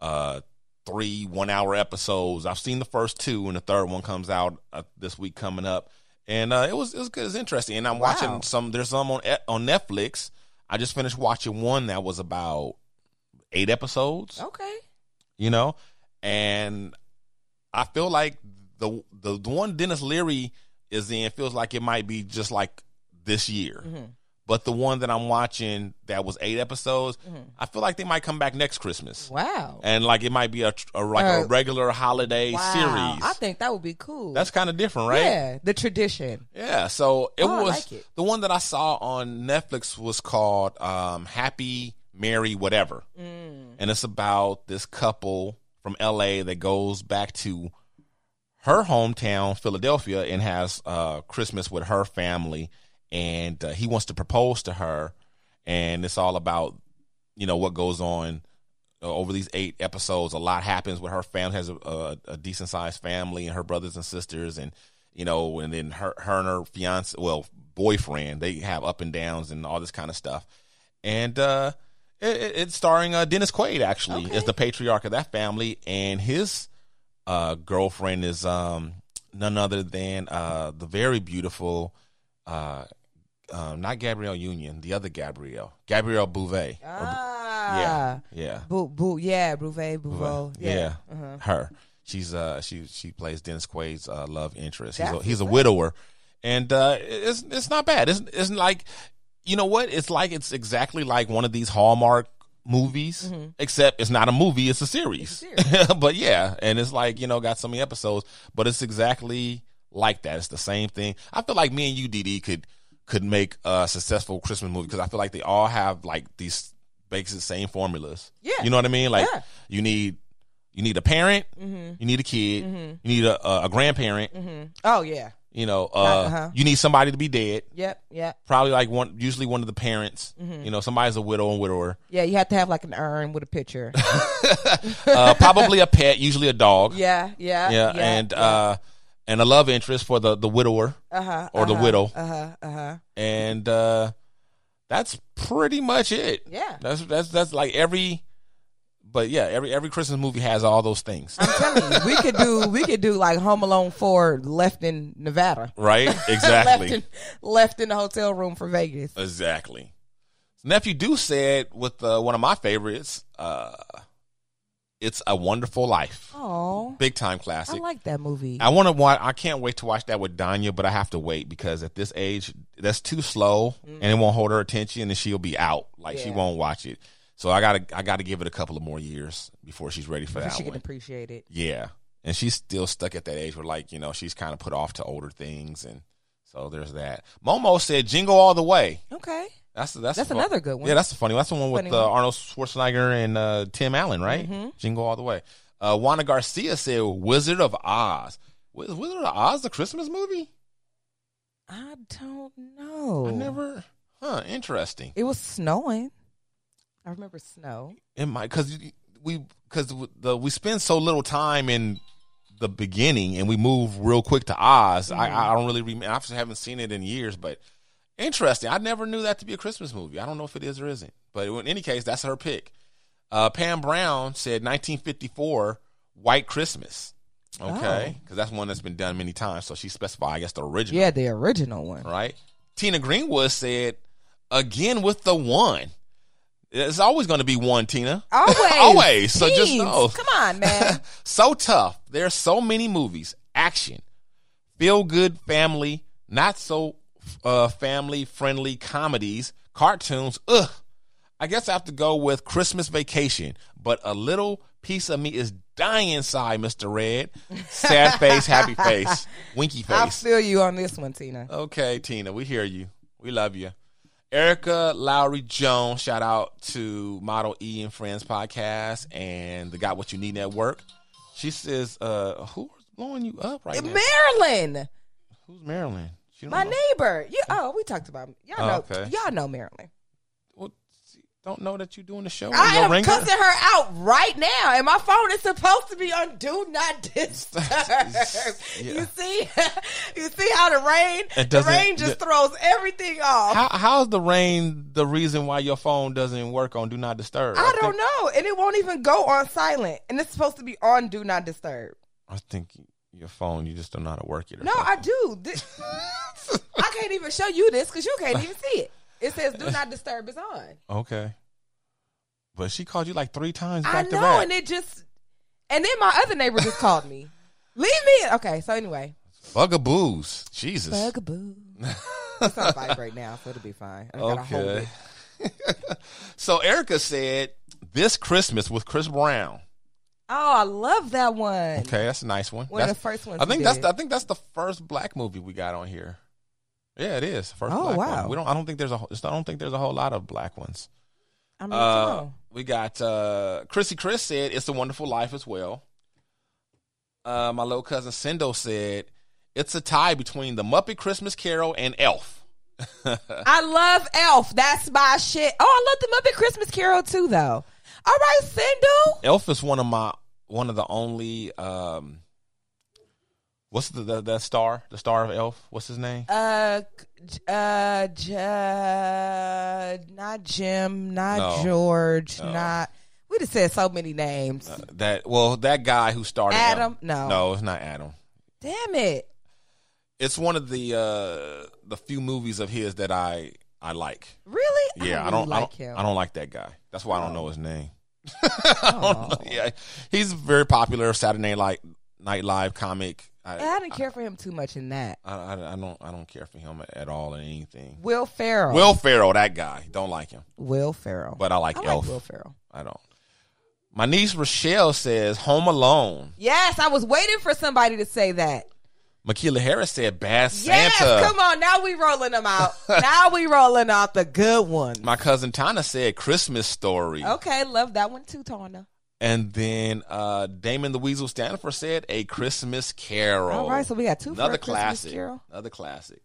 Speaker 3: uh three one hour episodes. I've seen the first two, and the third one comes out uh, this week coming up. and uh, it was it was good. It's interesting, and I'm
Speaker 4: Wow.
Speaker 3: watching some. There's some on on Netflix. I just finished watching one that was about eight episodes.
Speaker 4: Okay.
Speaker 3: You know, and I feel like the the, the one Dennis Leary is in feels like it might be just like this year.
Speaker 4: Mm-hmm.
Speaker 3: But the one that I'm watching that was eight episodes, I feel like they might come back next Christmas,
Speaker 4: Mm-hmm. Wow.
Speaker 3: and like it might be a, tr- a like a
Speaker 4: Uh,
Speaker 3: regular holiday
Speaker 4: wow.
Speaker 3: series.
Speaker 4: I think that would be cool.
Speaker 3: That's kind of different, right?
Speaker 4: Yeah, the tradition.
Speaker 3: Yeah, so it
Speaker 4: Oh, I
Speaker 3: was
Speaker 4: like it.
Speaker 3: the one that I saw on Netflix was called um, Happy Mary Whatever,
Speaker 4: Mm.
Speaker 3: and it's about this couple from L.A. that goes back to her hometown, Philadelphia, and has uh, Christmas with her family, and uh, he wants to propose to her, and it's all about you know what goes on uh, over these eight episodes a lot happens with her family has a, a, a decent sized family and her brothers and sisters and you know and then her, her and her fiance well boyfriend they have up and downs and all this kind of stuff and uh it, it- it's starring uh, dennis quaid actually as the patriarch of that family and his uh girlfriend is um none other than uh the very beautiful uh um, not Gabrielle Union, the other Gabrielle, Gabrielle Bouvet. Or Bu-
Speaker 4: Ah.
Speaker 3: yeah.
Speaker 4: Boo, boo, yeah, Bouvet, Bouveau.
Speaker 3: Yeah,
Speaker 4: Yeah.
Speaker 3: her. She's uh she she plays Dennis Quaid's uh, love interest. He's a,
Speaker 4: That's
Speaker 3: he's a widower, and uh, it's it's not bad. It's it's like you know what? It's like it's exactly like one of these Hallmark movies, except it's not a movie; it's a series. (laughs) but yeah, and it's like you know got so many episodes, but it's exactly like that. It's the same thing. I feel like me and you, DD, could could make a successful Christmas movie because I feel like they all have like these basic same formulas.
Speaker 4: Yeah.
Speaker 3: you know what I mean? Like
Speaker 4: Yeah. Mm-hmm.
Speaker 3: you need you need a parent, you need a kid, you need a, a, a grandparent.
Speaker 4: Oh, yeah.
Speaker 3: You know, uh,
Speaker 4: Uh-huh.
Speaker 3: you need somebody to be dead.
Speaker 4: Yep, yep.
Speaker 3: Probably like one, usually one of the parents.
Speaker 4: Mm-hmm.
Speaker 3: You know, somebody's a widow and widower.
Speaker 4: Yeah, you have to have like an urn with
Speaker 3: (laughs)
Speaker 4: a picture.
Speaker 3: Uh, probably a pet, usually a dog.
Speaker 4: (laughs) yeah, yeah.
Speaker 3: yeah, and uh, and a love interest for the the widower
Speaker 4: uh-huh,
Speaker 3: or the widow,
Speaker 4: Uh huh, uh huh.
Speaker 3: and uh, that's pretty much it.
Speaker 4: Yeah.
Speaker 3: that's that's that's like every, but yeah, every every Christmas movie has all those things.
Speaker 4: we could do we could do like Home Alone four left in Nevada,
Speaker 3: Right? Exactly.
Speaker 4: Uh-huh. (laughs) left in left in the hotel room for Vegas.
Speaker 3: Exactly. Nephew Do said with uh, one of my favorites, uh, "It's a Wonderful Life,"
Speaker 4: Oh,
Speaker 3: big time
Speaker 4: I
Speaker 3: classic.
Speaker 4: like that movie.
Speaker 3: Uh, I want to watch. I can't wait to watch that with Danya, but I have to wait because at this age, that's too slow, and it won't hold her attention, and she'll be out. Like she
Speaker 4: Mm-hmm. Yeah.
Speaker 3: won't watch it. So I gotta, I gotta give it a couple of more years before she's ready for that
Speaker 4: she
Speaker 3: one.
Speaker 4: can appreciate it.
Speaker 3: Yeah. And she's still stuck at that age where, like, you know, she's kind of put off to older things. And so there's that. Momo said, Jingle All the Way.
Speaker 4: Okay,
Speaker 3: That's that's,
Speaker 4: That's
Speaker 3: the
Speaker 4: another good one.
Speaker 3: Yeah, that's the funny one. That's the one with
Speaker 4: Funny
Speaker 3: uh,
Speaker 4: one. Mm-hmm.
Speaker 3: Arnold Schwarzenegger and uh, Tim Allen, right? Jingle All the Way. Uh, Juana Garcia said, Wizard of Oz. Was Wizard of Oz the Christmas movie?
Speaker 4: I don't know.
Speaker 3: I never. Huh, interesting.
Speaker 4: It was snowing. I remember snow.
Speaker 3: It might because we because the we spend so little time in the beginning and we move real quick to Oz. I, I don't really remember. I haven't seen it in years, but interesting. I never knew that to be a Christmas movie. I don't know if it is or isn't, but in any case, that's her pick. Uh, Pam Brown said 1954 White Christmas. Okay, because that's one that's been done many times. So she specified, I guess, the original.
Speaker 4: Yeah, the original one.
Speaker 3: Right. Tina Greenwood said, "Again with the one." It's always going to be one, Tina.
Speaker 4: Always,
Speaker 3: (laughs) Always, so just
Speaker 4: Jeez,
Speaker 3: know.
Speaker 4: Come
Speaker 3: (laughs)
Speaker 4: on, man.
Speaker 3: so tough. There are so many movies. Action, feel good family, not so uh, family friendly comedies, cartoons. Ugh. I guess I have to go with Christmas Vacation, but a little piece of me is dying inside, Mr. Red. Sad face, happy face, winky
Speaker 4: I
Speaker 3: face.
Speaker 4: feel you on this one, Tina.
Speaker 3: Okay, Tina, we hear you. We love you. Erica Lowry Jones, shout out to Model E and Friends podcast and the Got What You Need Network. She says, uh, who's blowing you up right now?
Speaker 4: Maryland,
Speaker 3: Who's Marilyn? She don't
Speaker 4: my
Speaker 3: know.
Speaker 4: neighbor. You, oh, we talked about y'all
Speaker 3: Oh,
Speaker 4: know
Speaker 3: okay.
Speaker 4: y'all know Maryland.
Speaker 3: Well, she don't know that you're doing the show.
Speaker 4: I
Speaker 3: Your
Speaker 4: am
Speaker 3: ringer?
Speaker 4: cussing her out right now, and my phone is supposed to be on do not
Speaker 3: (laughs)
Speaker 4: disturb. You see, (laughs) you see how the rain,
Speaker 3: It
Speaker 4: the
Speaker 3: doesn't-
Speaker 4: rain just
Speaker 3: the-
Speaker 4: throws everything off.
Speaker 3: How, how's the rain the reason why your phone doesn't work on Do Not Disturb?
Speaker 4: I don't
Speaker 3: think-
Speaker 4: know, and it won't even go on silent, and it's supposed to be on do not disturb.
Speaker 3: I think your phone. You just don't know how to work it. Or
Speaker 4: No,
Speaker 3: something.
Speaker 4: I do. Thi- (laughs) I can't even show you this because you can't even see it. It says "Do not disturb" is on.
Speaker 3: okay. But she called you like three times
Speaker 4: I
Speaker 3: back to
Speaker 4: know,
Speaker 3: back.
Speaker 4: and it just, and then my other neighbor just called me. Leave me. Okay, so anyway,
Speaker 3: Bugaboos. Jesus.
Speaker 4: bugaboo.
Speaker 3: (laughs)
Speaker 4: it's on bike right now, so it'll be fine. I gotta hold it.
Speaker 3: Okay. so Erica said this Christmas with Chris Brown.
Speaker 4: Oh, I love that one.
Speaker 3: Okay, that's a nice one.
Speaker 4: One of
Speaker 3: That's-
Speaker 4: the first ones
Speaker 3: I
Speaker 4: we
Speaker 3: think that's
Speaker 4: did.
Speaker 3: the, I think that's the first black movie we got on here. Yeah, it is first.
Speaker 4: Oh,
Speaker 3: black
Speaker 4: wow.
Speaker 3: One. We don't. I don't think there's a. whole- I don't think there's a whole lot of black ones.
Speaker 4: I mean, come
Speaker 3: Uh,
Speaker 4: on.
Speaker 3: we got uh, Chrissy. Chris said it's a wonderful life as well. Uh, my little cousin Sendo said it's a tie between the Muppet Christmas Carol and Elf. (laughs)
Speaker 4: I love Elf. That's my shit. Oh, I love the Muppet Christmas Carol too, though. All right, Sindel.
Speaker 3: Elf is one of my one of the only um what's the, the that star the star of Elf what's his name
Speaker 4: Uh, c- uh, J- not Jim, not
Speaker 3: No. Uh,
Speaker 4: George, not. We just said so many names.
Speaker 3: that well that guy who started Elf.
Speaker 4: Adam? No.
Speaker 3: no it's not Adam
Speaker 4: Damn it.
Speaker 3: it's one of the uh the few movies of his that I I like
Speaker 4: Really?
Speaker 3: yeah I
Speaker 4: really
Speaker 3: don't I don't, I
Speaker 4: like
Speaker 3: don't,
Speaker 4: him. Oh.
Speaker 3: like that guy that's why I don't know his name (laughs) I don't know. yeah he's very popular Saturday Night Night Live comic I,
Speaker 4: I didn't care for him too much in that.
Speaker 3: I, I I don't I don't care for him at all in anything
Speaker 4: Will Ferrell.
Speaker 3: Will Ferrell that guy don't like him
Speaker 4: Will Ferrell.
Speaker 3: but I like
Speaker 4: I
Speaker 3: Elf.
Speaker 4: like Will Ferrell.
Speaker 3: I don't. My niece Rochelle says Home Alone.
Speaker 4: Yes, I was waiting for somebody to say that.
Speaker 3: Makila Harris said Bad Santa.
Speaker 4: Yes, come on. Now we rolling
Speaker 3: (laughs)
Speaker 4: them out. now we rolling out the good one.
Speaker 3: My cousin Tana said Christmas Story.
Speaker 4: Okay, love that one too, Tawna.
Speaker 3: And then uh, Damon the Weasel Stanford said A Christmas Carol.
Speaker 4: All right, so we got two for
Speaker 3: Another
Speaker 4: a Christmas
Speaker 3: classic.
Speaker 4: Carol.
Speaker 3: Another classic.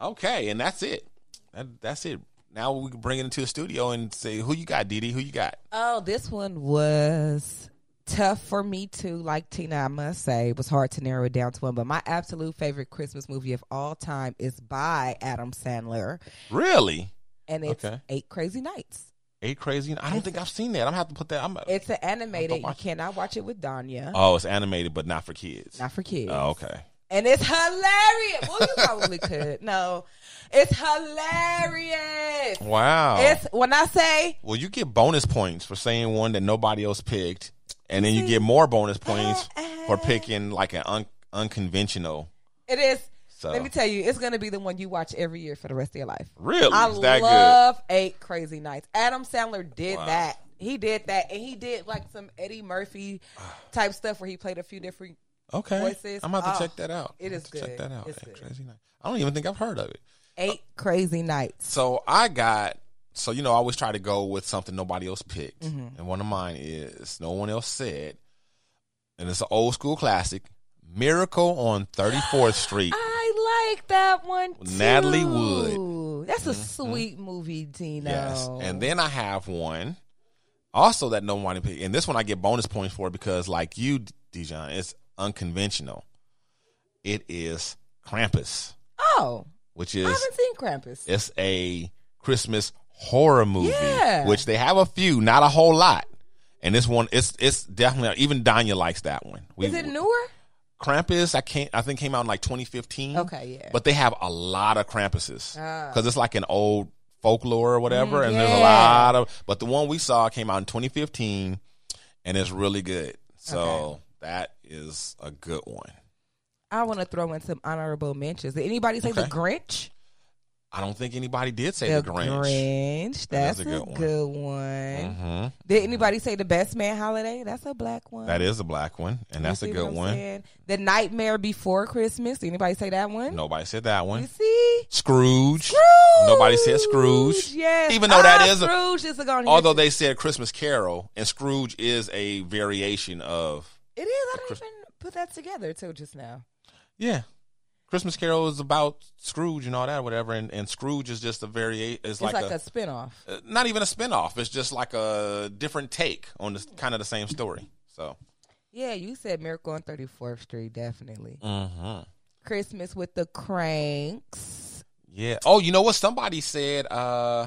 Speaker 3: Okay, and that's it. That, that's it. Now we can bring it into the studio and say, who you got, Didi? Who you got?
Speaker 4: Oh, this one was tough for me too. Like Tina, I must say, it was hard to narrow it down to one. But my absolute favorite Christmas movie of all time is by Adam Sandler,
Speaker 3: Really?
Speaker 4: and it's
Speaker 3: Okay.
Speaker 4: Eight Crazy Nights.
Speaker 3: Eight Crazy? I don't think I've seen that. I'm going to have to put that. I'm,
Speaker 4: It's an animated. You
Speaker 3: watch it.
Speaker 4: cannot watch it with Danya.
Speaker 3: oh, it's animated, but not for kids.
Speaker 4: Not for kids.
Speaker 3: Oh, okay.
Speaker 4: And it's hilarious. Well, you probably could. No, it's hilarious.
Speaker 3: Wow.
Speaker 4: It's when I say
Speaker 3: Well, you get bonus points for saying one that nobody else picked, and then you get more
Speaker 4: uh,
Speaker 3: bonus points for picking like an un- unconventional.
Speaker 4: it is.
Speaker 3: So-
Speaker 4: Let me tell you, it's gonna be the one you watch every year for the rest of your life.
Speaker 3: Really,
Speaker 4: I
Speaker 3: Is that
Speaker 4: love Eight Crazy Nights. Adam Sandler did
Speaker 3: Wow.
Speaker 4: that. He did that, and he did like some
Speaker 3: (sighs)
Speaker 4: Eddie Murphy type stuff where he played a few different.
Speaker 3: good? Okay,
Speaker 4: Voices.
Speaker 3: I'm about to
Speaker 4: Oh,
Speaker 3: check that out.
Speaker 4: it
Speaker 3: I'm
Speaker 4: is
Speaker 3: about to Check
Speaker 4: good.
Speaker 3: that out.
Speaker 4: It's
Speaker 3: Hey,
Speaker 4: good.
Speaker 3: Crazy Night. I don't even think I've heard of it.
Speaker 4: Eight Crazy Nights.
Speaker 3: So I got. So you know, I always try to go with something nobody else picked,
Speaker 4: Mm-hmm.
Speaker 3: and one of mine is no one else said, and it's an old school classic, "Miracle on
Speaker 4: (gasps)
Speaker 3: 34th Street."
Speaker 4: I like that one. Too.
Speaker 3: Natalie Wood. Mm-hmm.
Speaker 4: That's a sweet movie, Tina.
Speaker 3: Yes. And then I have one also that no one picked. And this one I get bonus points for because, like you, Dijon, it's unconventional. It is Krampus,
Speaker 4: oh,
Speaker 3: which
Speaker 4: I
Speaker 3: is
Speaker 4: haven't seen Krampus.
Speaker 3: it's a Christmas horror movie,
Speaker 4: Yeah.
Speaker 3: which they have a few, not a whole lot. And this one, it's it's definitely even Danya likes that one. We,
Speaker 4: Is it newer?
Speaker 3: Krampus, I can't. I think came out in like 2015.
Speaker 4: Okay, yeah. Ah.
Speaker 3: But they have a lot of Krampuses because it's like an old folklore or whatever, and there's a
Speaker 4: Mm, yeah.
Speaker 3: lot of. But the one we saw came out in 2015, and it's really good. So
Speaker 4: Okay.
Speaker 3: that is a good one.
Speaker 4: I want to throw in some honorable mentions. Did anybody say the
Speaker 3: Okay.
Speaker 4: Grinch?
Speaker 3: I don't think anybody did say the, Grinch.
Speaker 4: Grinch.
Speaker 3: That is
Speaker 4: That's
Speaker 3: a
Speaker 4: a
Speaker 3: good
Speaker 4: good
Speaker 3: one.
Speaker 4: one.
Speaker 3: Mhm.
Speaker 4: Did anybody say the Best Man Holiday? That's a black one.
Speaker 3: That is a black one, and that's a
Speaker 4: You see what
Speaker 3: good
Speaker 4: I'm
Speaker 3: one.
Speaker 4: saying? The Nightmare Before Christmas. Did anybody say that one?
Speaker 3: Nobody said that
Speaker 4: You
Speaker 3: one.
Speaker 4: see.
Speaker 3: Scrooge. Nobody said Scrooge.
Speaker 4: Yes.
Speaker 3: Even though that
Speaker 4: Ah,
Speaker 3: is a-
Speaker 4: Scrooge is a gone.
Speaker 3: Although they said Christmas Carol, and Scrooge is a variation of
Speaker 4: it is. I didn't
Speaker 3: Christ-
Speaker 4: even put that together till just now.
Speaker 3: Yeah. Christmas Carol is about Scrooge and all that, whatever, and, and Scrooge is just a variation. It's,
Speaker 4: It's
Speaker 3: like,
Speaker 4: like,
Speaker 3: a,
Speaker 4: a, spinoff.
Speaker 3: uh, not even a spinoff. It's just like a different take on this kind of the same story. So,
Speaker 4: Yeah, you said Miracle on 34th Street, definitely. Christmas with the Cranks.
Speaker 3: yeah. Oh, you know what? Somebody said. uh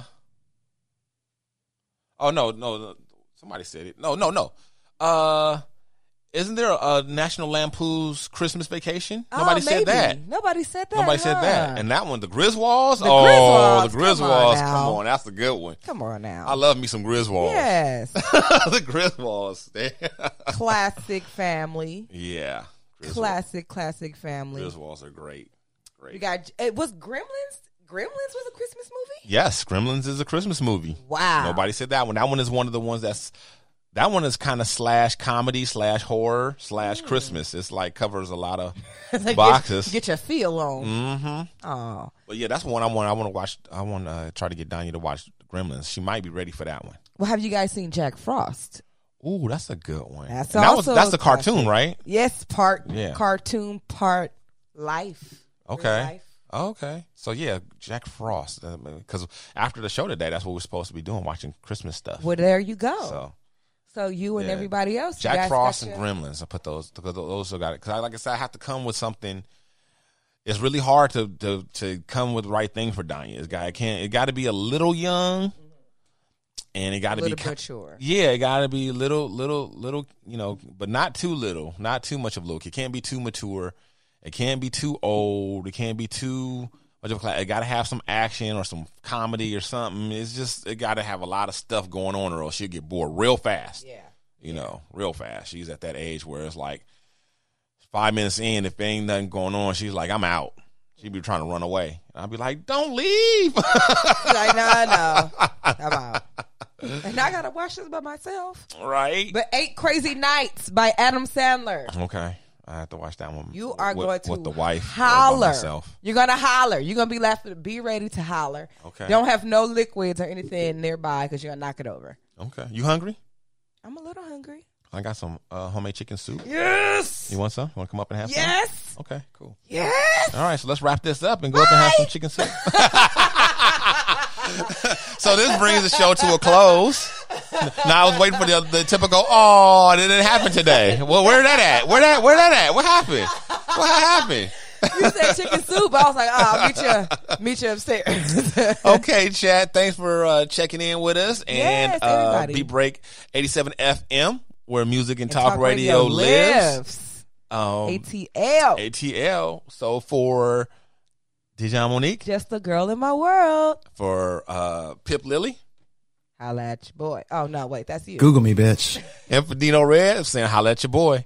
Speaker 3: Oh no, no, no. somebody said it. No, no, no. Uh, Isn't there a, a National Lampoon's Christmas Vacation? Nobody
Speaker 4: Oh,
Speaker 3: said
Speaker 4: maybe.
Speaker 3: that.
Speaker 4: Nobody said that.
Speaker 3: Nobody
Speaker 4: huh?
Speaker 3: said that. And that one, the Griswolds.
Speaker 4: The
Speaker 3: oh,
Speaker 4: Griswolds,
Speaker 3: the
Speaker 4: come
Speaker 3: Griswolds.
Speaker 4: on
Speaker 3: Come on,
Speaker 4: now.
Speaker 3: that's a good one.
Speaker 4: Come on now.
Speaker 3: I love me some Griswolds. (laughs)
Speaker 4: yes.
Speaker 3: the Griswolds.
Speaker 4: classic family.
Speaker 3: yeah, Griswolds.
Speaker 4: Classic, classic family.
Speaker 3: Griswolds are great.
Speaker 4: We got it was Gremlins. Gremlins was a Christmas movie.
Speaker 3: Yes, Gremlins is a Christmas movie.
Speaker 4: Wow.
Speaker 3: Nobody said that one. That one is one of the ones that's that one is kind of slash comedy slash horror
Speaker 4: Hmm.
Speaker 3: slash Christmas. It's like covers a lot of
Speaker 4: (laughs) Like,
Speaker 3: boxes.
Speaker 4: Get, get your feel on. Mm-hmm. Oh,
Speaker 3: but yeah, that's one I want. I want to watch. I want to try to get Danya to watch Gremlins. She might be ready for that one.
Speaker 4: well, have you guys seen Jack Frost?
Speaker 3: Ooh, that's a good one.
Speaker 4: That's
Speaker 3: And that was
Speaker 4: also
Speaker 3: that's
Speaker 4: a
Speaker 3: the cartoon, right?
Speaker 4: Yes, part
Speaker 3: Yeah.
Speaker 4: cartoon, part life. Real
Speaker 3: Okay.
Speaker 4: life.
Speaker 3: Okay. So yeah, Jack Frost. Because after the show today, that's what we're supposed to be doing, watching Christmas stuff.
Speaker 4: Well, there you go. So,
Speaker 3: So
Speaker 4: you and
Speaker 3: yeah.
Speaker 4: everybody else, you
Speaker 3: Jack
Speaker 4: guys
Speaker 3: Frost
Speaker 4: got
Speaker 3: and
Speaker 4: your-
Speaker 3: Gremlins. I put those because those are got it. Because I, like I said, I have to come with something. It's really hard to to to come with the right thing for Danya. It's got it can't. It got to be a little young, and it got to be
Speaker 4: little
Speaker 3: ki- (laughs)
Speaker 4: mature.
Speaker 3: Yeah, it gotta be little, little, little, you know, but not too little, not too much of a little. It can't be too mature. It can't be too old. It can't be too much of a class. It gotta have some action or some comedy or something. It's just it gotta have a lot of stuff going on, or else she'll get bored real fast.
Speaker 4: Yeah.
Speaker 3: You know, real fast. She's at that age where it's like five minutes in, if ain't nothing going on, she's like, I'm out. She'd be trying to run away. And I'd be like, Don't leave. (laughs)
Speaker 4: Like, no, no, I'm out.
Speaker 3: (laughs)
Speaker 4: And I gotta watch this by myself.
Speaker 3: right.
Speaker 4: But Eight Crazy Nights by Adam Sandler.
Speaker 3: Okay, I have to watch that one.
Speaker 4: You are
Speaker 3: with,
Speaker 4: going to
Speaker 3: with the wife or by
Speaker 4: holler.
Speaker 3: myself.
Speaker 4: You're gonna holler. You're gonna be left. Be ready to holler.
Speaker 3: Okay.
Speaker 4: Don't have no liquids or anything nearby because you're gonna knock it over.
Speaker 3: Okay, you hungry?
Speaker 4: I'm a little hungry.
Speaker 3: I got some uh, homemade chicken soup.
Speaker 4: Yes.
Speaker 3: You want some? You want to come up and have some?
Speaker 4: Yes.
Speaker 3: Okay, cool.
Speaker 4: Yes.
Speaker 3: All right, so let's wrap this up and go up and have some chicken soup. (laughs) so this brings the show to a close. Now I was waiting for the, the typical. Oh, it didn't happen today. Well, where that at? Where that? Where that at? What happened? What happened?
Speaker 4: You said chicken soup. I was like, oh, I'll meet you. Meet you upstairs. (laughs)
Speaker 3: okay, Chad. Thanks for uh, checking in with us and
Speaker 4: Yes,
Speaker 3: uh,
Speaker 4: everybody.
Speaker 3: B Break 87 FM, where music and, talk,
Speaker 4: Talk
Speaker 3: radio, lives. Um,
Speaker 4: ATL.
Speaker 3: ATL. So for Dijon Monique,
Speaker 4: Just a girl in my world.
Speaker 3: for uh, Pip Lily,
Speaker 4: Holla at your boy. Oh no, wait, that's you.
Speaker 5: Google me, bitch.
Speaker 3: and for Dino Red, saying holla at your boy.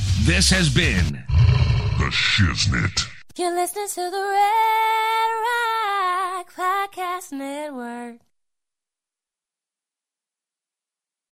Speaker 6: This has been
Speaker 7: The Shiznit.
Speaker 8: You're listening to the Red Rock Podcast Network.